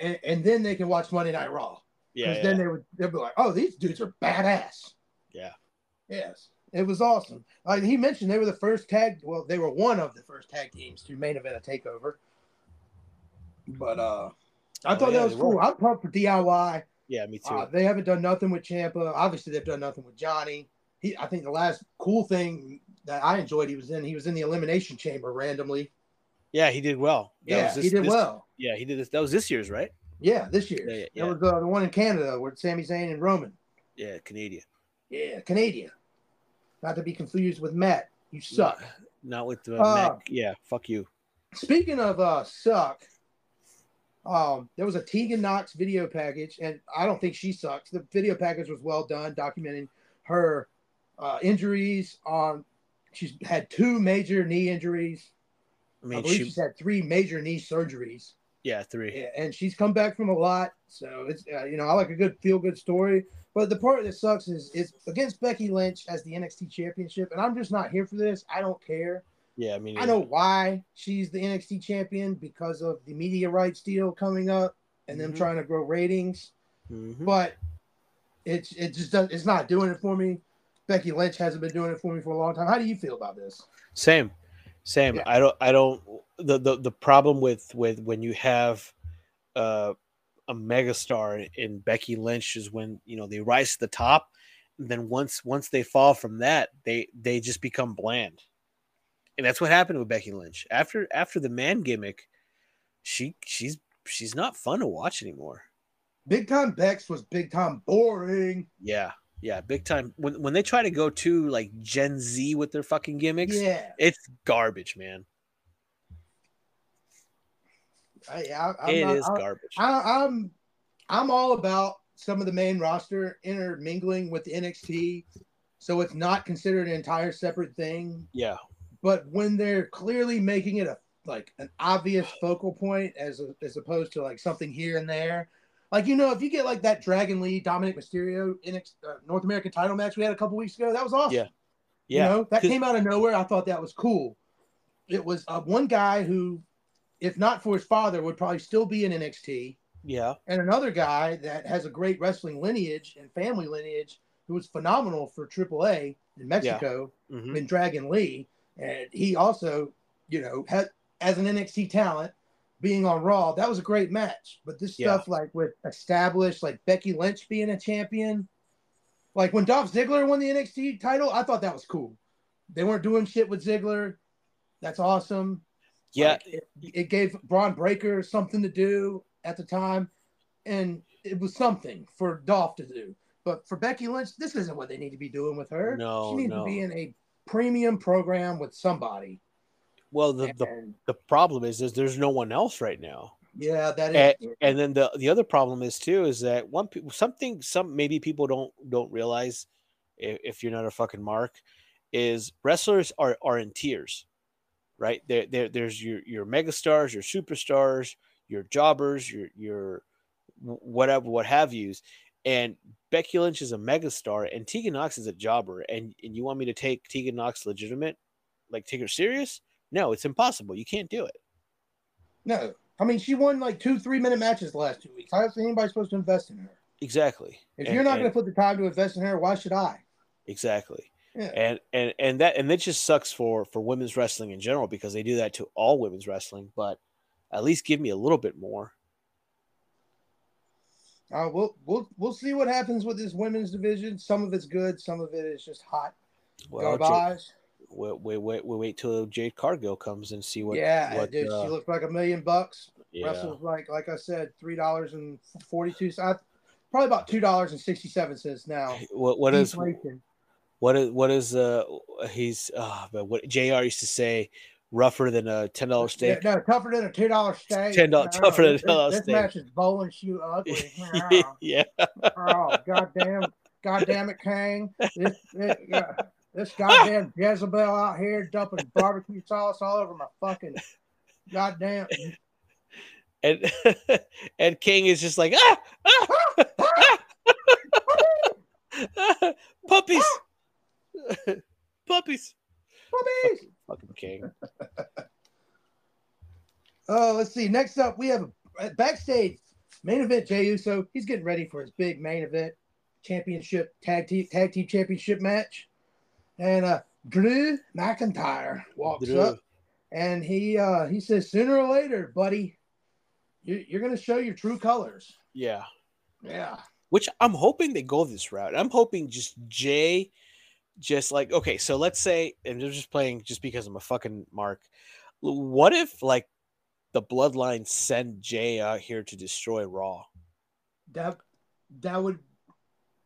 [SPEAKER 1] and, and then they can watch Monday Night Raw
[SPEAKER 2] yeah,
[SPEAKER 1] because
[SPEAKER 2] yeah.
[SPEAKER 1] then they would they'd be like, "Oh, these dudes are badass."
[SPEAKER 2] Yeah.
[SPEAKER 1] Yes, it was awesome. Like he mentioned, they were the first tag. Well, they were one of the first tag teams to main event a takeover. But uh, I
[SPEAKER 2] Oh,
[SPEAKER 1] thought
[SPEAKER 2] yeah,
[SPEAKER 1] that was
[SPEAKER 2] they were.
[SPEAKER 1] cool. I'm pumped for DIY.
[SPEAKER 2] yeah. Me too.
[SPEAKER 1] Uh, they haven't done nothing with Champa. Obviously, they've done nothing with Johnny. He, I think the last cool thing that I enjoyed he was in he was in the elimination chamber randomly.
[SPEAKER 2] yeah, he did well. That
[SPEAKER 1] Yeah,
[SPEAKER 2] was this-
[SPEAKER 1] he did
[SPEAKER 2] this-
[SPEAKER 1] well.
[SPEAKER 2] Yeah, he did this. That was this year's, right?
[SPEAKER 1] Yeah, this year.
[SPEAKER 2] Yeah, yeah,
[SPEAKER 1] That
[SPEAKER 2] yeah.
[SPEAKER 1] was uh, the one in Canada with Sami Zayn and Roman.
[SPEAKER 2] Yeah, Canadian.
[SPEAKER 1] Yeah, Canadian. Not to be confused with Matt. You suck.
[SPEAKER 2] Not with the
[SPEAKER 1] Uh,
[SPEAKER 2] Mac. Yeah, fuck you.
[SPEAKER 1] Speaking of uh, suck, um, there was a Tegan Knox video package, and I don't think she sucks. The video package was well done, documenting her uh, injuries. On she's had two major knee injuries.
[SPEAKER 2] I
[SPEAKER 1] I,
[SPEAKER 2] mean,
[SPEAKER 1] believe
[SPEAKER 2] she,
[SPEAKER 1] she's had three major knee surgeries,
[SPEAKER 2] yeah, three.
[SPEAKER 1] Yeah, and she's come back from a lot. So it's uh, you know I like a good feel good story. But the part that sucks is is against Becky Lynch as the NXT Championship, and I'm just not here for this. I don't care.
[SPEAKER 2] Yeah, I mean,
[SPEAKER 1] I know why she's the NXT champion because of the media rights deal coming up and them
[SPEAKER 2] Mhm.
[SPEAKER 1] trying to grow ratings,
[SPEAKER 2] Mhm.
[SPEAKER 1] but it's it just does, it's not doing it for me. Becky Lynch hasn't been doing it for me for a long time. How do you feel about this?
[SPEAKER 2] Same, same.
[SPEAKER 1] Yeah.
[SPEAKER 2] I don't. I don't. The, the the problem with with when you have uh, a megastar in Becky Lynch is when you know they rise to the top, and then once once they fall from that, they they just become bland, and that's what happened with Becky Lynch after after the man gimmick. She she's she's not fun to watch anymore.
[SPEAKER 1] Big time Bex was big time boring.
[SPEAKER 2] Yeah, yeah, big time. When when they try to go to like Gen Z with their fucking gimmicks,
[SPEAKER 1] Yeah,
[SPEAKER 2] it's garbage, man.
[SPEAKER 1] I, I, I'm
[SPEAKER 2] It is
[SPEAKER 1] not- I-
[SPEAKER 2] garbage.
[SPEAKER 1] I, I'm I'm all about some of the main roster intermingling with NXT, so it's not considered an entire separate thing.
[SPEAKER 2] yeah.
[SPEAKER 1] but when they're clearly making it a like an obvious focal point as as opposed to like something here and there like you know if you get like that dragon lee dominic mysterio in uh, north american title match we had a couple weeks ago that was awesome
[SPEAKER 2] Yeah. Yeah.
[SPEAKER 1] you know that
[SPEAKER 2] 'cause-
[SPEAKER 1] came out of nowhere i thought that was cool it was uh, one guy who if not for his father would probably still be in nxt
[SPEAKER 2] Yeah.
[SPEAKER 1] and another guy that has a great wrestling lineage and family lineage who was phenomenal for aaa in mexico
[SPEAKER 2] mhm.
[SPEAKER 1] in Dragon Lee, and he also, you know, had as an NXT talent being on Raw, that was a great match. But this
[SPEAKER 2] Yeah.
[SPEAKER 1] stuff like with established, like Becky Lynch being a champion, like when Dolph Ziggler won the NXT title, I thought that was cool. They weren't doing shit with Ziggler. That's awesome.
[SPEAKER 2] Yeah.
[SPEAKER 1] Like, it, it gave Braun Breaker something to do at the time, and it was something for Dolph to do. But for Becky Lynch, this isn't what they need to be doing with her.
[SPEAKER 2] No,
[SPEAKER 1] she needs
[SPEAKER 2] no.
[SPEAKER 1] to be in a premium program with somebody.
[SPEAKER 2] well, the, the
[SPEAKER 1] and
[SPEAKER 2] the problem is is there's no one else right now.
[SPEAKER 1] yeah, that
[SPEAKER 2] And,
[SPEAKER 1] is.
[SPEAKER 2] and then the the other problem is too is that one pe- something some maybe people don't don't realize if, if you're not a fucking mark is wrestlers are are in tiers, right? There there there's your your megastars, your superstars, your jobbers, your your wh- whatever what have yous, and Becky Lynch is a megastar and Tegan Knox is a jobber, and and you want me to take Tegan Knox legitimate, like take her serious? No, it's impossible. You can't do it.
[SPEAKER 1] No, I mean, she won like two, three minute matches the last two weeks. How is anybody supposed to invest in her?
[SPEAKER 2] Exactly.
[SPEAKER 1] If
[SPEAKER 2] And-
[SPEAKER 1] you're not
[SPEAKER 2] and-
[SPEAKER 1] going to put the time to invest in her, why should I?
[SPEAKER 2] Exactly.
[SPEAKER 1] Yeah.
[SPEAKER 2] And and and that and that just sucks for for women's wrestling in general because they do that to all women's wrestling, but at least give me a little bit more.
[SPEAKER 1] Uh, we'll we'll we'll see what happens with this women's division. Some of it's good, some of it is just hot
[SPEAKER 2] Well, Jade,
[SPEAKER 1] garbage.
[SPEAKER 2] wait, wait, wait, wait, wait till Jade Cargill comes and see what.
[SPEAKER 1] yeah,
[SPEAKER 2] what,
[SPEAKER 1] dude,
[SPEAKER 2] uh,
[SPEAKER 1] she looked like a million bucks.
[SPEAKER 2] yeah.
[SPEAKER 1] Wrestled like like I said, three dollars and forty two cents, probably about two dollars and sixty seven cents now.
[SPEAKER 2] What what is
[SPEAKER 1] Deflation.
[SPEAKER 2] what is what is uh he's uh but what Jr used to say rougher than a ten dollar
[SPEAKER 1] Yeah,
[SPEAKER 2] steak.
[SPEAKER 1] no tougher than a two dollar steak?
[SPEAKER 2] $10
[SPEAKER 1] No,
[SPEAKER 2] tougher than a
[SPEAKER 1] this-
[SPEAKER 2] $10
[SPEAKER 1] This
[SPEAKER 2] steak.
[SPEAKER 1] match is bowling shoe ugly.
[SPEAKER 2] Yeah,
[SPEAKER 1] Yeah. oh goddamn goddamn it Kang. This this, uh, this goddamn Jezebel out here dumping barbecue sauce all over my fucking goddamn
[SPEAKER 2] and and King is just like ah, ah, ah, puppies, puppies.
[SPEAKER 1] puppies.
[SPEAKER 2] Fucking King.
[SPEAKER 1] Oh, let's see. Next up we have uh, backstage main event Jey Uso. He's getting ready for his big main event championship tag team tag team championship match. And uh Drew McIntyre walks up. and he uh, he says sooner or later, buddy, you, you're going to show your true colors.
[SPEAKER 2] Yeah,
[SPEAKER 1] Yeah,
[SPEAKER 2] which I'm hoping they go this route. I'm hoping just Jay, just like okay. So let's say, and I'm just playing just because I'm a fucking mark. What if like the bloodline send Jay out here to destroy Raw?
[SPEAKER 1] that that would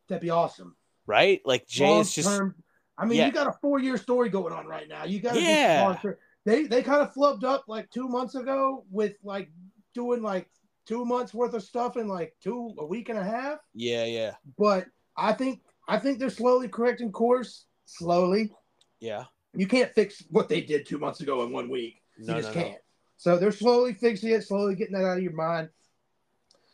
[SPEAKER 1] that'd be awesome.
[SPEAKER 2] Right? Like Jay is just
[SPEAKER 1] Long-term- I mean,
[SPEAKER 2] yeah.
[SPEAKER 1] you got a four year story going on right now. You got to
[SPEAKER 2] Yeah.
[SPEAKER 1] They they kind of flubbed up like two months ago with like doing like two months worth of stuff in like two a week and a half.
[SPEAKER 2] yeah, yeah,
[SPEAKER 1] But I think I think they're slowly correcting course. Slowly,
[SPEAKER 2] yeah.
[SPEAKER 1] you can't fix what they did two months ago in one week.
[SPEAKER 2] No,
[SPEAKER 1] you just
[SPEAKER 2] no, no.
[SPEAKER 1] can't. So they're slowly fixing it, slowly getting that out of your mind.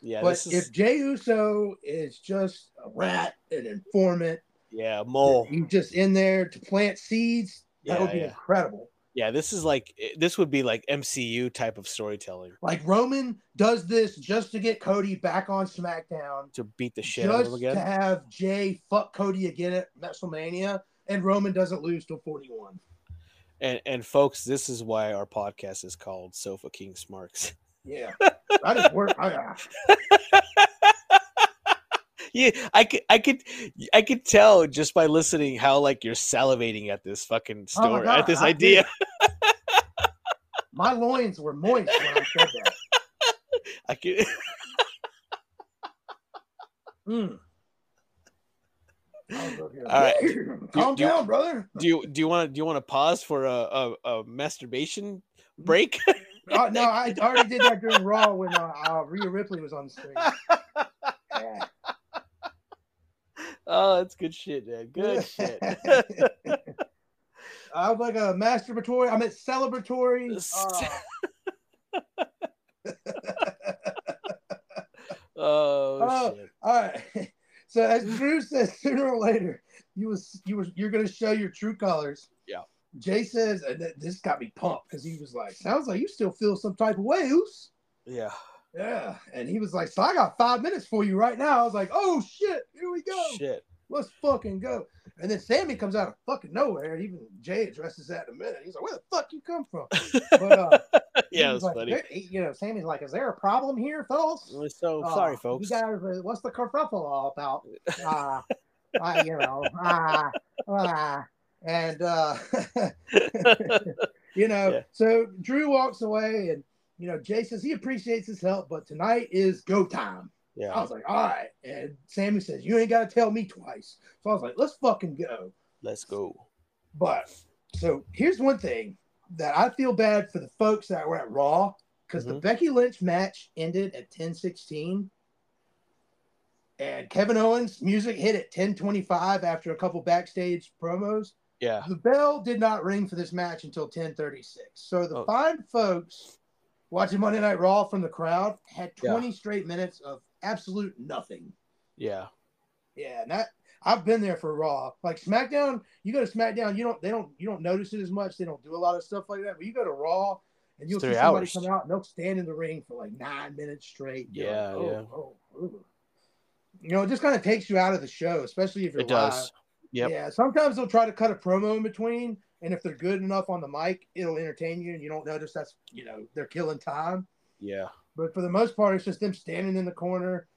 [SPEAKER 2] Yeah,
[SPEAKER 1] but
[SPEAKER 2] this is
[SPEAKER 1] if Jey Uso is just a rat, an informant,
[SPEAKER 2] yeah, mole.
[SPEAKER 1] you just in there to plant seeds, that
[SPEAKER 2] Yeah,
[SPEAKER 1] would be
[SPEAKER 2] yeah.
[SPEAKER 1] incredible.
[SPEAKER 2] Yeah, this is like eh, this would be like MCU type of storytelling
[SPEAKER 1] Like Roman does this just to get Cody back on SmackDown,
[SPEAKER 2] to beat the shit out of him
[SPEAKER 1] just to
[SPEAKER 2] again.
[SPEAKER 1] have Jay fuck Cody again at WrestleMania, and Roman doesn't lose till 41.
[SPEAKER 2] And and folks, this is why our podcast is called Sofa King Smarks.
[SPEAKER 1] Yeah, I just work. I, ah, I-
[SPEAKER 2] Yeah, I could I could I could tell just by listening how like you're salivating at this fucking
[SPEAKER 1] Oh my
[SPEAKER 2] story
[SPEAKER 1] God,
[SPEAKER 2] at this
[SPEAKER 1] I did.
[SPEAKER 2] idea.
[SPEAKER 1] my loins were moist when I said that.
[SPEAKER 2] I could
[SPEAKER 1] Mm. All
[SPEAKER 2] All right.
[SPEAKER 1] Calm
[SPEAKER 2] do you-
[SPEAKER 1] down, brother.
[SPEAKER 2] do you do you want to do you want to pause for a, a, a masturbation
[SPEAKER 1] Mm-hmm.
[SPEAKER 2] break?
[SPEAKER 1] Oh, no, I already did that during Raw when uh, uh, Rhea Ripley was on the screen. Yeah.
[SPEAKER 2] oh, that's good shit, man. Good shit.
[SPEAKER 1] I was like a masturbatory. I'm at celebratory. Uh,
[SPEAKER 2] oh,
[SPEAKER 1] Oh,
[SPEAKER 2] shit.
[SPEAKER 1] all right. So as Drew says, sooner or later, you was you was you're gonna show your true colors.
[SPEAKER 2] Yeah.
[SPEAKER 1] Jay says, and th- this got me pumped because he was like, "Sounds like you still feel some type of way, Oos."
[SPEAKER 2] Yeah.
[SPEAKER 1] Yeah. And he was like, So I got five minutes for you right now. I was like, Oh shit, here we go.
[SPEAKER 2] Shit.
[SPEAKER 1] Let's fucking go. And then Sammy comes out of fucking nowhere. And even Jay addresses that in a minute. He's like, Where the fuck you come from? But uh, he
[SPEAKER 2] Yeah, it was
[SPEAKER 1] like,
[SPEAKER 2] funny.
[SPEAKER 1] "There- You know, Sammy's like, Is there a problem here, fellas?
[SPEAKER 2] We're So
[SPEAKER 1] Uh,
[SPEAKER 2] Oh, sorry, folks.
[SPEAKER 1] You guys, uh, what's the kerfuffle all about? Uh, uh, you know, uh, uh, and uh, you know,
[SPEAKER 2] Yeah.
[SPEAKER 1] so Drew walks away, and you know, Jay says he appreciates his help, but tonight is go time. I
[SPEAKER 2] yeah.
[SPEAKER 1] was like, all right. And Sammy says, you ain't got to tell me twice. So I was like, let's fucking go.
[SPEAKER 2] Let's go.
[SPEAKER 1] But so here's one thing that I feel bad for the folks that were at Raw because the
[SPEAKER 2] Mhm.
[SPEAKER 1] Becky Lynch match ended at 10:16, and Kevin Owens' music hit at 10:25 after a couple backstage promos.
[SPEAKER 2] Yeah.
[SPEAKER 1] The bell did not ring for this match until 10:36. So the
[SPEAKER 2] Oh.
[SPEAKER 1] fine folks watching Monday Night Raw from the crowd had
[SPEAKER 2] Yeah.
[SPEAKER 1] 20 straight minutes of absolute nothing.
[SPEAKER 2] Yeah.
[SPEAKER 1] Yeah, and that I've been there for Raw. Like SmackDown, you go to SmackDown, you don't they don't you don't notice it as much. They don't do a lot of stuff like that. But you go to Raw and you'll
[SPEAKER 2] Three
[SPEAKER 1] see somebody
[SPEAKER 2] hours.
[SPEAKER 1] come out and they'll stand in the ring for like nine minutes straight. You're
[SPEAKER 2] Yeah,
[SPEAKER 1] like, oh, oh, ooh. You know, it just kind of takes you out of the show, especially if you're
[SPEAKER 2] It
[SPEAKER 1] live.
[SPEAKER 2] does. Yep.
[SPEAKER 1] Yeah, sometimes they'll try to cut a promo in between, and if they're good enough on the mic, it'll entertain you, and you don't notice that's you know they're killing time.
[SPEAKER 3] Yeah.
[SPEAKER 1] But for the most part, it's just them standing in the corner,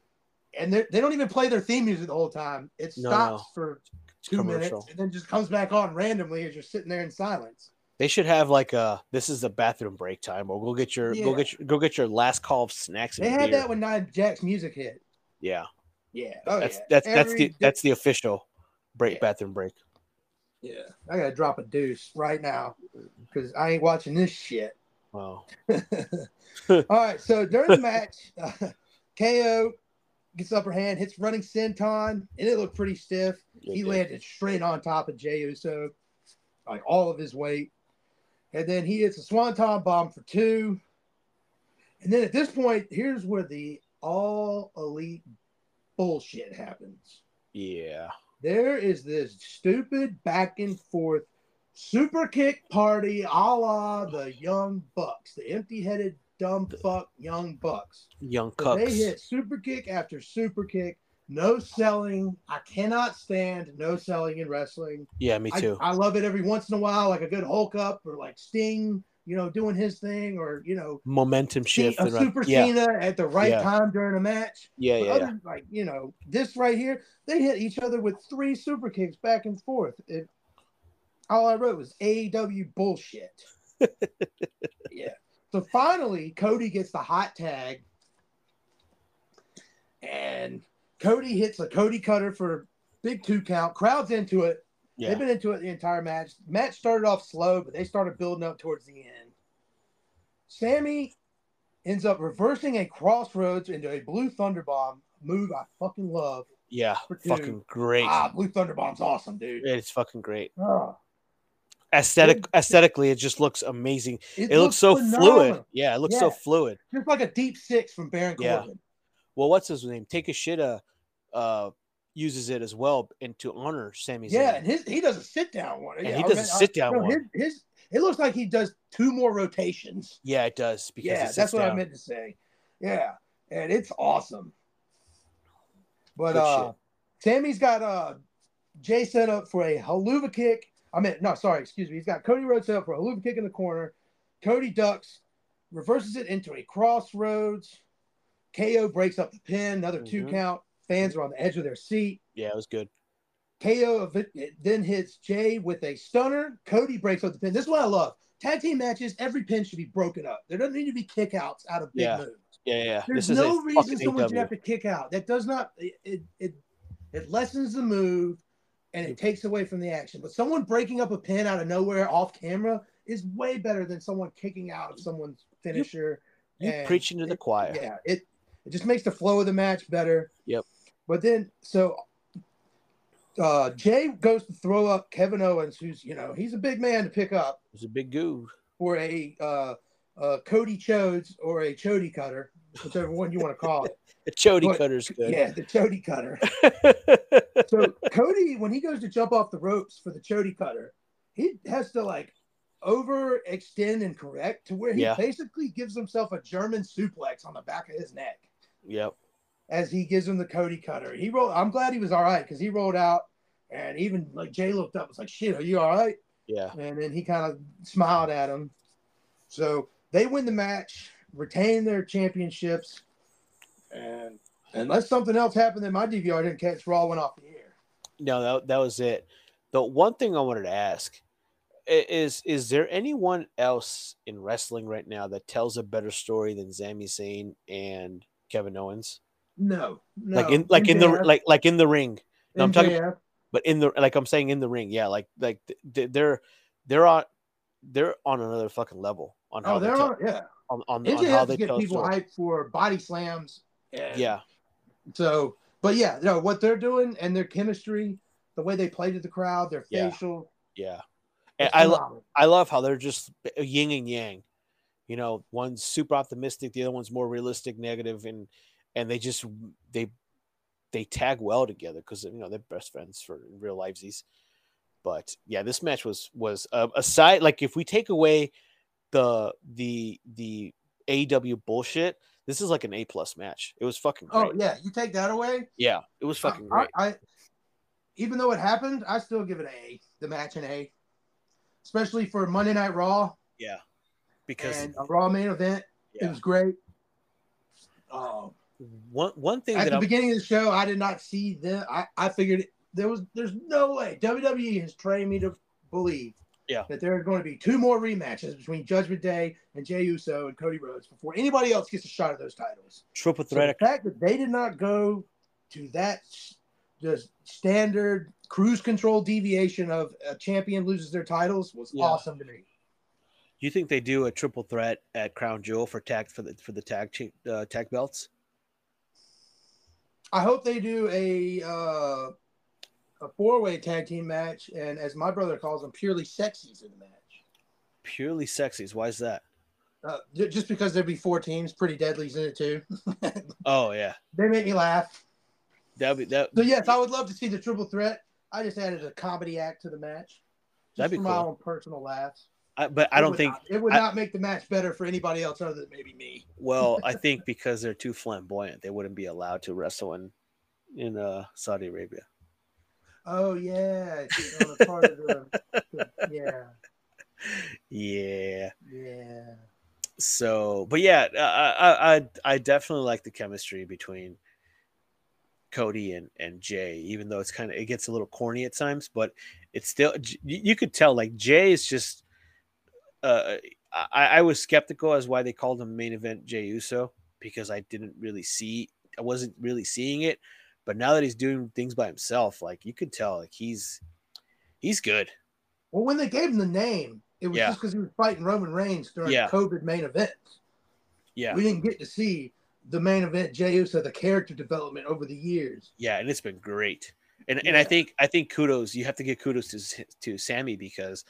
[SPEAKER 1] and they they don't even play their theme music the whole time. It
[SPEAKER 2] No,
[SPEAKER 1] stops for two
[SPEAKER 2] commercial.
[SPEAKER 1] minutes and then just comes back on randomly as you're sitting there in silence.
[SPEAKER 2] They should have like a this is the bathroom break time, or go get your go
[SPEAKER 1] Yeah.
[SPEAKER 2] get your, go get your last call of snacks and
[SPEAKER 1] They had
[SPEAKER 2] beer.
[SPEAKER 1] that when Nia Jack's music hit.
[SPEAKER 2] yeah,
[SPEAKER 1] Yeah, oh,
[SPEAKER 2] that's
[SPEAKER 1] yeah.
[SPEAKER 2] that's that's
[SPEAKER 1] Every
[SPEAKER 2] the
[SPEAKER 1] di-
[SPEAKER 2] that's the official break
[SPEAKER 1] Yeah.
[SPEAKER 2] bathroom break.
[SPEAKER 1] yeah. I gotta drop a deuce right now because I ain't watching this shit.
[SPEAKER 2] Wow.
[SPEAKER 1] All right, so during the match, uh, KO gets the upper hand, hits running senton, and it looked pretty stiff. He landed straight on top of Jey Uso, like all of his weight. And then he hits a swanton bomb for two. And then at this point, here's where the all elite bullshit happens.
[SPEAKER 2] Yeah.
[SPEAKER 1] There is this stupid back and forth super kick party a la the Young Bucks, the empty headed, dumb fuck Young Bucks.
[SPEAKER 2] Young
[SPEAKER 1] So They
[SPEAKER 2] cucks.
[SPEAKER 1] hit super kick after super kick. No selling. I cannot stand no selling in wrestling.
[SPEAKER 2] Yeah, me
[SPEAKER 1] I-
[SPEAKER 2] too.
[SPEAKER 1] I, love it every once in a while, like a good Hulk up or like Sting, you know, doing his thing or, you know,
[SPEAKER 2] Momentum shift.
[SPEAKER 1] a
[SPEAKER 2] and run-
[SPEAKER 1] Super
[SPEAKER 2] yeah.
[SPEAKER 1] Cena at the right
[SPEAKER 2] Yeah.
[SPEAKER 1] time during a match.
[SPEAKER 2] Yeah,
[SPEAKER 1] But
[SPEAKER 2] yeah,
[SPEAKER 1] other,
[SPEAKER 2] yeah.
[SPEAKER 1] Like, you know, this right here, they hit each other with three super kicks back and forth. It, all I wrote was AEW bullshit. yeah. So finally, Cody gets the hot tag. And Cody hits a Cody cutter for big two count. Crowd's into it.
[SPEAKER 2] Yeah.
[SPEAKER 1] They've been into it the entire match. Match started off slow, but they started building up towards the end. Sammy ends up reversing a crossroads into a blue thunderbomb move I fucking love.
[SPEAKER 2] Yeah.
[SPEAKER 1] For two.
[SPEAKER 2] Fucking great.
[SPEAKER 1] Ah, blue thunderbomb's awesome, dude.
[SPEAKER 2] It's fucking great.
[SPEAKER 1] Ah,
[SPEAKER 2] Aesthetic aesthetically, it just looks amazing. It, looks, so fluid.
[SPEAKER 1] phenomenal.
[SPEAKER 2] Yeah, it looks so
[SPEAKER 1] Yeah.
[SPEAKER 2] fluid.
[SPEAKER 1] Just like a deep six from Baron
[SPEAKER 2] Yeah.
[SPEAKER 1] Corbin.
[SPEAKER 2] Well, what's his name? Take a shit uh, uh uses it as well and to honor Sami Zayn.
[SPEAKER 1] Yeah, and his he does a sit down one.
[SPEAKER 2] And
[SPEAKER 1] Yeah,
[SPEAKER 2] he
[SPEAKER 1] I
[SPEAKER 2] does a
[SPEAKER 1] read- I-
[SPEAKER 2] sit-down
[SPEAKER 1] no,
[SPEAKER 2] one.
[SPEAKER 1] His, his it looks like he does two more rotations.
[SPEAKER 2] Yeah, it does because
[SPEAKER 1] yeah,
[SPEAKER 2] it
[SPEAKER 1] that's
[SPEAKER 2] sits
[SPEAKER 1] what I
[SPEAKER 2] down.
[SPEAKER 1] meant to say. Yeah, and it's awesome. But
[SPEAKER 2] Good
[SPEAKER 1] uh,
[SPEAKER 2] shit.
[SPEAKER 1] Sammy's got uh, Jay set up for a haluva kick. I mean, no, sorry, excuse me. He's got Cody Rhodes set up for a haluva kick in the corner. Cody ducks, reverses it into a crossroads. KO breaks up the pin, another two
[SPEAKER 2] Mhm.
[SPEAKER 1] count. Fans are on the edge of their seat.
[SPEAKER 2] Yeah, it was good.
[SPEAKER 1] KO ev- then hits Jay with a stunner. Cody breaks up the pin. This is what I love. Tag team matches, every pin should be broken up. There doesn't need to be kickouts out of big
[SPEAKER 2] Yeah.
[SPEAKER 1] moves.
[SPEAKER 2] Yeah, yeah, yeah.
[SPEAKER 1] There's
[SPEAKER 2] this
[SPEAKER 1] no
[SPEAKER 2] is a
[SPEAKER 1] reason
[SPEAKER 2] fucking
[SPEAKER 1] someone should
[SPEAKER 2] AW.
[SPEAKER 1] have to kick out. That does not it it it, it lessens the move and it takes away from the action. But someone breaking up a pin out of nowhere off camera is way better than someone kicking out of someone's finisher.
[SPEAKER 2] You
[SPEAKER 1] and
[SPEAKER 2] preaching to the
[SPEAKER 1] it-
[SPEAKER 2] choir.
[SPEAKER 1] Yeah, it it just makes the flow of the match better.
[SPEAKER 2] Yep.
[SPEAKER 1] But then so uh Jay goes to throw up Kevin Owens, who's you know, he's a big man to pick up
[SPEAKER 2] It's a big goo.
[SPEAKER 1] for a uh uh, Cody Chodes or a Chody cutter, whichever one you want to call it.
[SPEAKER 2] The Chody
[SPEAKER 1] But-
[SPEAKER 2] cutter's good.
[SPEAKER 1] Yeah, the Chody cutter. So Cody, when he goes to jump off the ropes for the Chody cutter, he has to like overextend and correct to where he
[SPEAKER 2] Yeah.
[SPEAKER 1] basically gives himself a German suplex on the back of his neck
[SPEAKER 2] yep.
[SPEAKER 1] as he gives him the Cody cutter. He rolled. I'm glad he was all right because he rolled out, and even like Jay looked up, was like, "Shit, are you all right?"
[SPEAKER 2] Yeah.
[SPEAKER 1] And then he kind of smiled at him. So they win the match, retain their championships, and unless something else happened that my DVR didn't catch, Raw went off the air.
[SPEAKER 2] No, that, that was it. The one thing I wanted to ask i- is is there anyone else in wrestling right now that tells a better story than Sami Zayn and Kevin Owens?
[SPEAKER 1] No, no.
[SPEAKER 2] like in like in the
[SPEAKER 1] MJF,
[SPEAKER 2] like like in the ring, no, I'm talking-
[SPEAKER 1] MJF.
[SPEAKER 2] but in the like I'm saying in the ring, yeah, like like th- th- they're they're on they're on another fucking level on how
[SPEAKER 1] Oh,
[SPEAKER 2] they
[SPEAKER 1] they're
[SPEAKER 2] tell,
[SPEAKER 1] on. Yeah,
[SPEAKER 2] on, on, on how
[SPEAKER 1] MJF
[SPEAKER 2] they
[SPEAKER 1] to get
[SPEAKER 2] tell
[SPEAKER 1] people
[SPEAKER 2] story.
[SPEAKER 1] hyped for body slams. and-
[SPEAKER 2] Yeah,
[SPEAKER 1] So, but yeah, no, what they're doing and their chemistry, the way they play to the crowd, their
[SPEAKER 2] Yeah.
[SPEAKER 1] facial.
[SPEAKER 2] yeah. And
[SPEAKER 1] it's
[SPEAKER 2] I lo-
[SPEAKER 1] phenomenal.
[SPEAKER 2] I love how they're just yin and yang. You know, one's super optimistic, the other one's more realistic, negative, and and they just they they tag well together because you know they're best friends for real livesies. But yeah, this match was was uh, aside like if we take away the the the AW bullshit, this is like an A plus match. It was fucking great.
[SPEAKER 1] Oh Uh, yeah, you take that away.
[SPEAKER 2] yeah. it was fucking
[SPEAKER 1] I,
[SPEAKER 2] great.
[SPEAKER 1] I, I- even though it happened, I still give it an A. The match an A, especially for Monday Night Raw
[SPEAKER 4] Yeah, because
[SPEAKER 1] and a Raw main event. It
[SPEAKER 4] yeah.
[SPEAKER 1] was great. Oh,
[SPEAKER 4] one one thing
[SPEAKER 1] at
[SPEAKER 4] that
[SPEAKER 1] the
[SPEAKER 4] I'm
[SPEAKER 1] beginning of the show, I did not see the. I, I figured there was there's no way WWE has trained me to believe
[SPEAKER 4] Yeah.
[SPEAKER 1] that there are going to be two more rematches between Judgment Day and Jey Uso and Cody Rhodes before anybody else gets a shot at those titles.
[SPEAKER 2] triple
[SPEAKER 1] So the
[SPEAKER 2] threat.
[SPEAKER 1] fact that they did not go to that s- just standard cruise control deviation of a champion loses their titles was
[SPEAKER 4] Yeah.
[SPEAKER 1] awesome to me.
[SPEAKER 2] You think they do a triple threat at Crown Jewel for tag for the for the tag cha- uh, tag belts?
[SPEAKER 1] I hope they do a uh, a four way tag team match, and as my brother calls them, purely sexies in the match.
[SPEAKER 2] Purely sexies. Why is that?
[SPEAKER 1] Uh, ju- just because there'd be four teams, pretty deadly's in it too.
[SPEAKER 2] Oh yeah,
[SPEAKER 1] they make me laugh.
[SPEAKER 2] that'd be that.
[SPEAKER 1] So yes, I would love to see the triple threat. I just added a comedy act to the match, just
[SPEAKER 2] That'd be
[SPEAKER 1] for my
[SPEAKER 2] cool.
[SPEAKER 1] own personal laughs.
[SPEAKER 2] I, but I
[SPEAKER 1] It
[SPEAKER 2] don't
[SPEAKER 1] would
[SPEAKER 2] think.
[SPEAKER 1] not- it would
[SPEAKER 2] I-
[SPEAKER 1] not make the match better for anybody else other than maybe me.
[SPEAKER 2] Well, I think because they're too flamboyant, they wouldn't be allowed to wrestle in in uh, Saudi Arabia.
[SPEAKER 1] Oh yeah, it's on a part of the, yeah,
[SPEAKER 2] Yeah.
[SPEAKER 1] yeah.
[SPEAKER 2] So, but yeah, I- I I I definitely like the chemistry between Cody and and Jay, even though it's kind of it gets a little corny at times, but it's still J- you you could tell like Jay is just. Uh, I I was skeptical as why they called him main event Jay Uso because I didn't really see I wasn't really seeing it, but now that he's doing things by himself, like you could tell like he's he's good.
[SPEAKER 1] Well, when they gave him the name, it was
[SPEAKER 2] Yeah.
[SPEAKER 1] just because he was fighting Roman Reigns during
[SPEAKER 2] Yeah.
[SPEAKER 1] COVID main events.
[SPEAKER 2] Yeah,
[SPEAKER 1] We didn't get to see the main event, Jey Uso, the character development over the years.
[SPEAKER 2] Yeah, and it's been great. And and I
[SPEAKER 1] Yeah.
[SPEAKER 2] think I think kudos you have to give kudos to S- to Sammy because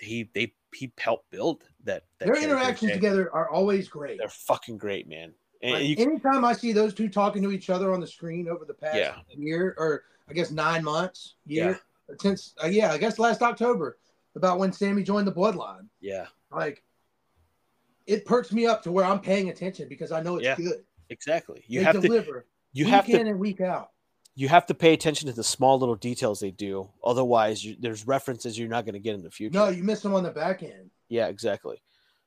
[SPEAKER 2] he they he helped build that.
[SPEAKER 1] Their
[SPEAKER 2] that character,
[SPEAKER 1] interactions
[SPEAKER 2] and
[SPEAKER 1] together are always great.
[SPEAKER 2] They're fucking great, man. And
[SPEAKER 1] Like,
[SPEAKER 2] you,
[SPEAKER 1] anytime I see those two talking to each other on the screen over the past
[SPEAKER 2] Yeah.
[SPEAKER 1] year, or I guess nine months, year since, uh, yeah, I guess last October, about when Sammy joined the Bloodline,
[SPEAKER 2] yeah,
[SPEAKER 1] like it perks me up to where I'm paying attention because I know it's
[SPEAKER 2] Yeah.
[SPEAKER 1] good.
[SPEAKER 2] exactly. You
[SPEAKER 1] they
[SPEAKER 2] have to
[SPEAKER 1] deliver
[SPEAKER 2] you
[SPEAKER 1] week
[SPEAKER 2] have
[SPEAKER 1] in
[SPEAKER 2] to
[SPEAKER 1] and week out.
[SPEAKER 2] you have to pay attention to the small little details they do. Otherwise, you, there's references you're not going to get in the future.
[SPEAKER 1] No, you miss them on the back end.
[SPEAKER 2] Yeah, exactly.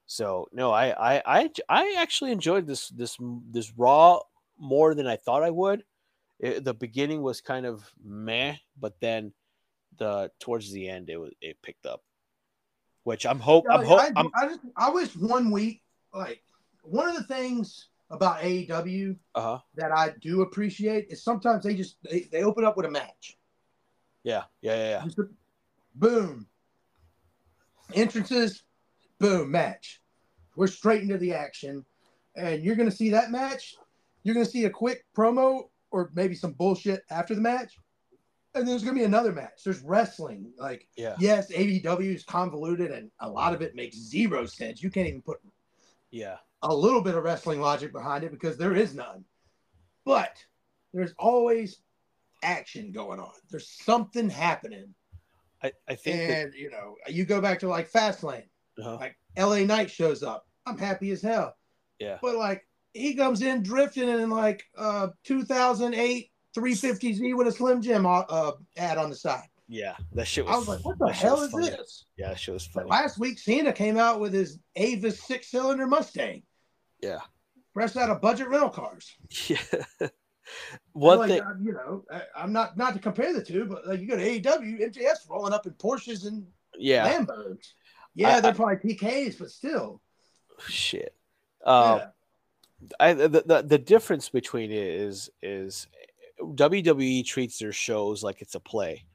[SPEAKER 2] So no, I I I, I actually enjoyed this this this raw more than I thought I would. It, the beginning was kind of meh, but then the towards the end it was it picked up, which I'm hope I'm hope
[SPEAKER 1] I,
[SPEAKER 2] I'm
[SPEAKER 1] I just, I wish one week, like one of the things about AEW
[SPEAKER 2] uh
[SPEAKER 1] that I do appreciate is sometimes they just they, they open up with a match.
[SPEAKER 2] yeah yeah yeah yeah.
[SPEAKER 1] Just a- boom. Entrances, boom, match. We're straight into the action. And you're gonna see that match. You're gonna see a quick promo or maybe some bullshit after the match. And there's gonna be another match. There's wrestling. Like
[SPEAKER 2] Yeah.
[SPEAKER 1] yes, AEW is convoluted and a lot of it makes zero sense. You can't even put
[SPEAKER 2] yeah.
[SPEAKER 1] a little bit of wrestling logic behind it because there is none. But there's always action going on. There's something happening.
[SPEAKER 2] I I think that,
[SPEAKER 1] And you know, you go back to like Fastlane,
[SPEAKER 2] uh-huh.
[SPEAKER 1] like LA Knight shows up. I'm happy as hell.
[SPEAKER 2] Yeah.
[SPEAKER 1] But like he comes in drifting in like uh 2008 350Z with a Slim Jim uh, uh, ad on the side.
[SPEAKER 2] yeah that shit was
[SPEAKER 1] I was like, what the
[SPEAKER 2] that shit
[SPEAKER 1] hell
[SPEAKER 2] was
[SPEAKER 1] is
[SPEAKER 2] funny.
[SPEAKER 1] this?
[SPEAKER 2] Yeah, that shit was
[SPEAKER 1] Like,
[SPEAKER 2] funny.
[SPEAKER 1] last week Cena came out with his Avis six cylinder Mustang,
[SPEAKER 2] Yeah
[SPEAKER 1] fresh out of budget rental cars.
[SPEAKER 2] yeah. One
[SPEAKER 1] like,
[SPEAKER 2] thing
[SPEAKER 1] uh, you know, I, I'm not not to compare the two, but like you go to E AEW, MJF's rolling up in Porsches and
[SPEAKER 2] yeah
[SPEAKER 1] Lambos. Yeah,
[SPEAKER 2] I-
[SPEAKER 1] they're probably PKs, but still.
[SPEAKER 2] shit. Um,
[SPEAKER 1] Yeah.
[SPEAKER 2] I the, the the difference between it is is WWE treats their shows like it's a play.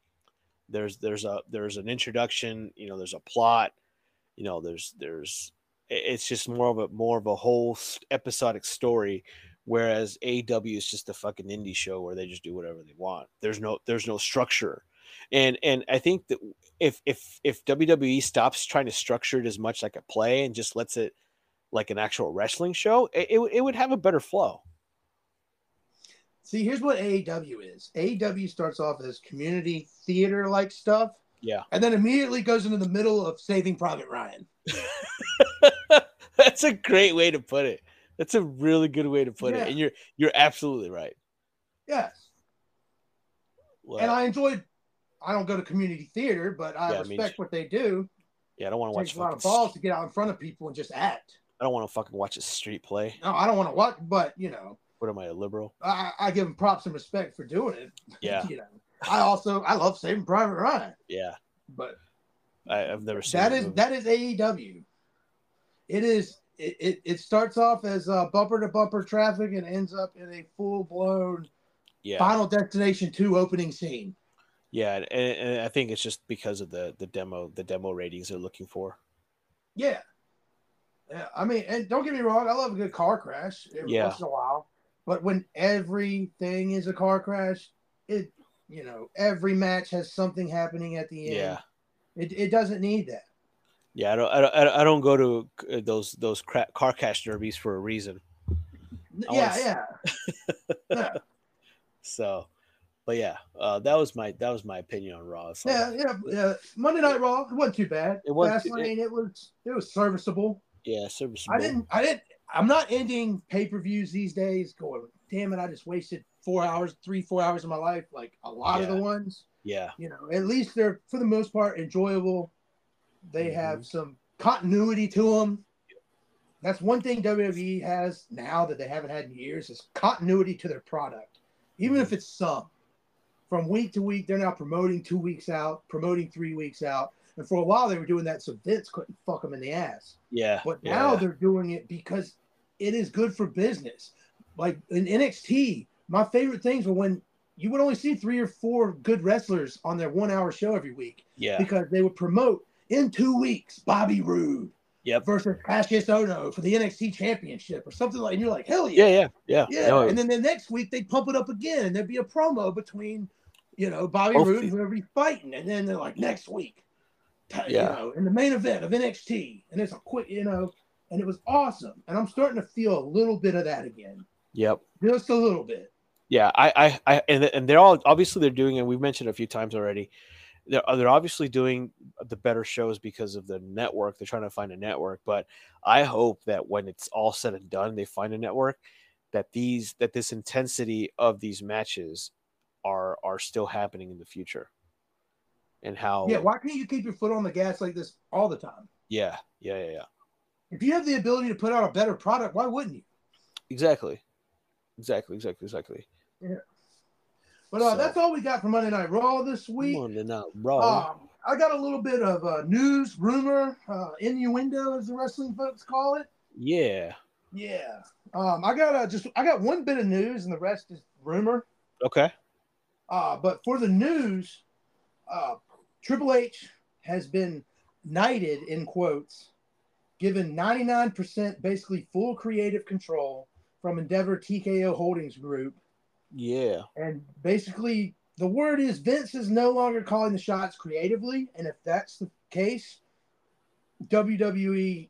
[SPEAKER 2] There's there's a there's an introduction, you know, there's a plot, you know, there's there's i- it's just more of a more of a whole s- episodic story whereas AW is just a fucking indie show where they just do whatever they want. There's no there's no structure. And and I think that if if if WWE stops trying to structure it as much like a play and just lets it like an actual wrestling show, it, it, would- it would have a better flow.
[SPEAKER 1] See, here's what AEW is. AEW starts off as community theater like stuff.
[SPEAKER 2] Yeah.
[SPEAKER 1] And then immediately goes into the middle of Saving Private Ryan.
[SPEAKER 2] That's a great way to put it. That's a really good way to put
[SPEAKER 1] Yeah.
[SPEAKER 2] it. And you're you're absolutely right.
[SPEAKER 1] Yes.
[SPEAKER 2] Well,
[SPEAKER 1] And I enjoyed I don't go to community theater, but I
[SPEAKER 2] Yeah, me
[SPEAKER 1] respect what they do.
[SPEAKER 2] yeah, I don't want to
[SPEAKER 1] It
[SPEAKER 2] watch
[SPEAKER 1] takes a lot
[SPEAKER 2] fucking,
[SPEAKER 1] of
[SPEAKER 2] s-
[SPEAKER 1] balls to get out in front of people and just act.
[SPEAKER 2] I don't want to fucking watch a street play.
[SPEAKER 1] No, I don't want to watch, but you know,
[SPEAKER 2] What am I, a liberal?
[SPEAKER 1] I, I give them props and respect for doing it.
[SPEAKER 2] Yeah.
[SPEAKER 1] You know, I also I love Saving Private Ryan,
[SPEAKER 2] Yeah.
[SPEAKER 1] but
[SPEAKER 2] I, I've never seen
[SPEAKER 1] That
[SPEAKER 2] that
[SPEAKER 1] is
[SPEAKER 2] movie.
[SPEAKER 1] that is AEW. It is it, it, it starts off as uh, bumper to bumper traffic and ends up in a full blown
[SPEAKER 2] yeah.
[SPEAKER 1] Final Destination two opening scene.
[SPEAKER 2] Yeah, and, and I think it's just because of the the demo the demo ratings they're looking for.
[SPEAKER 1] Yeah. yeah, I mean, and don't get me wrong, I love a good car crash every
[SPEAKER 2] Yeah.
[SPEAKER 1] once in a while, but when everything is a car crash, it you know every match has something happening at the
[SPEAKER 2] Yeah.
[SPEAKER 1] end. It, it doesn't need that.
[SPEAKER 2] Yeah, I don't, I don't, I don't- I don't go to uh, those those cra- car cash derbies for a reason. I wanna
[SPEAKER 1] yeah,
[SPEAKER 2] s-
[SPEAKER 1] yeah.
[SPEAKER 2] So, but yeah, uh, that was my that was my opinion on Raw. It's like,
[SPEAKER 1] Yeah, yeah, yeah. Monday Night Raw, it wasn't too bad.
[SPEAKER 2] It
[SPEAKER 1] It
[SPEAKER 2] wasn't-
[SPEAKER 1] was. Fastlane, it, was. It was serviceable.
[SPEAKER 2] yeah, serviceable.
[SPEAKER 1] I didn't. I didn't. I'm not ending pay per views these days. Going, damn it! I just wasted four hours, three, four hours of my life. Like a lot of
[SPEAKER 2] Yeah.
[SPEAKER 1] the ones,
[SPEAKER 2] Yeah,
[SPEAKER 1] you know. At least they're for the most part enjoyable. They
[SPEAKER 2] Mhm.
[SPEAKER 1] have some continuity to them. That's one thing WWE has now that they haven't had in years is continuity to their product, even
[SPEAKER 2] Mhm.
[SPEAKER 1] if it's some. From week to week, they're now promoting two weeks out, promoting three weeks out, and for a while they were doing that so Vince couldn't fuck them in the ass.
[SPEAKER 2] yeah.
[SPEAKER 1] But
[SPEAKER 2] yeah,
[SPEAKER 1] now they're doing it because it is good for business. Like in NXT, my favorite things were when you would only see three or four good wrestlers on their one hour show every week
[SPEAKER 2] yeah,
[SPEAKER 1] because they would promote in two weeks Bobby Roode
[SPEAKER 2] Yep.
[SPEAKER 1] versus Cassius Ono for the NXT championship or something like and you're like, hell
[SPEAKER 2] yeah,
[SPEAKER 1] yeah.
[SPEAKER 2] yeah, yeah,
[SPEAKER 1] Yeah.
[SPEAKER 2] No,
[SPEAKER 1] and then the next week they'd pump it up again and there'd be a promo between, you know, Bobby
[SPEAKER 2] Both
[SPEAKER 1] Roode and
[SPEAKER 2] these-
[SPEAKER 1] whoever he's fighting. And then they're like, next week, t-
[SPEAKER 2] Yeah.
[SPEAKER 1] you know, in the main event of NXT. And it's a quick, you know, and it was awesome. And I'm starting to feel a little bit of that again.
[SPEAKER 2] yep.
[SPEAKER 1] Just a little bit.
[SPEAKER 2] Yeah, I, I, I and, and they're all obviously they're doing, and we've mentioned it a few times already. They're uh, they're obviously doing the better shows because of the network. They're trying to find a network, but I hope that when it's all said and done, they find a network that these that this intensity of these matches are are still happening in the future, and how
[SPEAKER 1] Yeah. Why can't you keep your foot on the gas like this all the time?
[SPEAKER 2] yeah yeah yeah yeah
[SPEAKER 1] If you have the ability to put out a better product, why wouldn't you?
[SPEAKER 2] exactly exactly exactly exactly.
[SPEAKER 1] But uh,
[SPEAKER 2] So-
[SPEAKER 1] that's all we got for Monday Night Raw this week.
[SPEAKER 2] Come on, they're not raw.
[SPEAKER 1] Um, I got a little bit of uh, news, rumor, uh, innuendo, as the wrestling folks call it.
[SPEAKER 2] yeah.
[SPEAKER 1] Yeah. Um, I got uh, just I got one bit of news, and the rest is rumor.
[SPEAKER 2] Okay.
[SPEAKER 1] Uh, but for the news, uh, Triple H has been knighted in quotes, given 99% basically full creative control from Endeavor TKO Holdings Group
[SPEAKER 2] Yeah.
[SPEAKER 1] and basically, the word is Vince is no longer calling the shots creatively. And if that's the case, WWE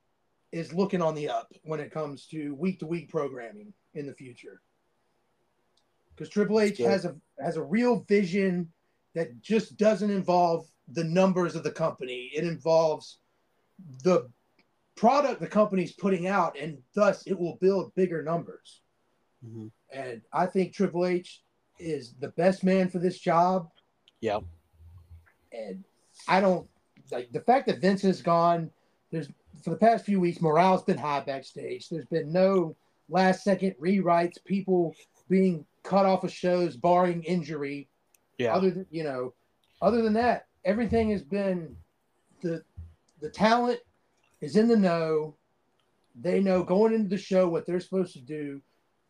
[SPEAKER 1] is looking on the up when it comes to week to week programming in the future. Because Triple H
[SPEAKER 2] Good.
[SPEAKER 1] has a has a real vision that just doesn't involve the numbers of the company. It involves the product the company's putting out, and thus it will build bigger numbers. Mm-hmm.
[SPEAKER 2] Mhm.
[SPEAKER 1] And I think Triple H is the best man for this job.
[SPEAKER 2] Yeah.
[SPEAKER 1] And I don't like the fact that Vince is gone. There's for the past few weeks, morale's been high backstage. There's been no last second rewrites, people being cut off of shows, barring injury.
[SPEAKER 2] Yeah.
[SPEAKER 1] Other than you know, other than that, everything has been the the talent is in the know. They know going into the show what they're supposed to do.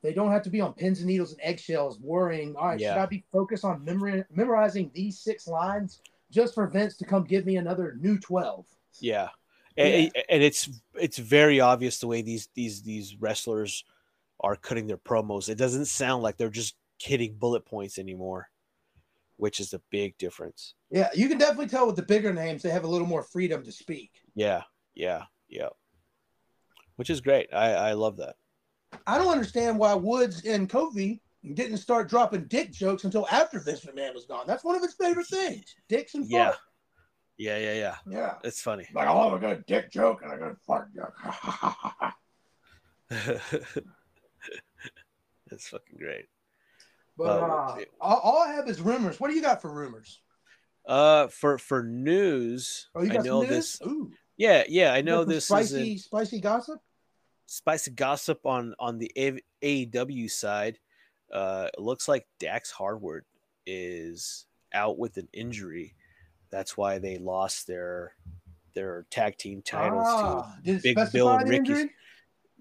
[SPEAKER 1] They don't have to be on pins and needles and eggshells worrying, all right, should
[SPEAKER 2] Yeah.
[SPEAKER 1] I be focused on memori- memorizing these six lines just for Vince to come give me another new 12?
[SPEAKER 2] Yeah. And, and it's it's very obvious the way these these these wrestlers are cutting their promos. It doesn't sound like they're just hitting bullet points anymore, which is the big difference.
[SPEAKER 1] Yeah, you can definitely tell with the bigger names, they have a little more freedom to speak.
[SPEAKER 2] Yeah, yeah, yeah. Which is great. I I love that.
[SPEAKER 1] I don't understand why Woods and Kofi didn't start dropping dick jokes until after Vince McMahon was gone. That's one of his favorite things dicks and
[SPEAKER 2] Yeah.
[SPEAKER 1] fart.
[SPEAKER 2] Yeah, yeah, yeah.
[SPEAKER 1] Yeah.
[SPEAKER 2] It's funny.
[SPEAKER 1] Like I'll have a good dick joke and a good fart joke.
[SPEAKER 2] it's fucking great.
[SPEAKER 1] but
[SPEAKER 2] Well,
[SPEAKER 1] uh, all, all I have is rumors. What do you got for rumors?
[SPEAKER 2] Uh, for for news,
[SPEAKER 1] Oh, you
[SPEAKER 2] I
[SPEAKER 1] got
[SPEAKER 2] know
[SPEAKER 1] some news?
[SPEAKER 2] this.
[SPEAKER 1] Ooh,
[SPEAKER 2] Yeah, yeah, I
[SPEAKER 1] you
[SPEAKER 2] know
[SPEAKER 1] got some
[SPEAKER 2] this is
[SPEAKER 1] spicy
[SPEAKER 2] in
[SPEAKER 1] spicy gossip.
[SPEAKER 2] spicy gossip on on the A- AEW side. Uh, it looks like Dax Harwood is out with an injury. That's why they lost their their tag team titles to
[SPEAKER 1] Ah, did it
[SPEAKER 2] Big
[SPEAKER 1] specify
[SPEAKER 2] Bill and
[SPEAKER 1] the
[SPEAKER 2] Ricky's-
[SPEAKER 1] injury?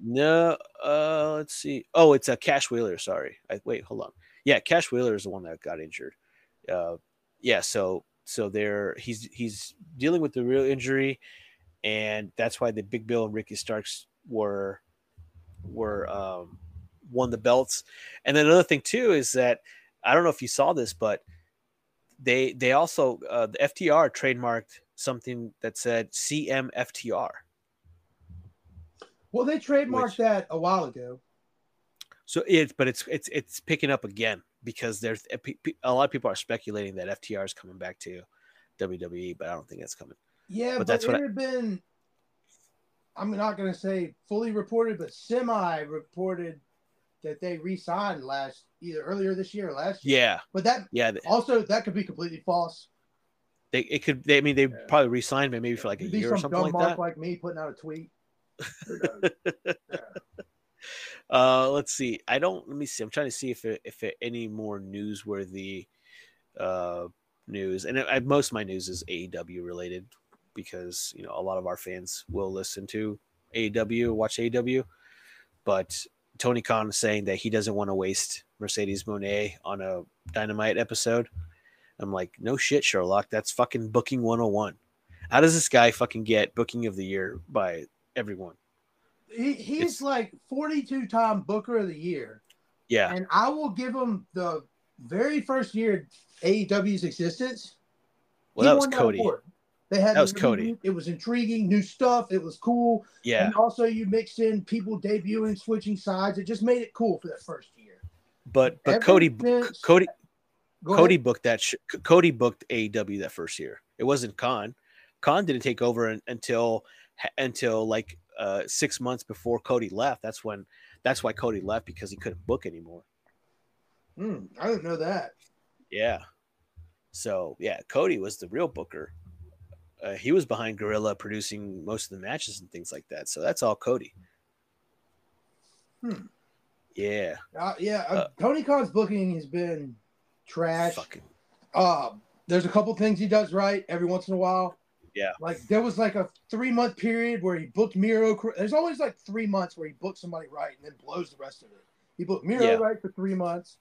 [SPEAKER 2] No, uh, let's see. Oh, it's a Cash Wheeler. Sorry, I, wait, hold on. Yeah, Cash Wheeler is the one that got injured. Uh, yeah, so so there he's he's dealing with the real injury, and that's why the Big Bill and Ricky Starks were were um, won the belts. And then another thing too is that I don't know if you saw this, but they they also uh, the FTR trademarked something that said CMFTR.
[SPEAKER 1] Well, they trademarked
[SPEAKER 2] Which-
[SPEAKER 1] that a while ago.
[SPEAKER 2] So it's but it's it's it's picking up again because there's a pe- pe- a lot of people are speculating that FTR is coming back to WWE, but I don't think that's coming.
[SPEAKER 1] Yeah,
[SPEAKER 2] But
[SPEAKER 1] but,
[SPEAKER 2] that's
[SPEAKER 1] it
[SPEAKER 2] what I-
[SPEAKER 1] had been. I'm not going to say fully reported, but semi reported that they re-signed last either earlier this year or last year.
[SPEAKER 2] Yeah,
[SPEAKER 1] But that
[SPEAKER 2] yeah. th-
[SPEAKER 1] also that could be completely false.
[SPEAKER 2] They it could. They, I mean, they
[SPEAKER 1] Yeah.
[SPEAKER 2] probably re-signed me maybe for like a
[SPEAKER 1] Could be
[SPEAKER 2] year or
[SPEAKER 1] some dumb
[SPEAKER 2] something like
[SPEAKER 1] mark
[SPEAKER 2] that.
[SPEAKER 1] like me putting out a tweet. Who knows?
[SPEAKER 2] Uh, let's see. I don't. Let me see. I'm trying to see if it, if it, any more newsworthy uh, news. And I, most of my news is AEW related because you know a lot of our fans will listen to AEW, watch AEW. But Tony Khan is saying that he doesn't want to waste Mercedes Monet on a Dynamite episode. I'm like, no shit, Sherlock. That's fucking booking 101. How does this guy fucking get booking of the year by everyone?
[SPEAKER 1] he, he's
[SPEAKER 2] It's-
[SPEAKER 1] like 42 time Booker of the Year,
[SPEAKER 2] Yeah.
[SPEAKER 1] and I will give him the very first year AEW's existence.
[SPEAKER 2] Well,
[SPEAKER 1] He
[SPEAKER 2] that was
[SPEAKER 1] won
[SPEAKER 2] Cody.
[SPEAKER 1] award. They had
[SPEAKER 2] That was
[SPEAKER 1] the-
[SPEAKER 2] Cody.
[SPEAKER 1] It was intriguing, new stuff. It was cool.
[SPEAKER 2] Yeah.
[SPEAKER 1] And also, you mixed in people debuting, switching sides. It just made it cool for that first year.
[SPEAKER 2] But but
[SPEAKER 1] Ever
[SPEAKER 2] Cody
[SPEAKER 1] since-
[SPEAKER 2] Cody
[SPEAKER 1] Go
[SPEAKER 2] Cody
[SPEAKER 1] ahead.
[SPEAKER 2] booked that sh- Cody booked AEW that first year. It wasn't Khan. Khan didn't take over un- until until like uh 6 months before Cody left. That's when that's why Cody left because he couldn't book anymore.
[SPEAKER 1] Hmm, I didn't know that.
[SPEAKER 2] Yeah. So, yeah, Cody was the real booker. Uh, he was behind Gorilla producing most of the matches and things like that. So that's all Cody.
[SPEAKER 1] Hmm.
[SPEAKER 2] Yeah.
[SPEAKER 1] Uh, yeah, uh,
[SPEAKER 2] Uh,
[SPEAKER 1] Tony Khan's booking has been trash.
[SPEAKER 2] Fucking
[SPEAKER 1] Uh, there's a couple things he does right every once in a while.
[SPEAKER 2] Yeah.
[SPEAKER 1] Like there was like a three month period where he booked Miro. cor- There's always like three months where he books somebody right and then blows the rest of it. He booked Miro
[SPEAKER 2] Yeah.
[SPEAKER 1] right for three months.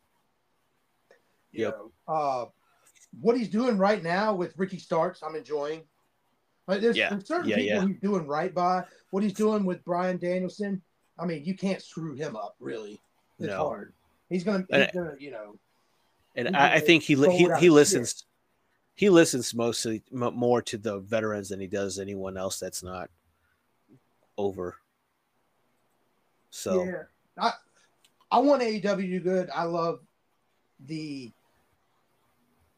[SPEAKER 1] You
[SPEAKER 2] Yep.
[SPEAKER 1] know, uh, what he's doing right now with Ricky Starks, I'm enjoying. Like there's,
[SPEAKER 2] Yeah.
[SPEAKER 1] there's certain
[SPEAKER 2] Yeah,
[SPEAKER 1] people
[SPEAKER 2] yeah.
[SPEAKER 1] he's doing right by. What he's doing with Brian Danielson, I mean, you can't screw him up really. It's
[SPEAKER 2] No.
[SPEAKER 1] hard. He's gonna,
[SPEAKER 2] And
[SPEAKER 1] he's
[SPEAKER 2] I-
[SPEAKER 1] gonna, you know.
[SPEAKER 2] and
[SPEAKER 1] He
[SPEAKER 2] I, I
[SPEAKER 1] did
[SPEAKER 2] think he li-
[SPEAKER 1] sold
[SPEAKER 2] he,
[SPEAKER 1] out
[SPEAKER 2] he
[SPEAKER 1] his
[SPEAKER 2] listens he listens mostly m- more to the veterans than he does anyone else that's not over so
[SPEAKER 1] Yeah. I I want AEW to do good. I love the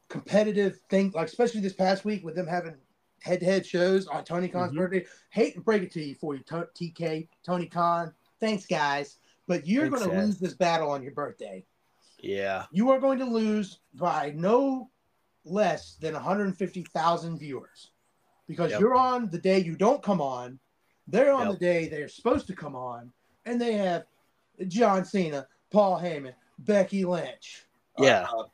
[SPEAKER 1] competitive thing, like especially this past week with them having head to head shows on Tony Khan's
[SPEAKER 2] Mhm.
[SPEAKER 1] birthday. Hate to break it to you for you, To- TK, Tony Khan. Thanks, guys. But you're
[SPEAKER 2] Thanks,
[SPEAKER 1] going to
[SPEAKER 2] guys.
[SPEAKER 1] lose this battle on your birthday.
[SPEAKER 2] yeah
[SPEAKER 1] You are going to lose by no less than 150,000 viewers because
[SPEAKER 2] Yep.
[SPEAKER 1] you're on the day you don't come on. They're on
[SPEAKER 2] Yep.
[SPEAKER 1] the day they're supposed to come on, and they have John Cena, Paul Heyman, Becky Lynch,
[SPEAKER 2] Yeah.
[SPEAKER 1] uh,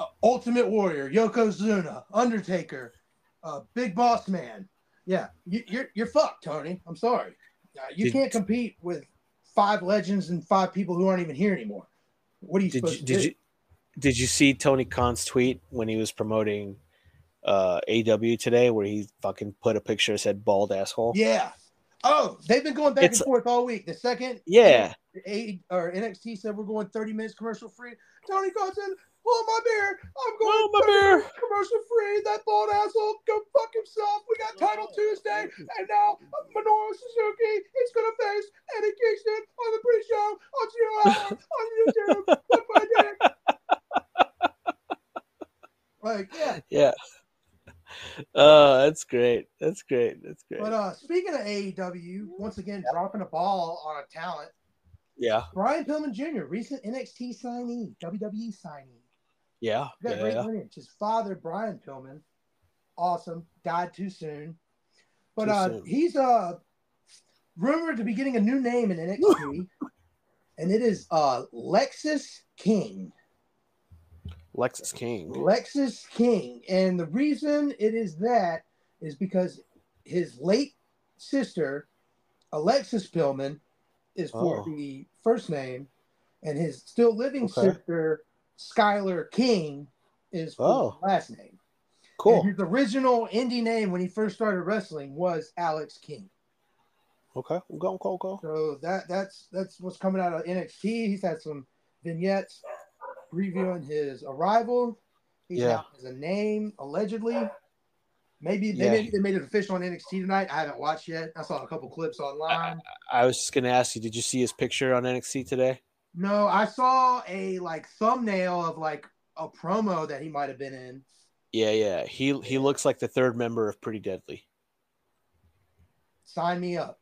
[SPEAKER 1] uh, Ultimate Warrior, Yokozuna, Undertaker, uh, Big Boss Man. Yeah, you, you're you're fucked, Tony. I'm sorry. Uh, you
[SPEAKER 2] Did-
[SPEAKER 1] can't compete with five legends and five people who aren't even here anymore. What are you
[SPEAKER 2] did
[SPEAKER 1] supposed
[SPEAKER 2] you
[SPEAKER 1] to
[SPEAKER 2] did
[SPEAKER 1] do?
[SPEAKER 2] you did you see Tony Khan's tweet when he was promoting uh AW today where he fucking put a picture that said bald asshole?
[SPEAKER 1] Yeah. Oh, they've been going back
[SPEAKER 2] It's-
[SPEAKER 1] and forth all week. The second
[SPEAKER 2] Yeah.
[SPEAKER 1] A or NXT said we're going 30 minutes commercial free. Tony Khan said, "Hold my beer. I'm going
[SPEAKER 2] Oh my bear.
[SPEAKER 1] commercial free. That bald asshole go fuck himself. We got Title Tuesday, and now Minoru Suzuki is gonna face Eddie Kingston on the pre-show on Zero Hour on YouTube. Look my dick. Like, yeah,
[SPEAKER 2] Yeah. Oh, that's great. That's great. That's great.
[SPEAKER 1] But uh, speaking of AEW, once again dropping a ball on a talent,
[SPEAKER 2] yeah.
[SPEAKER 1] Brian Pillman Jr., recent NXT signee, WWE signee.
[SPEAKER 2] Yeah.
[SPEAKER 1] He's got
[SPEAKER 2] yeah,
[SPEAKER 1] great
[SPEAKER 2] yeah.
[SPEAKER 1] lineage. His father, Brian Pillman, awesome, died too soon. But
[SPEAKER 2] Too
[SPEAKER 1] uh,
[SPEAKER 2] soon.
[SPEAKER 1] he's uh, rumored to be getting a new name in NXT, and it is uh, Lexus King.
[SPEAKER 2] Lexus King.
[SPEAKER 1] Lexus King. And the reason it is that is because his late sister, Alexis Pillman, is for
[SPEAKER 2] Oh.
[SPEAKER 1] the first name, and his still living
[SPEAKER 2] Okay.
[SPEAKER 1] sister, Skylar King, is for
[SPEAKER 2] Oh.
[SPEAKER 1] the last name.
[SPEAKER 2] Cool.
[SPEAKER 1] And his original indie name when he first started wrestling was Alex King.
[SPEAKER 2] Okay. Go, go, go.
[SPEAKER 1] So that that's that's what's coming out of NXT. He's had some vignettes previewing his arrival. He's
[SPEAKER 2] Yeah.
[SPEAKER 1] out as a name allegedly. Maybe they,
[SPEAKER 2] Yeah.
[SPEAKER 1] maybe they made it official on NXT tonight. I haven't watched yet. I saw a couple clips online.
[SPEAKER 2] I was just gonna ask you, did you see his picture on NXT today?
[SPEAKER 1] No, I saw a like thumbnail of like a promo that he might have been in.
[SPEAKER 2] Yeah, yeah. He he looks like the third member of Pretty Deadly.
[SPEAKER 1] Sign me up.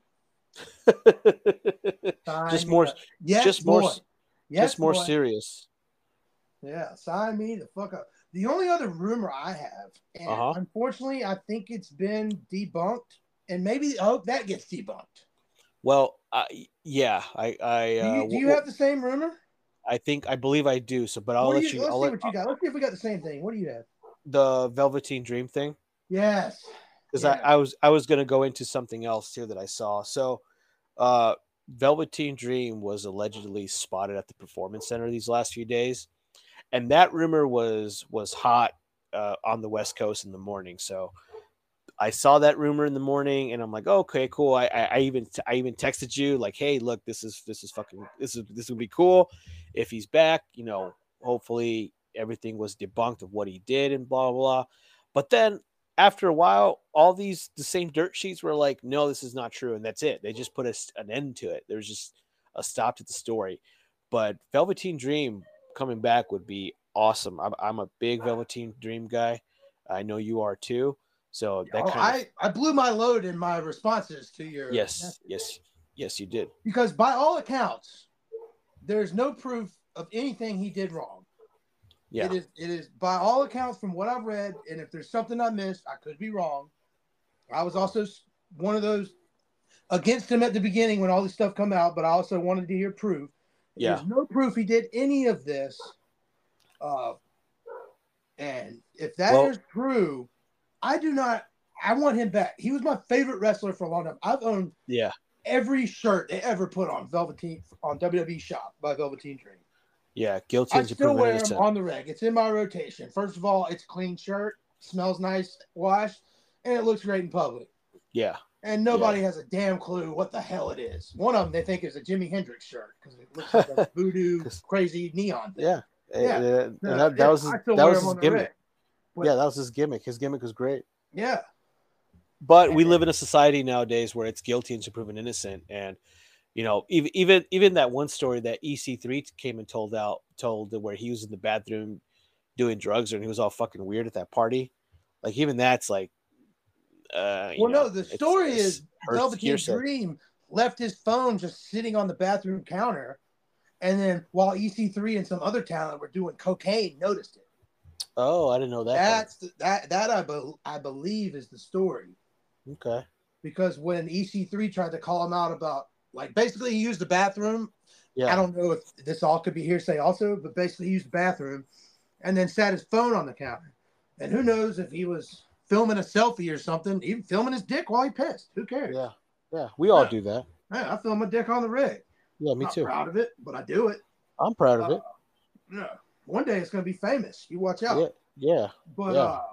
[SPEAKER 1] Sign
[SPEAKER 2] just
[SPEAKER 1] me
[SPEAKER 2] more,
[SPEAKER 1] up. Yes,
[SPEAKER 2] just more,
[SPEAKER 1] boy.
[SPEAKER 2] s-
[SPEAKER 1] Yes,
[SPEAKER 2] just more
[SPEAKER 1] boy.
[SPEAKER 2] serious.
[SPEAKER 1] Yeah, sign me the fuck up. The only other rumor I have, and
[SPEAKER 2] Uh-huh.
[SPEAKER 1] unfortunately, I think it's been debunked, and maybe I hope that gets debunked.
[SPEAKER 2] Well, I, yeah, I, I,
[SPEAKER 1] Do
[SPEAKER 2] uh,
[SPEAKER 1] you, do
[SPEAKER 2] w-
[SPEAKER 1] you have the same rumor?
[SPEAKER 2] I think I believe I do. So, but I'll
[SPEAKER 1] What do
[SPEAKER 2] let
[SPEAKER 1] you-
[SPEAKER 2] you.
[SPEAKER 1] let's
[SPEAKER 2] I'll
[SPEAKER 1] see
[SPEAKER 2] let,
[SPEAKER 1] what you got. Let's see if we got the same thing. What do you have?
[SPEAKER 2] the Velveteen Dream thing
[SPEAKER 1] Yes.
[SPEAKER 2] because
[SPEAKER 1] Yeah.
[SPEAKER 2] I, I was I was gonna go into something else here that I saw. So, uh, Velveteen Dream was allegedly spotted at the Performance Center these last few days, and that rumor was was hot uh, on the West Coast in the morning. So. I saw that rumor in the morning, and I'm like, okay, cool. I, I, I even I even texted you like, hey, look, this is this is fucking this is this would be cool if he's back. You know, hopefully everything was debunked of what he did and blah blah. blah. But then after a while, all these the same dirt sheets were like, no, this is not true, and that's it. They just put a s an end to it. There was just a stop to the story. But Velveteen Dream coming back would be awesome. I'm, I'm a big Velveteen Dream guy. I know you are too. So that
[SPEAKER 1] Oh,
[SPEAKER 2] kind of
[SPEAKER 1] I, I blew my load in my responses to your
[SPEAKER 2] Yes, yes, yes, you did.
[SPEAKER 1] because by all accounts, there's no proof of anything he did wrong.
[SPEAKER 2] Yeah,
[SPEAKER 1] It is it is by all accounts from what I've read, and if there's something I missed, I could be wrong. I was also s- one of those against him at the beginning when all this stuff come out, but I also wanted to hear proof.
[SPEAKER 2] yeah,
[SPEAKER 1] There's no proof he did any of this. Uh, and if that is
[SPEAKER 2] Well-
[SPEAKER 1] true, I do not. I want him back. He was my favorite wrestler for a long time. I've owned
[SPEAKER 2] yeah,
[SPEAKER 1] every shirt they ever put on Velveteen on WWE Shop by Velveteen Dream.
[SPEAKER 2] yeah.
[SPEAKER 1] I
[SPEAKER 2] Guilty to
[SPEAKER 1] still
[SPEAKER 2] proven
[SPEAKER 1] wear them
[SPEAKER 2] innocent.
[SPEAKER 1] on the reg. It's in my rotation. First of all, it's a clean shirt, smells nice, washed, and it looks great in public.
[SPEAKER 2] yeah,
[SPEAKER 1] And nobody has a damn clue what the hell it is. One of them they think is a Jimi Hendrix shirt because it looks like a voodoo
[SPEAKER 2] 'Cause-
[SPEAKER 1] crazy neon thing.
[SPEAKER 2] yeah. Eh,
[SPEAKER 1] Yeah.
[SPEAKER 2] eh, and
[SPEAKER 1] No,
[SPEAKER 2] that,
[SPEAKER 1] yeah,
[SPEAKER 2] that was his,
[SPEAKER 1] I
[SPEAKER 2] that
[SPEAKER 1] still wear
[SPEAKER 2] was
[SPEAKER 1] 'em
[SPEAKER 2] his
[SPEAKER 1] on the
[SPEAKER 2] gimmick.
[SPEAKER 1] reg. but-
[SPEAKER 2] Yeah, that was his gimmick. His gimmick was great.
[SPEAKER 1] Yeah,
[SPEAKER 2] But we live in a society nowadays where it's guilty until proven innocent, and you know, even even even that one story that EC3 came and told out told where he was in the bathroom doing drugs and he was all fucking weird at that party. Like even that's like, uh, you
[SPEAKER 1] Well,
[SPEAKER 2] know,
[SPEAKER 1] no, the
[SPEAKER 2] it's-
[SPEAKER 1] story
[SPEAKER 2] it's
[SPEAKER 1] is
[SPEAKER 2] her-
[SPEAKER 1] Velveteen
[SPEAKER 2] hearsay.
[SPEAKER 1] Dream left his phone just sitting on the bathroom counter, and then while EC3 and some other talent were doing cocaine, noticed it.
[SPEAKER 2] Oh, I didn't know that. part.
[SPEAKER 1] That's the, that that I bel I believe is the story.
[SPEAKER 2] okay.
[SPEAKER 1] because when EC3 tried to call him out about like basically he used the bathroom.
[SPEAKER 2] Yeah.
[SPEAKER 1] I don't know if this all could be hearsay also, but basically he used the bathroom and then sat his phone on the counter. And who knows if he was filming a selfie or something, even filming his dick while he pissed. Who cares?
[SPEAKER 2] Yeah, yeah, we all
[SPEAKER 1] Yeah.
[SPEAKER 2] do that.
[SPEAKER 1] Man, I film my dick on the rig.
[SPEAKER 2] Yeah, me
[SPEAKER 1] Not
[SPEAKER 2] too.
[SPEAKER 1] proud of it, but I do it.
[SPEAKER 2] I'm proud of
[SPEAKER 1] Uh,
[SPEAKER 2] it.
[SPEAKER 1] No. One day it's gonna be famous. You watch out.
[SPEAKER 2] Yeah, yeah,
[SPEAKER 1] But
[SPEAKER 2] Yeah.
[SPEAKER 1] uh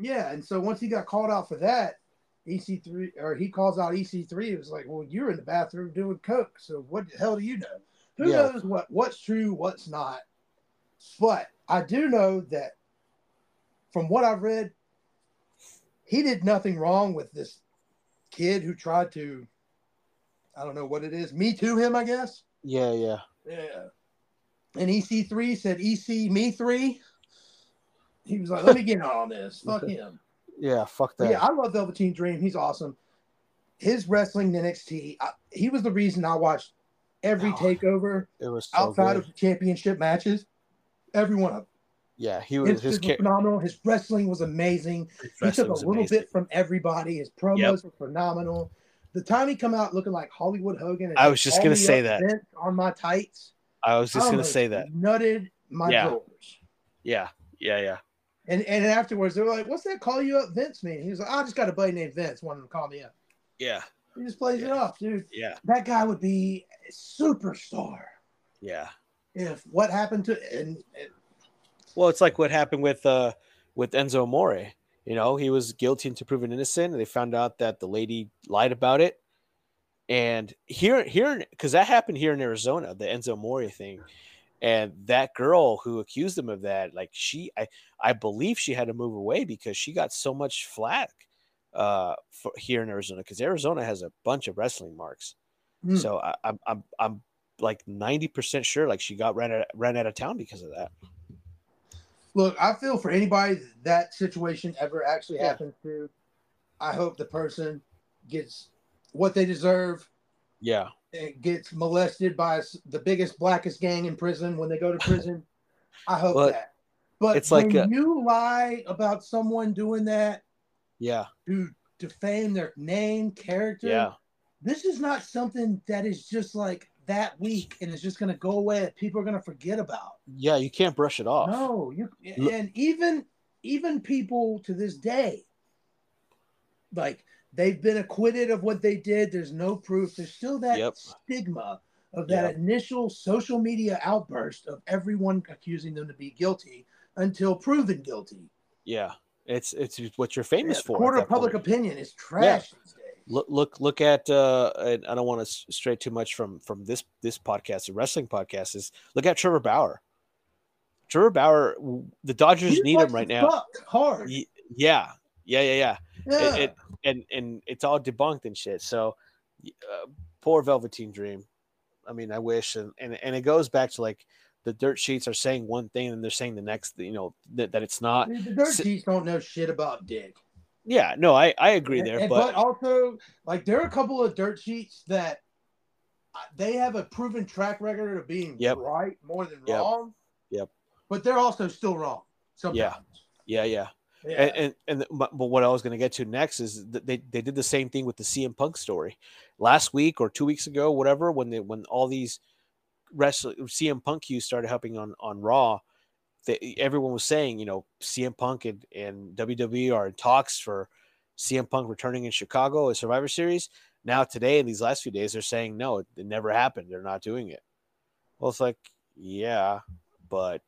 [SPEAKER 1] yeah, and so once he got called out for that, EC3 or he calls out EC3, it was like, Well, you're in the bathroom doing coke, so what the hell do you know? Who
[SPEAKER 2] Yeah.
[SPEAKER 1] knows what what's true, what's not? But I do know that from what I've read, he did nothing wrong with this kid who tried to I don't know what it is, me to him, I guess.
[SPEAKER 2] yeah, yeah.
[SPEAKER 1] Yeah. And E EC3 said, EC me three. He was like, let me get on this. Fuck him.
[SPEAKER 2] Yeah, fuck
[SPEAKER 1] But
[SPEAKER 2] that.
[SPEAKER 1] yeah, I love Velveteen Dream. He's awesome. His wrestling in NXT, I, he was the reason I watched every
[SPEAKER 2] Oh,
[SPEAKER 1] takeover
[SPEAKER 2] it was so
[SPEAKER 1] outside
[SPEAKER 2] good.
[SPEAKER 1] of championship matches. Every one of
[SPEAKER 2] yeah, he
[SPEAKER 1] them. His,
[SPEAKER 2] was his,
[SPEAKER 1] was
[SPEAKER 2] ca-
[SPEAKER 1] phenomenal. His wrestling was amazing. He took
[SPEAKER 5] Wrestling
[SPEAKER 1] a
[SPEAKER 5] was
[SPEAKER 1] little
[SPEAKER 5] amazing.
[SPEAKER 1] bit from everybody. His promos
[SPEAKER 5] Yep.
[SPEAKER 1] were phenomenal. The time he come out looking like Hollywood Hogan, and
[SPEAKER 2] I was just
[SPEAKER 1] all
[SPEAKER 2] gonna
[SPEAKER 1] me
[SPEAKER 2] say
[SPEAKER 1] up
[SPEAKER 2] that.
[SPEAKER 1] bent on my tights.
[SPEAKER 2] I was just
[SPEAKER 1] I
[SPEAKER 2] gonna
[SPEAKER 1] almost
[SPEAKER 2] say that.
[SPEAKER 1] Nutted my
[SPEAKER 2] Yeah.
[SPEAKER 1] drawers.
[SPEAKER 2] Yeah, yeah, yeah.
[SPEAKER 1] And and afterwards they were like, What's that call you up Vince mean? He was like, I just got a buddy named Vince wanted to call me up.
[SPEAKER 5] Yeah,
[SPEAKER 1] He just plays it
[SPEAKER 5] Yeah.
[SPEAKER 1] off, dude.
[SPEAKER 5] yeah,
[SPEAKER 1] That guy would be a superstar
[SPEAKER 5] yeah.
[SPEAKER 1] if what happened to and, and
[SPEAKER 2] Well, it's like what happened with uh with Enzo Amore. You know, he was guilty until proven innocent. and They found out that the lady lied about it. And here, here, because that happened here in Arizona, the Enzo Amore thing, and that girl who accused him of that, like she, I, I believe she had to move away because she got so much flack uh, for, here in Arizona because Arizona has a bunch of wrestling marks.
[SPEAKER 1] Hmm.
[SPEAKER 2] So I, I'm, I'm, I'm like ninety percent sure, like she got ran out, ran out of town because of that.
[SPEAKER 1] look, I feel for anybody that situation ever actually
[SPEAKER 2] Yeah.
[SPEAKER 1] happens to. I hope the person gets what they deserve
[SPEAKER 2] Yeah.
[SPEAKER 1] and gets molested by s- the biggest blackest gang in prison when they go to prison. I hope
[SPEAKER 2] Well,
[SPEAKER 1] that. But
[SPEAKER 2] it's like,
[SPEAKER 1] when
[SPEAKER 2] uh,
[SPEAKER 1] you lie about someone doing that
[SPEAKER 2] Yeah,
[SPEAKER 1] to defame their name, character,
[SPEAKER 2] yeah,
[SPEAKER 1] this is not something that is just like that week and it's just going to go away that people are going to forget about.
[SPEAKER 2] yeah. You can't brush it off.
[SPEAKER 1] No, you
[SPEAKER 2] Look-
[SPEAKER 1] and even even people to this day, like they've been acquitted of what they did. There's no proof. There's still that
[SPEAKER 2] Yep.
[SPEAKER 1] stigma of that initial social media outburst of everyone accusing them to be guilty until proven guilty.
[SPEAKER 2] Yeah, it's it's what you're famous
[SPEAKER 1] Yeah, the
[SPEAKER 2] for. at
[SPEAKER 1] court of
[SPEAKER 2] that
[SPEAKER 1] public
[SPEAKER 2] point.
[SPEAKER 1] opinion is trash these days.
[SPEAKER 2] look look look at uh and i don't want to stray too much from from this this podcast the wrestling podcast is look at trevor bauer trevor bauer w- the dodgers
[SPEAKER 1] He
[SPEAKER 2] need him
[SPEAKER 1] likes
[SPEAKER 2] right
[SPEAKER 1] to
[SPEAKER 2] now
[SPEAKER 1] fuck hard.
[SPEAKER 2] Ye- yeah yeah yeah yeah
[SPEAKER 1] Yeah.
[SPEAKER 2] it, it- and and it's all debunked and shit. So y- uh, poor Velveteen Dream. I mean, I wish, and, and and it goes back to like the dirt sheets are saying one thing and they're saying the next. You know that, that it's not.
[SPEAKER 1] Dude, the dirt
[SPEAKER 2] s-
[SPEAKER 1] sheets don't know shit about dick.
[SPEAKER 2] Yeah, no, I I agree
[SPEAKER 1] And-
[SPEAKER 2] there,
[SPEAKER 1] and-
[SPEAKER 2] but,
[SPEAKER 1] also, like, there are a couple of dirt sheets that uh, they have a proven track record of being
[SPEAKER 2] Yep.
[SPEAKER 1] right more than
[SPEAKER 2] Yep.
[SPEAKER 1] wrong.
[SPEAKER 2] Yep.
[SPEAKER 1] But they're also still wrong. Sometimes.
[SPEAKER 2] yeah, yeah.
[SPEAKER 1] Yeah.
[SPEAKER 2] And and, and the- but, but what I was going to get to next is that they, they did the same thing with the CM Punk story last week or two weeks ago, whatever. When they when all these wrestle CM Punk you started helping on on Raw, they, everyone was saying you know CM Punk and, and WWE are in talks for CM Punk returning in Chicago as Survivor Series. Now today in these last few days, they're saying no, it never happened. They're not doing it. Well, it's like yeah, but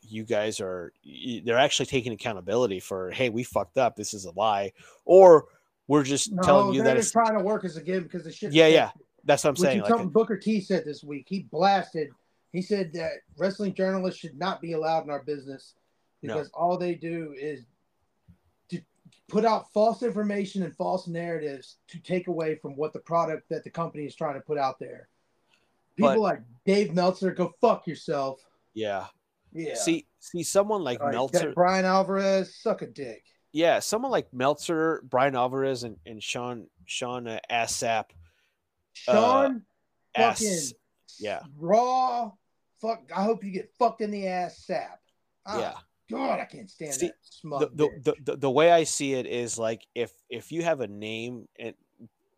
[SPEAKER 2] you guys are y- they're actually taking accountability for hey we fucked up this is a lie or we're just
[SPEAKER 1] No,
[SPEAKER 2] telling you
[SPEAKER 1] they're
[SPEAKER 2] that it's
[SPEAKER 1] just trying to work us again because the shit.
[SPEAKER 2] Yeah, yeah, that's what i'm
[SPEAKER 1] Which is
[SPEAKER 2] saying like
[SPEAKER 1] something Booker T said this week. He blasted. He said that wrestling journalists should not be allowed in our business
[SPEAKER 2] No.
[SPEAKER 1] because all they do is to put out false information and false narratives to take away from what the product that the company is trying to put out there. People
[SPEAKER 2] But-
[SPEAKER 1] like Dave Meltzer, go fuck yourself.
[SPEAKER 2] yeah.
[SPEAKER 1] Yeah.
[SPEAKER 2] see see someone like
[SPEAKER 1] Like,
[SPEAKER 2] meltzer
[SPEAKER 1] Brian Alvarez, suck a dick.
[SPEAKER 2] yeah someone like meltzer brian alvarez and, and sean sean uh, assap
[SPEAKER 1] Sean fucking
[SPEAKER 2] Uh, ass yeah.
[SPEAKER 1] raw. Fuck. I hope you get fucked in the ass sap. Ah,
[SPEAKER 2] yeah
[SPEAKER 1] God, I can't stand
[SPEAKER 2] See,
[SPEAKER 1] that smug
[SPEAKER 2] the, the,
[SPEAKER 1] bitch.
[SPEAKER 2] the, the, the way I see it is like if if you have a name and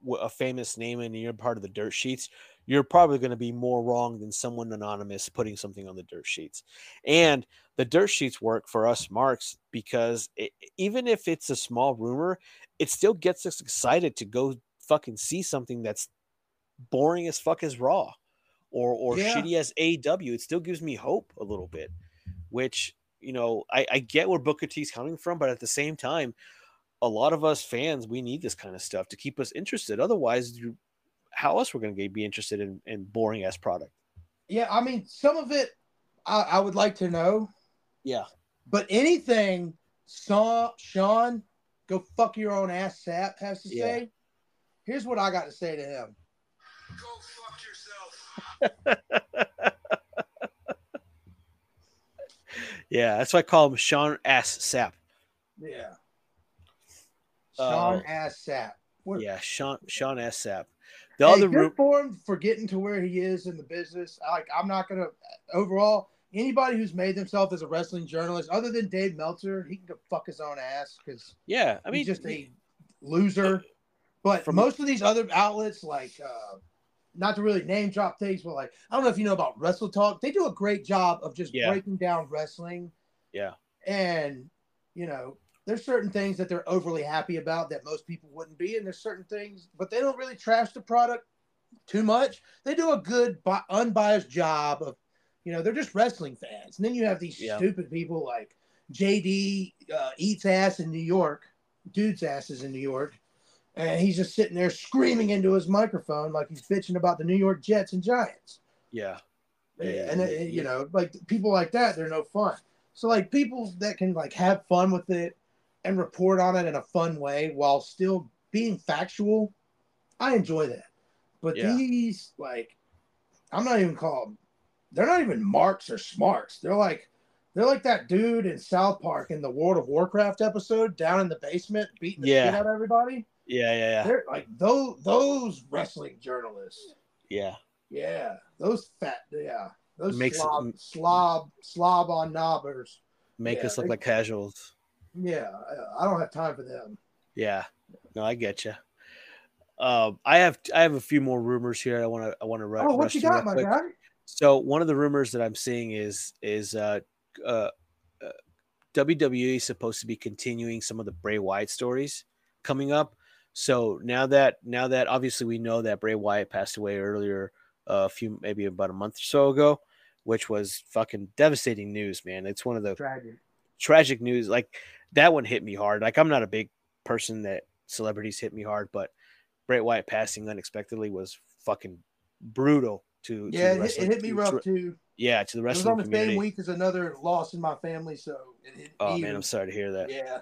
[SPEAKER 2] w- a famous name and you're part of the dirt sheets, you're probably going to be more wrong than someone anonymous putting something on the dirt sheets. And the dirt sheets work for us marks because it, even if it's a small rumor, it still gets us excited to go fucking see something that's boring as fuck as raw or or
[SPEAKER 1] Yeah.
[SPEAKER 2] shitty as AEW. It still gives me hope a little bit, which you know, I, I get where Booker T's coming from, but at the same time, a lot of us fans, we need this kind of stuff to keep us interested. Otherwise, you, how else we're going to be interested in, in boring ass product?
[SPEAKER 1] yeah, I mean, some of it I, I would like to know,
[SPEAKER 2] Yeah,
[SPEAKER 1] but anything saw Sean go fuck your own ass sap has to
[SPEAKER 2] Yeah.
[SPEAKER 1] say. Here's what I got to say to him.
[SPEAKER 6] Go fuck yourself.
[SPEAKER 2] yeah, that's why I call him Sean Ass Sap.
[SPEAKER 1] Yeah. Sean
[SPEAKER 2] Um,
[SPEAKER 7] Oh.
[SPEAKER 1] ass Sapp. We're-
[SPEAKER 2] Yeah, Sean Sean S. Sapp. The
[SPEAKER 1] hey,
[SPEAKER 2] other
[SPEAKER 1] good
[SPEAKER 2] room,
[SPEAKER 1] for him for getting to where he is in the business. Like I'm not gonna overall anybody who's made themselves as a wrestling journalist, other than Dave Meltzer, he can go fuck his own ass because
[SPEAKER 7] Yeah, I
[SPEAKER 1] I
[SPEAKER 7] mean,
[SPEAKER 1] he's just a loser. But
[SPEAKER 7] From-
[SPEAKER 1] most of these other outlets, like uh, not to really name drop things, but like I don't know if you know about Wrestle Talk, they do a great job of just
[SPEAKER 2] Yeah.
[SPEAKER 1] breaking down wrestling.
[SPEAKER 7] Yeah.
[SPEAKER 1] and you know. There's certain things that they're overly happy about that most people wouldn't be, and there's certain things, but they don't really trash the product too much. They do a good, bi- unbiased job of, you know, they're just wrestling fans. And then you have these
[SPEAKER 7] Yeah.
[SPEAKER 1] stupid people like JD uh, eats ass in New York, dude's asses in New York, and he's just sitting there screaming into his microphone like he's bitching about the New York Jets and Giants.
[SPEAKER 2] yeah, Yeah.
[SPEAKER 1] And, uh, you know, like people like that, they're no fun. So, like, people that can like have fun with it and report on it in a fun way while still being factual, I enjoy that. But
[SPEAKER 2] Yeah.
[SPEAKER 1] these, like, I'm not even called, they're not even marks or smarts. They're like, they're like that dude in South Park in the World of Warcraft episode down in the basement beating the
[SPEAKER 7] Yeah.
[SPEAKER 1] shit out of everybody.
[SPEAKER 7] yeah, yeah, yeah,
[SPEAKER 1] They're like those those wrestling journalists.
[SPEAKER 7] yeah.
[SPEAKER 1] Yeah, those fat. Yeah, those
[SPEAKER 2] Makes it-
[SPEAKER 1] slob, slob, slob on knobbers.
[SPEAKER 2] make
[SPEAKER 1] Yeah,
[SPEAKER 2] us look
[SPEAKER 1] they-
[SPEAKER 2] like casuals.
[SPEAKER 1] Yeah, I- I don't have time for them.
[SPEAKER 2] Yeah, no, I get you. Um, I have I have a few more rumors here. I want to I want to rush.
[SPEAKER 1] oh, what
[SPEAKER 2] rush
[SPEAKER 1] you
[SPEAKER 2] through
[SPEAKER 1] got,
[SPEAKER 2] real
[SPEAKER 1] my
[SPEAKER 2] quick.
[SPEAKER 1] guy?
[SPEAKER 2] So one of the rumors that I'm seeing is is uh, uh, uh, WWE is supposed to be continuing some of the Bray Wyatt stories coming up. So now that now that obviously we know that Bray Wyatt passed away earlier, uh, a few maybe about a month or so ago, which was fucking devastating news, man. It's one of the
[SPEAKER 1] Dragon.
[SPEAKER 2] tragic news like that one hit me hard like i'm not a big person that celebrities hit me hard but bray wyatt passing unexpectedly was fucking brutal to to
[SPEAKER 1] Yeah,
[SPEAKER 2] the
[SPEAKER 1] it, hit-
[SPEAKER 2] wrestling-
[SPEAKER 1] it hit me
[SPEAKER 2] to-
[SPEAKER 1] rough too.
[SPEAKER 2] yeah to
[SPEAKER 1] It
[SPEAKER 2] the
[SPEAKER 1] was
[SPEAKER 2] wrestling
[SPEAKER 1] on the
[SPEAKER 2] community
[SPEAKER 1] same week as another loss in my family, so it hit
[SPEAKER 2] oh
[SPEAKER 1] me
[SPEAKER 2] man i'm
[SPEAKER 1] even-
[SPEAKER 2] sorry to hear that
[SPEAKER 1] Yeah,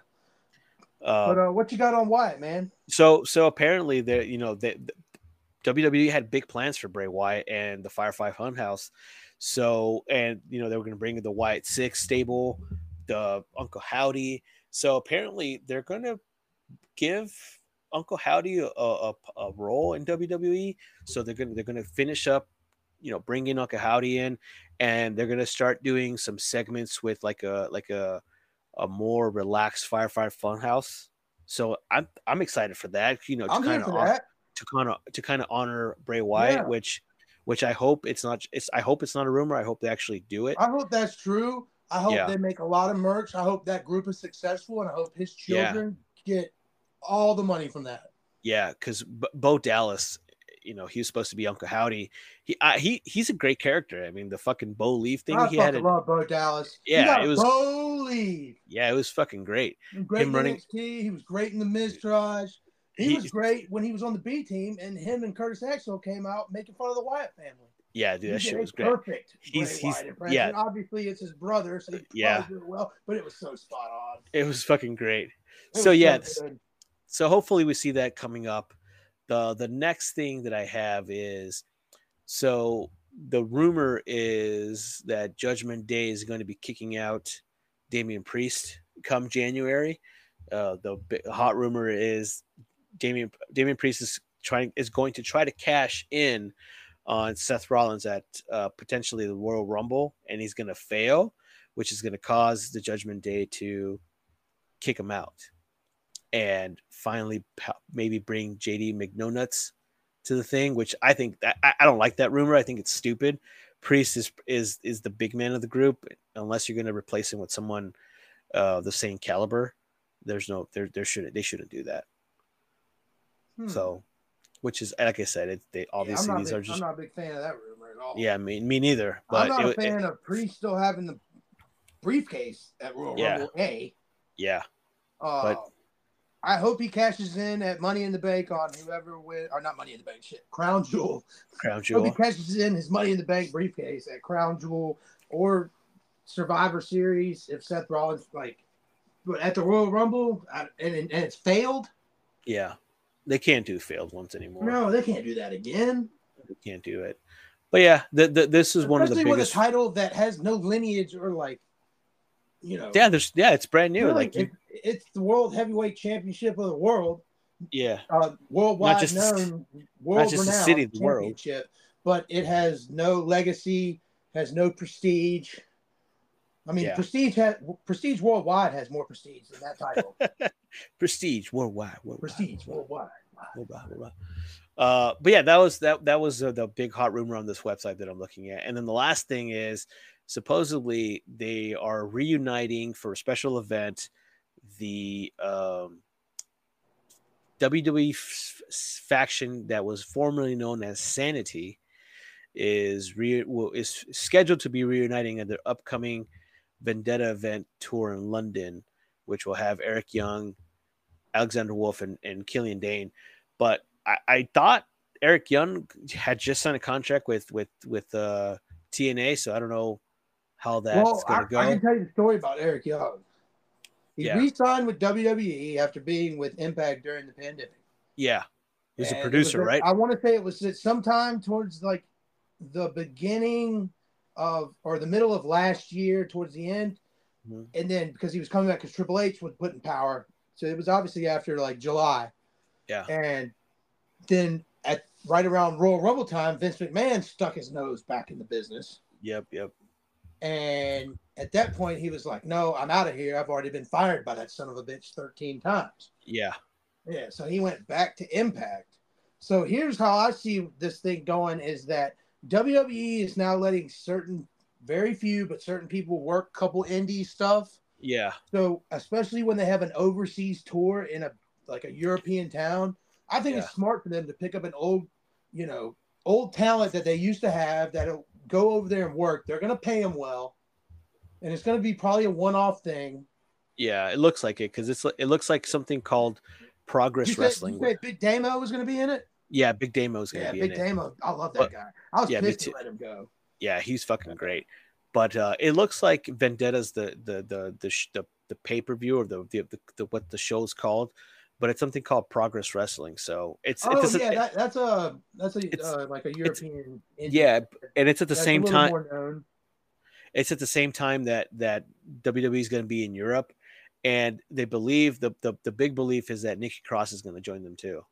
[SPEAKER 2] uh,
[SPEAKER 1] but uh, what you got on Wyatt, man?
[SPEAKER 2] so so apparently there you know they, the WWE E had big plans for Bray Wyatt and the Firefly Funhouse. So and you know they were going to bring in the Wyatt Six stable, the Uncle Howdy. So apparently they're going to give Uncle Howdy a, a, a role in WWE. So they're going to they're going to finish up, you know, bring in Uncle Howdy in, and they're going to start doing some segments with like a like a a more relaxed Firefly Funhouse. So I'm I'm excited for that. You know, to
[SPEAKER 1] I'm here
[SPEAKER 2] kind
[SPEAKER 1] for
[SPEAKER 2] of
[SPEAKER 1] that.
[SPEAKER 2] to kind of to kind of honor Bray Wyatt,
[SPEAKER 1] Yeah.
[SPEAKER 2] which which I hope it's not. It's I hope it's not a rumor. I hope they actually do it.
[SPEAKER 1] I hope that's true. I hope
[SPEAKER 2] Yeah.
[SPEAKER 1] they make a lot of merch. I hope that group is successful, and I hope his
[SPEAKER 2] Yeah.
[SPEAKER 1] children get all the money from that.
[SPEAKER 2] Yeah, because Bo Dallas, you know, he was supposed to be Uncle Howdy. He I, he he's a great character. I mean, the fucking Bo Leaf thing
[SPEAKER 1] I
[SPEAKER 2] he
[SPEAKER 1] fucking
[SPEAKER 2] had. in-
[SPEAKER 1] love Bo Dallas. You
[SPEAKER 2] Yeah,
[SPEAKER 1] got
[SPEAKER 2] it was-
[SPEAKER 1] Bo Leave.
[SPEAKER 2] yeah, it was fucking great.
[SPEAKER 1] He was great
[SPEAKER 2] Him
[SPEAKER 1] in
[SPEAKER 2] running-
[SPEAKER 1] NXT. He was great in the Miz Triage. He,
[SPEAKER 2] He-
[SPEAKER 1] was great when he was on the B team, and him and Curtis Axel came out making fun of the Wyatt family.
[SPEAKER 2] Yeah, dude,
[SPEAKER 1] He
[SPEAKER 2] that
[SPEAKER 1] did
[SPEAKER 2] shit
[SPEAKER 1] a
[SPEAKER 2] was great.
[SPEAKER 1] Perfect.
[SPEAKER 2] He's-
[SPEAKER 1] Bray
[SPEAKER 2] he's-
[SPEAKER 1] Wyatt impression.
[SPEAKER 2] yeah.
[SPEAKER 1] Obviously, it's his brother, so he
[SPEAKER 2] Yeah.
[SPEAKER 1] yeah. did it well. But it was so spot on.
[SPEAKER 2] It was fucking great.
[SPEAKER 1] It was
[SPEAKER 2] so yeah, s-
[SPEAKER 1] good.
[SPEAKER 2] so hopefully we see that coming up. The the next thing that I have is so the rumor is that Judgment Day is going to be kicking out Damian Priest come January. Uh, the bi- hot rumor is Damian Damian Priest is trying is going to try to cash in on Seth Rollins at uh, potentially the Royal Rumble, and he's going to fail, which is going to cause the Judgment Day to kick him out and finally p- maybe bring JD McNonuts to the thing, which I think that, I, I don't like that rumor. I think it's stupid. Priest is is is the big man of the group, unless you're going to replace him with someone uh, the same caliber. There's no there there shouldn't they shouldn't do that.
[SPEAKER 1] Hmm.
[SPEAKER 2] So, which is like I said, it, they
[SPEAKER 1] Yeah,
[SPEAKER 2] obviously
[SPEAKER 1] I'm not,
[SPEAKER 2] these
[SPEAKER 1] big,
[SPEAKER 2] are just
[SPEAKER 1] I'm not a big fan of that rumor at all.
[SPEAKER 2] yeah. I mean, me neither.
[SPEAKER 1] I'm
[SPEAKER 2] But
[SPEAKER 1] not
[SPEAKER 2] it-
[SPEAKER 1] a
[SPEAKER 2] it-
[SPEAKER 1] fan of Priest still having the briefcase at Royal
[SPEAKER 2] Yeah.
[SPEAKER 1] Rumble. A.
[SPEAKER 2] yeah,
[SPEAKER 1] Uh,
[SPEAKER 2] But-
[SPEAKER 1] I hope he cashes in at Money in the Bank on whoever win or not Money in the Bank shit Crown Jewel.
[SPEAKER 2] crown
[SPEAKER 1] I
[SPEAKER 2] jewel.
[SPEAKER 1] Hope he cashes in his Money in the Bank briefcase at Crown Jewel or Survivor Series if Seth Rollins like. But at the Royal Rumble I, and, and it's failed.
[SPEAKER 2] Yeah, they can't do failed ones anymore.
[SPEAKER 1] No, they can't do that again.
[SPEAKER 2] They can't do it. But yeah, the, the, this is one of the
[SPEAKER 1] Especially with a
[SPEAKER 2] biggest.
[SPEAKER 1] title that has no lineage or like you know.
[SPEAKER 2] Yeah, there's yeah, it's brand new.
[SPEAKER 1] really,
[SPEAKER 2] like you,
[SPEAKER 1] it- it's the World Heavyweight Championship of the world.
[SPEAKER 2] yeah,
[SPEAKER 1] uh, worldwide
[SPEAKER 2] just the
[SPEAKER 1] known, world
[SPEAKER 2] just the city, the world.
[SPEAKER 1] championship, but it has no legacy, has no prestige. I mean,
[SPEAKER 2] Yeah.
[SPEAKER 1] prestige has prestige worldwide has more prestige than that title.
[SPEAKER 2] prestige worldwide, worldwide
[SPEAKER 1] prestige
[SPEAKER 2] worldwide,
[SPEAKER 1] worldwide.
[SPEAKER 2] worldwide, worldwide. Uh, but yeah, that was that that was uh, the big hot rumor on this website that I'm looking at. And then the last thing is supposedly they are reuniting for a special event the um, WWE f- f- faction that was formerly known as Sanity is re- will, is scheduled to be reuniting at their upcoming Vendetta event tour in London, which will have Eric Young, Alexander Wolf, and, and Killian Dane. But I, I thought Eric Young had just signed a contract with with with uh, TNA, so I don't know how that's
[SPEAKER 1] well, I,
[SPEAKER 2] going to go.
[SPEAKER 1] I can tell you the story about Eric Young. He
[SPEAKER 2] Yeah.
[SPEAKER 1] re-signed with WWE after being with Impact during the pandemic.
[SPEAKER 2] yeah, he's
[SPEAKER 1] And
[SPEAKER 2] a
[SPEAKER 1] it
[SPEAKER 2] producer,
[SPEAKER 1] was-
[SPEAKER 2] right?
[SPEAKER 1] I want to say it was at sometime towards like the beginning of or the middle of last year, towards the end.
[SPEAKER 2] Mhm.
[SPEAKER 1] And then because he was coming back because Triple H was put in power. So it was obviously after like July.
[SPEAKER 2] Yeah.
[SPEAKER 1] And then at right around Royal Rumble time, Vince McMahon stuck his nose back in the business.
[SPEAKER 2] Yep, yep.
[SPEAKER 1] And at that point, he was like, No, I'm out of here. I've already been fired by that son of a bitch 13 times.
[SPEAKER 2] Yeah.
[SPEAKER 1] Yeah, so he went back to Impact. So here's how I see this thing going is that WWE is now letting certain very few but certain people work couple indie stuff.
[SPEAKER 2] Yeah.
[SPEAKER 1] So especially when they have an overseas tour in a like a European town, I think
[SPEAKER 2] Yeah.
[SPEAKER 1] it's smart for them to pick up an old, you know, old talent that they used to have that'll go over there and work. They're going to pay them well. And it's going to be probably a one-off thing.
[SPEAKER 2] Yeah. It looks like it because it's it looks like something called Progress
[SPEAKER 1] You said,
[SPEAKER 2] Wrestling.
[SPEAKER 1] you said Big Damo was going to be in it?
[SPEAKER 2] yeah, Big Damo's gonna
[SPEAKER 1] Yeah,
[SPEAKER 2] be
[SPEAKER 1] Big
[SPEAKER 2] in it.
[SPEAKER 1] Damo. I love that
[SPEAKER 2] But-
[SPEAKER 1] guy. I was
[SPEAKER 2] yeah, me
[SPEAKER 1] pissed
[SPEAKER 2] too.
[SPEAKER 1] to let him go.
[SPEAKER 2] Yeah, he's fucking great. But uh, it looks like Vendetta's the the the the sh- the, the pay per view or the, the, the, what the show's called, but it's something called Progress Wrestling. So it's
[SPEAKER 1] Oh
[SPEAKER 2] it's
[SPEAKER 1] yeah, that, that's a that's a
[SPEAKER 2] It's-
[SPEAKER 1] uh, like a
[SPEAKER 2] it's-
[SPEAKER 1] European.
[SPEAKER 2] yeah, and it's at the
[SPEAKER 1] That's a
[SPEAKER 2] same
[SPEAKER 1] little
[SPEAKER 2] time.
[SPEAKER 1] more known.
[SPEAKER 2] it's at the same time that that WWE is going to be in Europe, and they believe the the, the big belief is that Nikki Cross is going to join them too.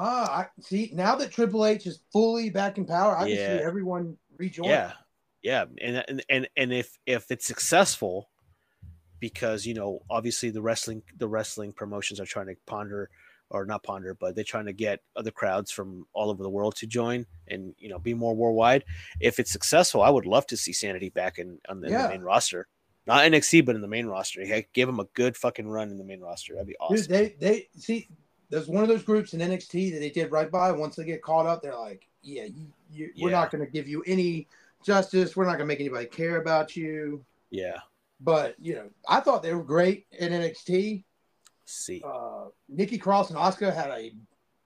[SPEAKER 1] Ah, I, see now that Triple H is fully back in power, I
[SPEAKER 2] Yeah.
[SPEAKER 1] can see everyone rejoining.
[SPEAKER 2] Yeah, yeah, and and and and if if it's successful, because you know obviously the wrestling the wrestling promotions are trying to ponder or not ponder, but they're trying to get other crowds from all over the world to join and you know be more worldwide. If it's successful, I would love to see Sanity back in on the, in the
[SPEAKER 1] Yeah.
[SPEAKER 2] main roster. Not NXT, but in the main roster. Heck, give him a good fucking run in the main roster. That'd be
[SPEAKER 1] Dude,
[SPEAKER 2] awesome.
[SPEAKER 1] they they see there's one of those groups in NXT that they did right by. Once they get caught up, they're like, yeah, you, you, we're
[SPEAKER 2] Yeah.
[SPEAKER 1] not going to give you any justice. We're not going to make anybody care about you.
[SPEAKER 2] yeah.
[SPEAKER 1] But you know, I thought they were great in NXT.
[SPEAKER 2] See.
[SPEAKER 1] uh, Nikki Cross and Oscar had a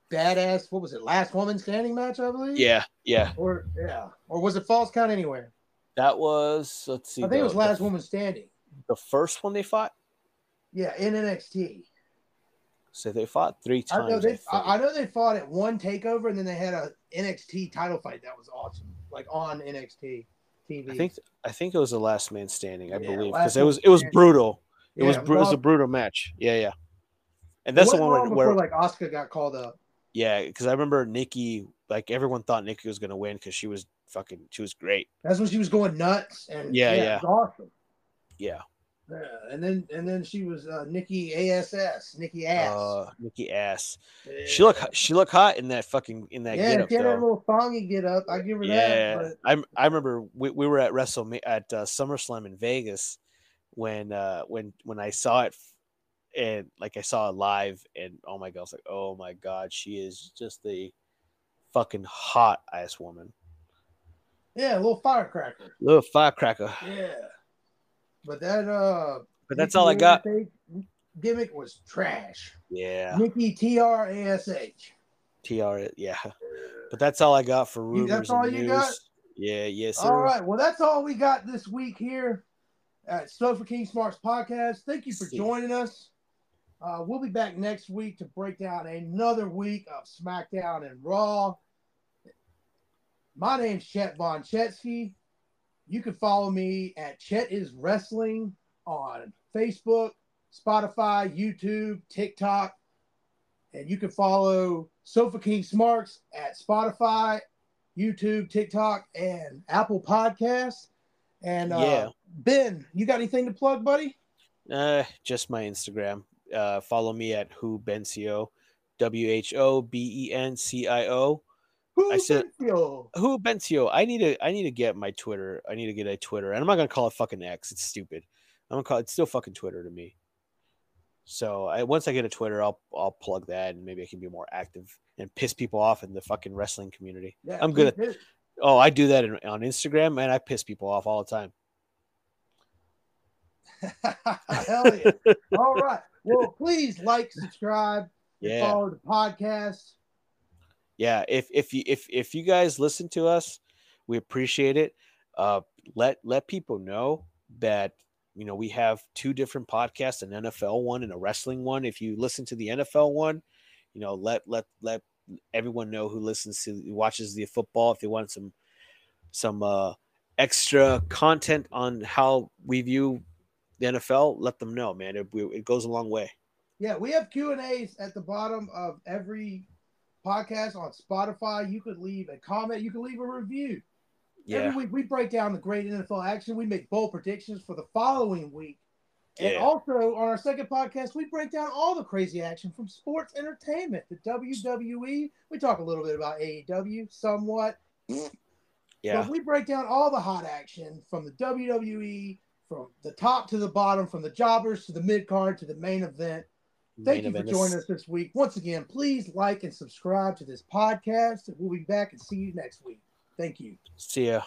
[SPEAKER 1] badass. What was it? Last woman standing match, I believe.
[SPEAKER 2] Yeah. Yeah.
[SPEAKER 1] Or yeah. Or was it false count anywhere?
[SPEAKER 2] That was let's see.
[SPEAKER 1] I think it
[SPEAKER 2] the-
[SPEAKER 1] was last
[SPEAKER 2] the,
[SPEAKER 1] woman standing.
[SPEAKER 2] the first one they fought.
[SPEAKER 1] Yeah, in NXT.
[SPEAKER 2] So they fought three
[SPEAKER 1] I
[SPEAKER 2] times.
[SPEAKER 1] know they.
[SPEAKER 2] I think.
[SPEAKER 1] I, I know they fought at one takeover, and then they had a NXT title fight that was awesome, like on NXT TV.
[SPEAKER 2] I think I think it was the last man standing, I
[SPEAKER 1] Yeah,
[SPEAKER 2] believe,
[SPEAKER 1] last
[SPEAKER 2] because it was
[SPEAKER 1] man
[SPEAKER 2] it was
[SPEAKER 1] standing.
[SPEAKER 2] brutal. It was
[SPEAKER 1] Yeah,
[SPEAKER 2] bru- it was a
[SPEAKER 1] Rob-
[SPEAKER 2] brutal match. Yeah, yeah. And that's
[SPEAKER 1] it wasn't
[SPEAKER 2] the one
[SPEAKER 1] long
[SPEAKER 2] where,
[SPEAKER 1] before,
[SPEAKER 2] where
[SPEAKER 1] like Oscar got called up.
[SPEAKER 2] yeah, because I remember Nikki, like everyone thought Nikki was gonna win because she was fucking she was great.
[SPEAKER 1] That's when she was going nuts, and
[SPEAKER 2] Yeah,
[SPEAKER 1] it was awesome.
[SPEAKER 2] Yeah.
[SPEAKER 1] Yeah, and then and then she was uh, Nikki Ass, Nikki Ass.
[SPEAKER 2] Uh, Nikki ass. She
[SPEAKER 1] Yeah.
[SPEAKER 2] looked she looked hot in that fucking in that
[SPEAKER 1] yeah,
[SPEAKER 2] getup
[SPEAKER 1] she had that
[SPEAKER 2] though.
[SPEAKER 1] little thongy get up. I give her
[SPEAKER 2] Yeah,
[SPEAKER 1] that.
[SPEAKER 2] I I remember we, we were at Wrestle at uh, SummerSlam in Vegas when uh when when I saw it f- and like I saw it live and oh my god, I was like oh my god, she is just the fucking hot ass woman,
[SPEAKER 1] But yeah, a little firecracker.
[SPEAKER 2] little firecracker.
[SPEAKER 1] Yeah. But that uh
[SPEAKER 2] But that's
[SPEAKER 1] Nikki
[SPEAKER 2] all I got.
[SPEAKER 1] ASH gimmick was trash.
[SPEAKER 2] Yeah,
[SPEAKER 1] Nikki T R A S H.
[SPEAKER 2] tr. Yeah, but that's all I got for
[SPEAKER 1] You-
[SPEAKER 2] rumors.
[SPEAKER 1] that's
[SPEAKER 2] and
[SPEAKER 1] all you got?
[SPEAKER 2] news. Yeah, yes, sir.
[SPEAKER 1] All right. Well, that's all we got this week here at Sofa King Smarts Podcast. Thank you for
[SPEAKER 2] See.
[SPEAKER 1] joining us. Uh, we'll be back next week to break down another week of SmackDown and Raw. My name's Chet Von Chetsky. You can follow me at Chet is Wrestling on Facebook, Spotify, YouTube, TikTok. And you can follow Sofa King Smarks at Spotify, YouTube, TikTok, and Apple Podcasts. And uh,
[SPEAKER 2] Yeah.
[SPEAKER 1] Ben, you got anything to plug, buddy?
[SPEAKER 2] Uh, just my Instagram. Uh, follow me at who bencio, w h o b e n c i o.
[SPEAKER 1] Who
[SPEAKER 2] I said-
[SPEAKER 1] Bencio?
[SPEAKER 2] Who bencio? I need to. I need to get my Twitter. I need to get a Twitter, and I'm not gonna call it fucking X. It's stupid. I'm gonna call it still fucking Twitter to me. So I once I get a Twitter, I'll I'll plug that, and maybe I can be more active and piss people off in the fucking wrestling community.
[SPEAKER 1] Yeah,
[SPEAKER 2] I'm good
[SPEAKER 1] please do.
[SPEAKER 2] Oh, I do that in, on Instagram, and I piss people off all the time.
[SPEAKER 1] Hell yeah. All right. Well, please like, subscribe, and
[SPEAKER 2] Yeah.
[SPEAKER 1] follow the podcast.
[SPEAKER 2] yeah if if you if if you guys listen to us we appreciate it uh let let people know that you know we have two different podcasts an nfl one and a wrestling one if you listen to the nfl one you know let let let everyone know who listens to watches the football if they want some some uh extra content on how we view the nfl let them know man it, it goes a long way
[SPEAKER 1] Yeah, we have Q and A's at the bottom of every podcast on Spotify. You could leave a comment. You can leave a review.
[SPEAKER 2] yeah
[SPEAKER 1] Every week we break down the great NFL action. We make bold predictions for the following week. And
[SPEAKER 2] Yeah.
[SPEAKER 1] also on our second podcast, we break down all the crazy action from sports entertainment, the WWE. We talk a little bit about AEW somewhat.
[SPEAKER 2] yeah
[SPEAKER 1] But we break down all the hot action from the WWE, from the top to the bottom, from the jobbers to the mid card to the main event. Thank
[SPEAKER 2] Main
[SPEAKER 1] you for
[SPEAKER 2] event is-
[SPEAKER 1] joining us this week. Once again, please like and subscribe to this podcast. We'll be back and see you next week. Thank you.
[SPEAKER 2] see ya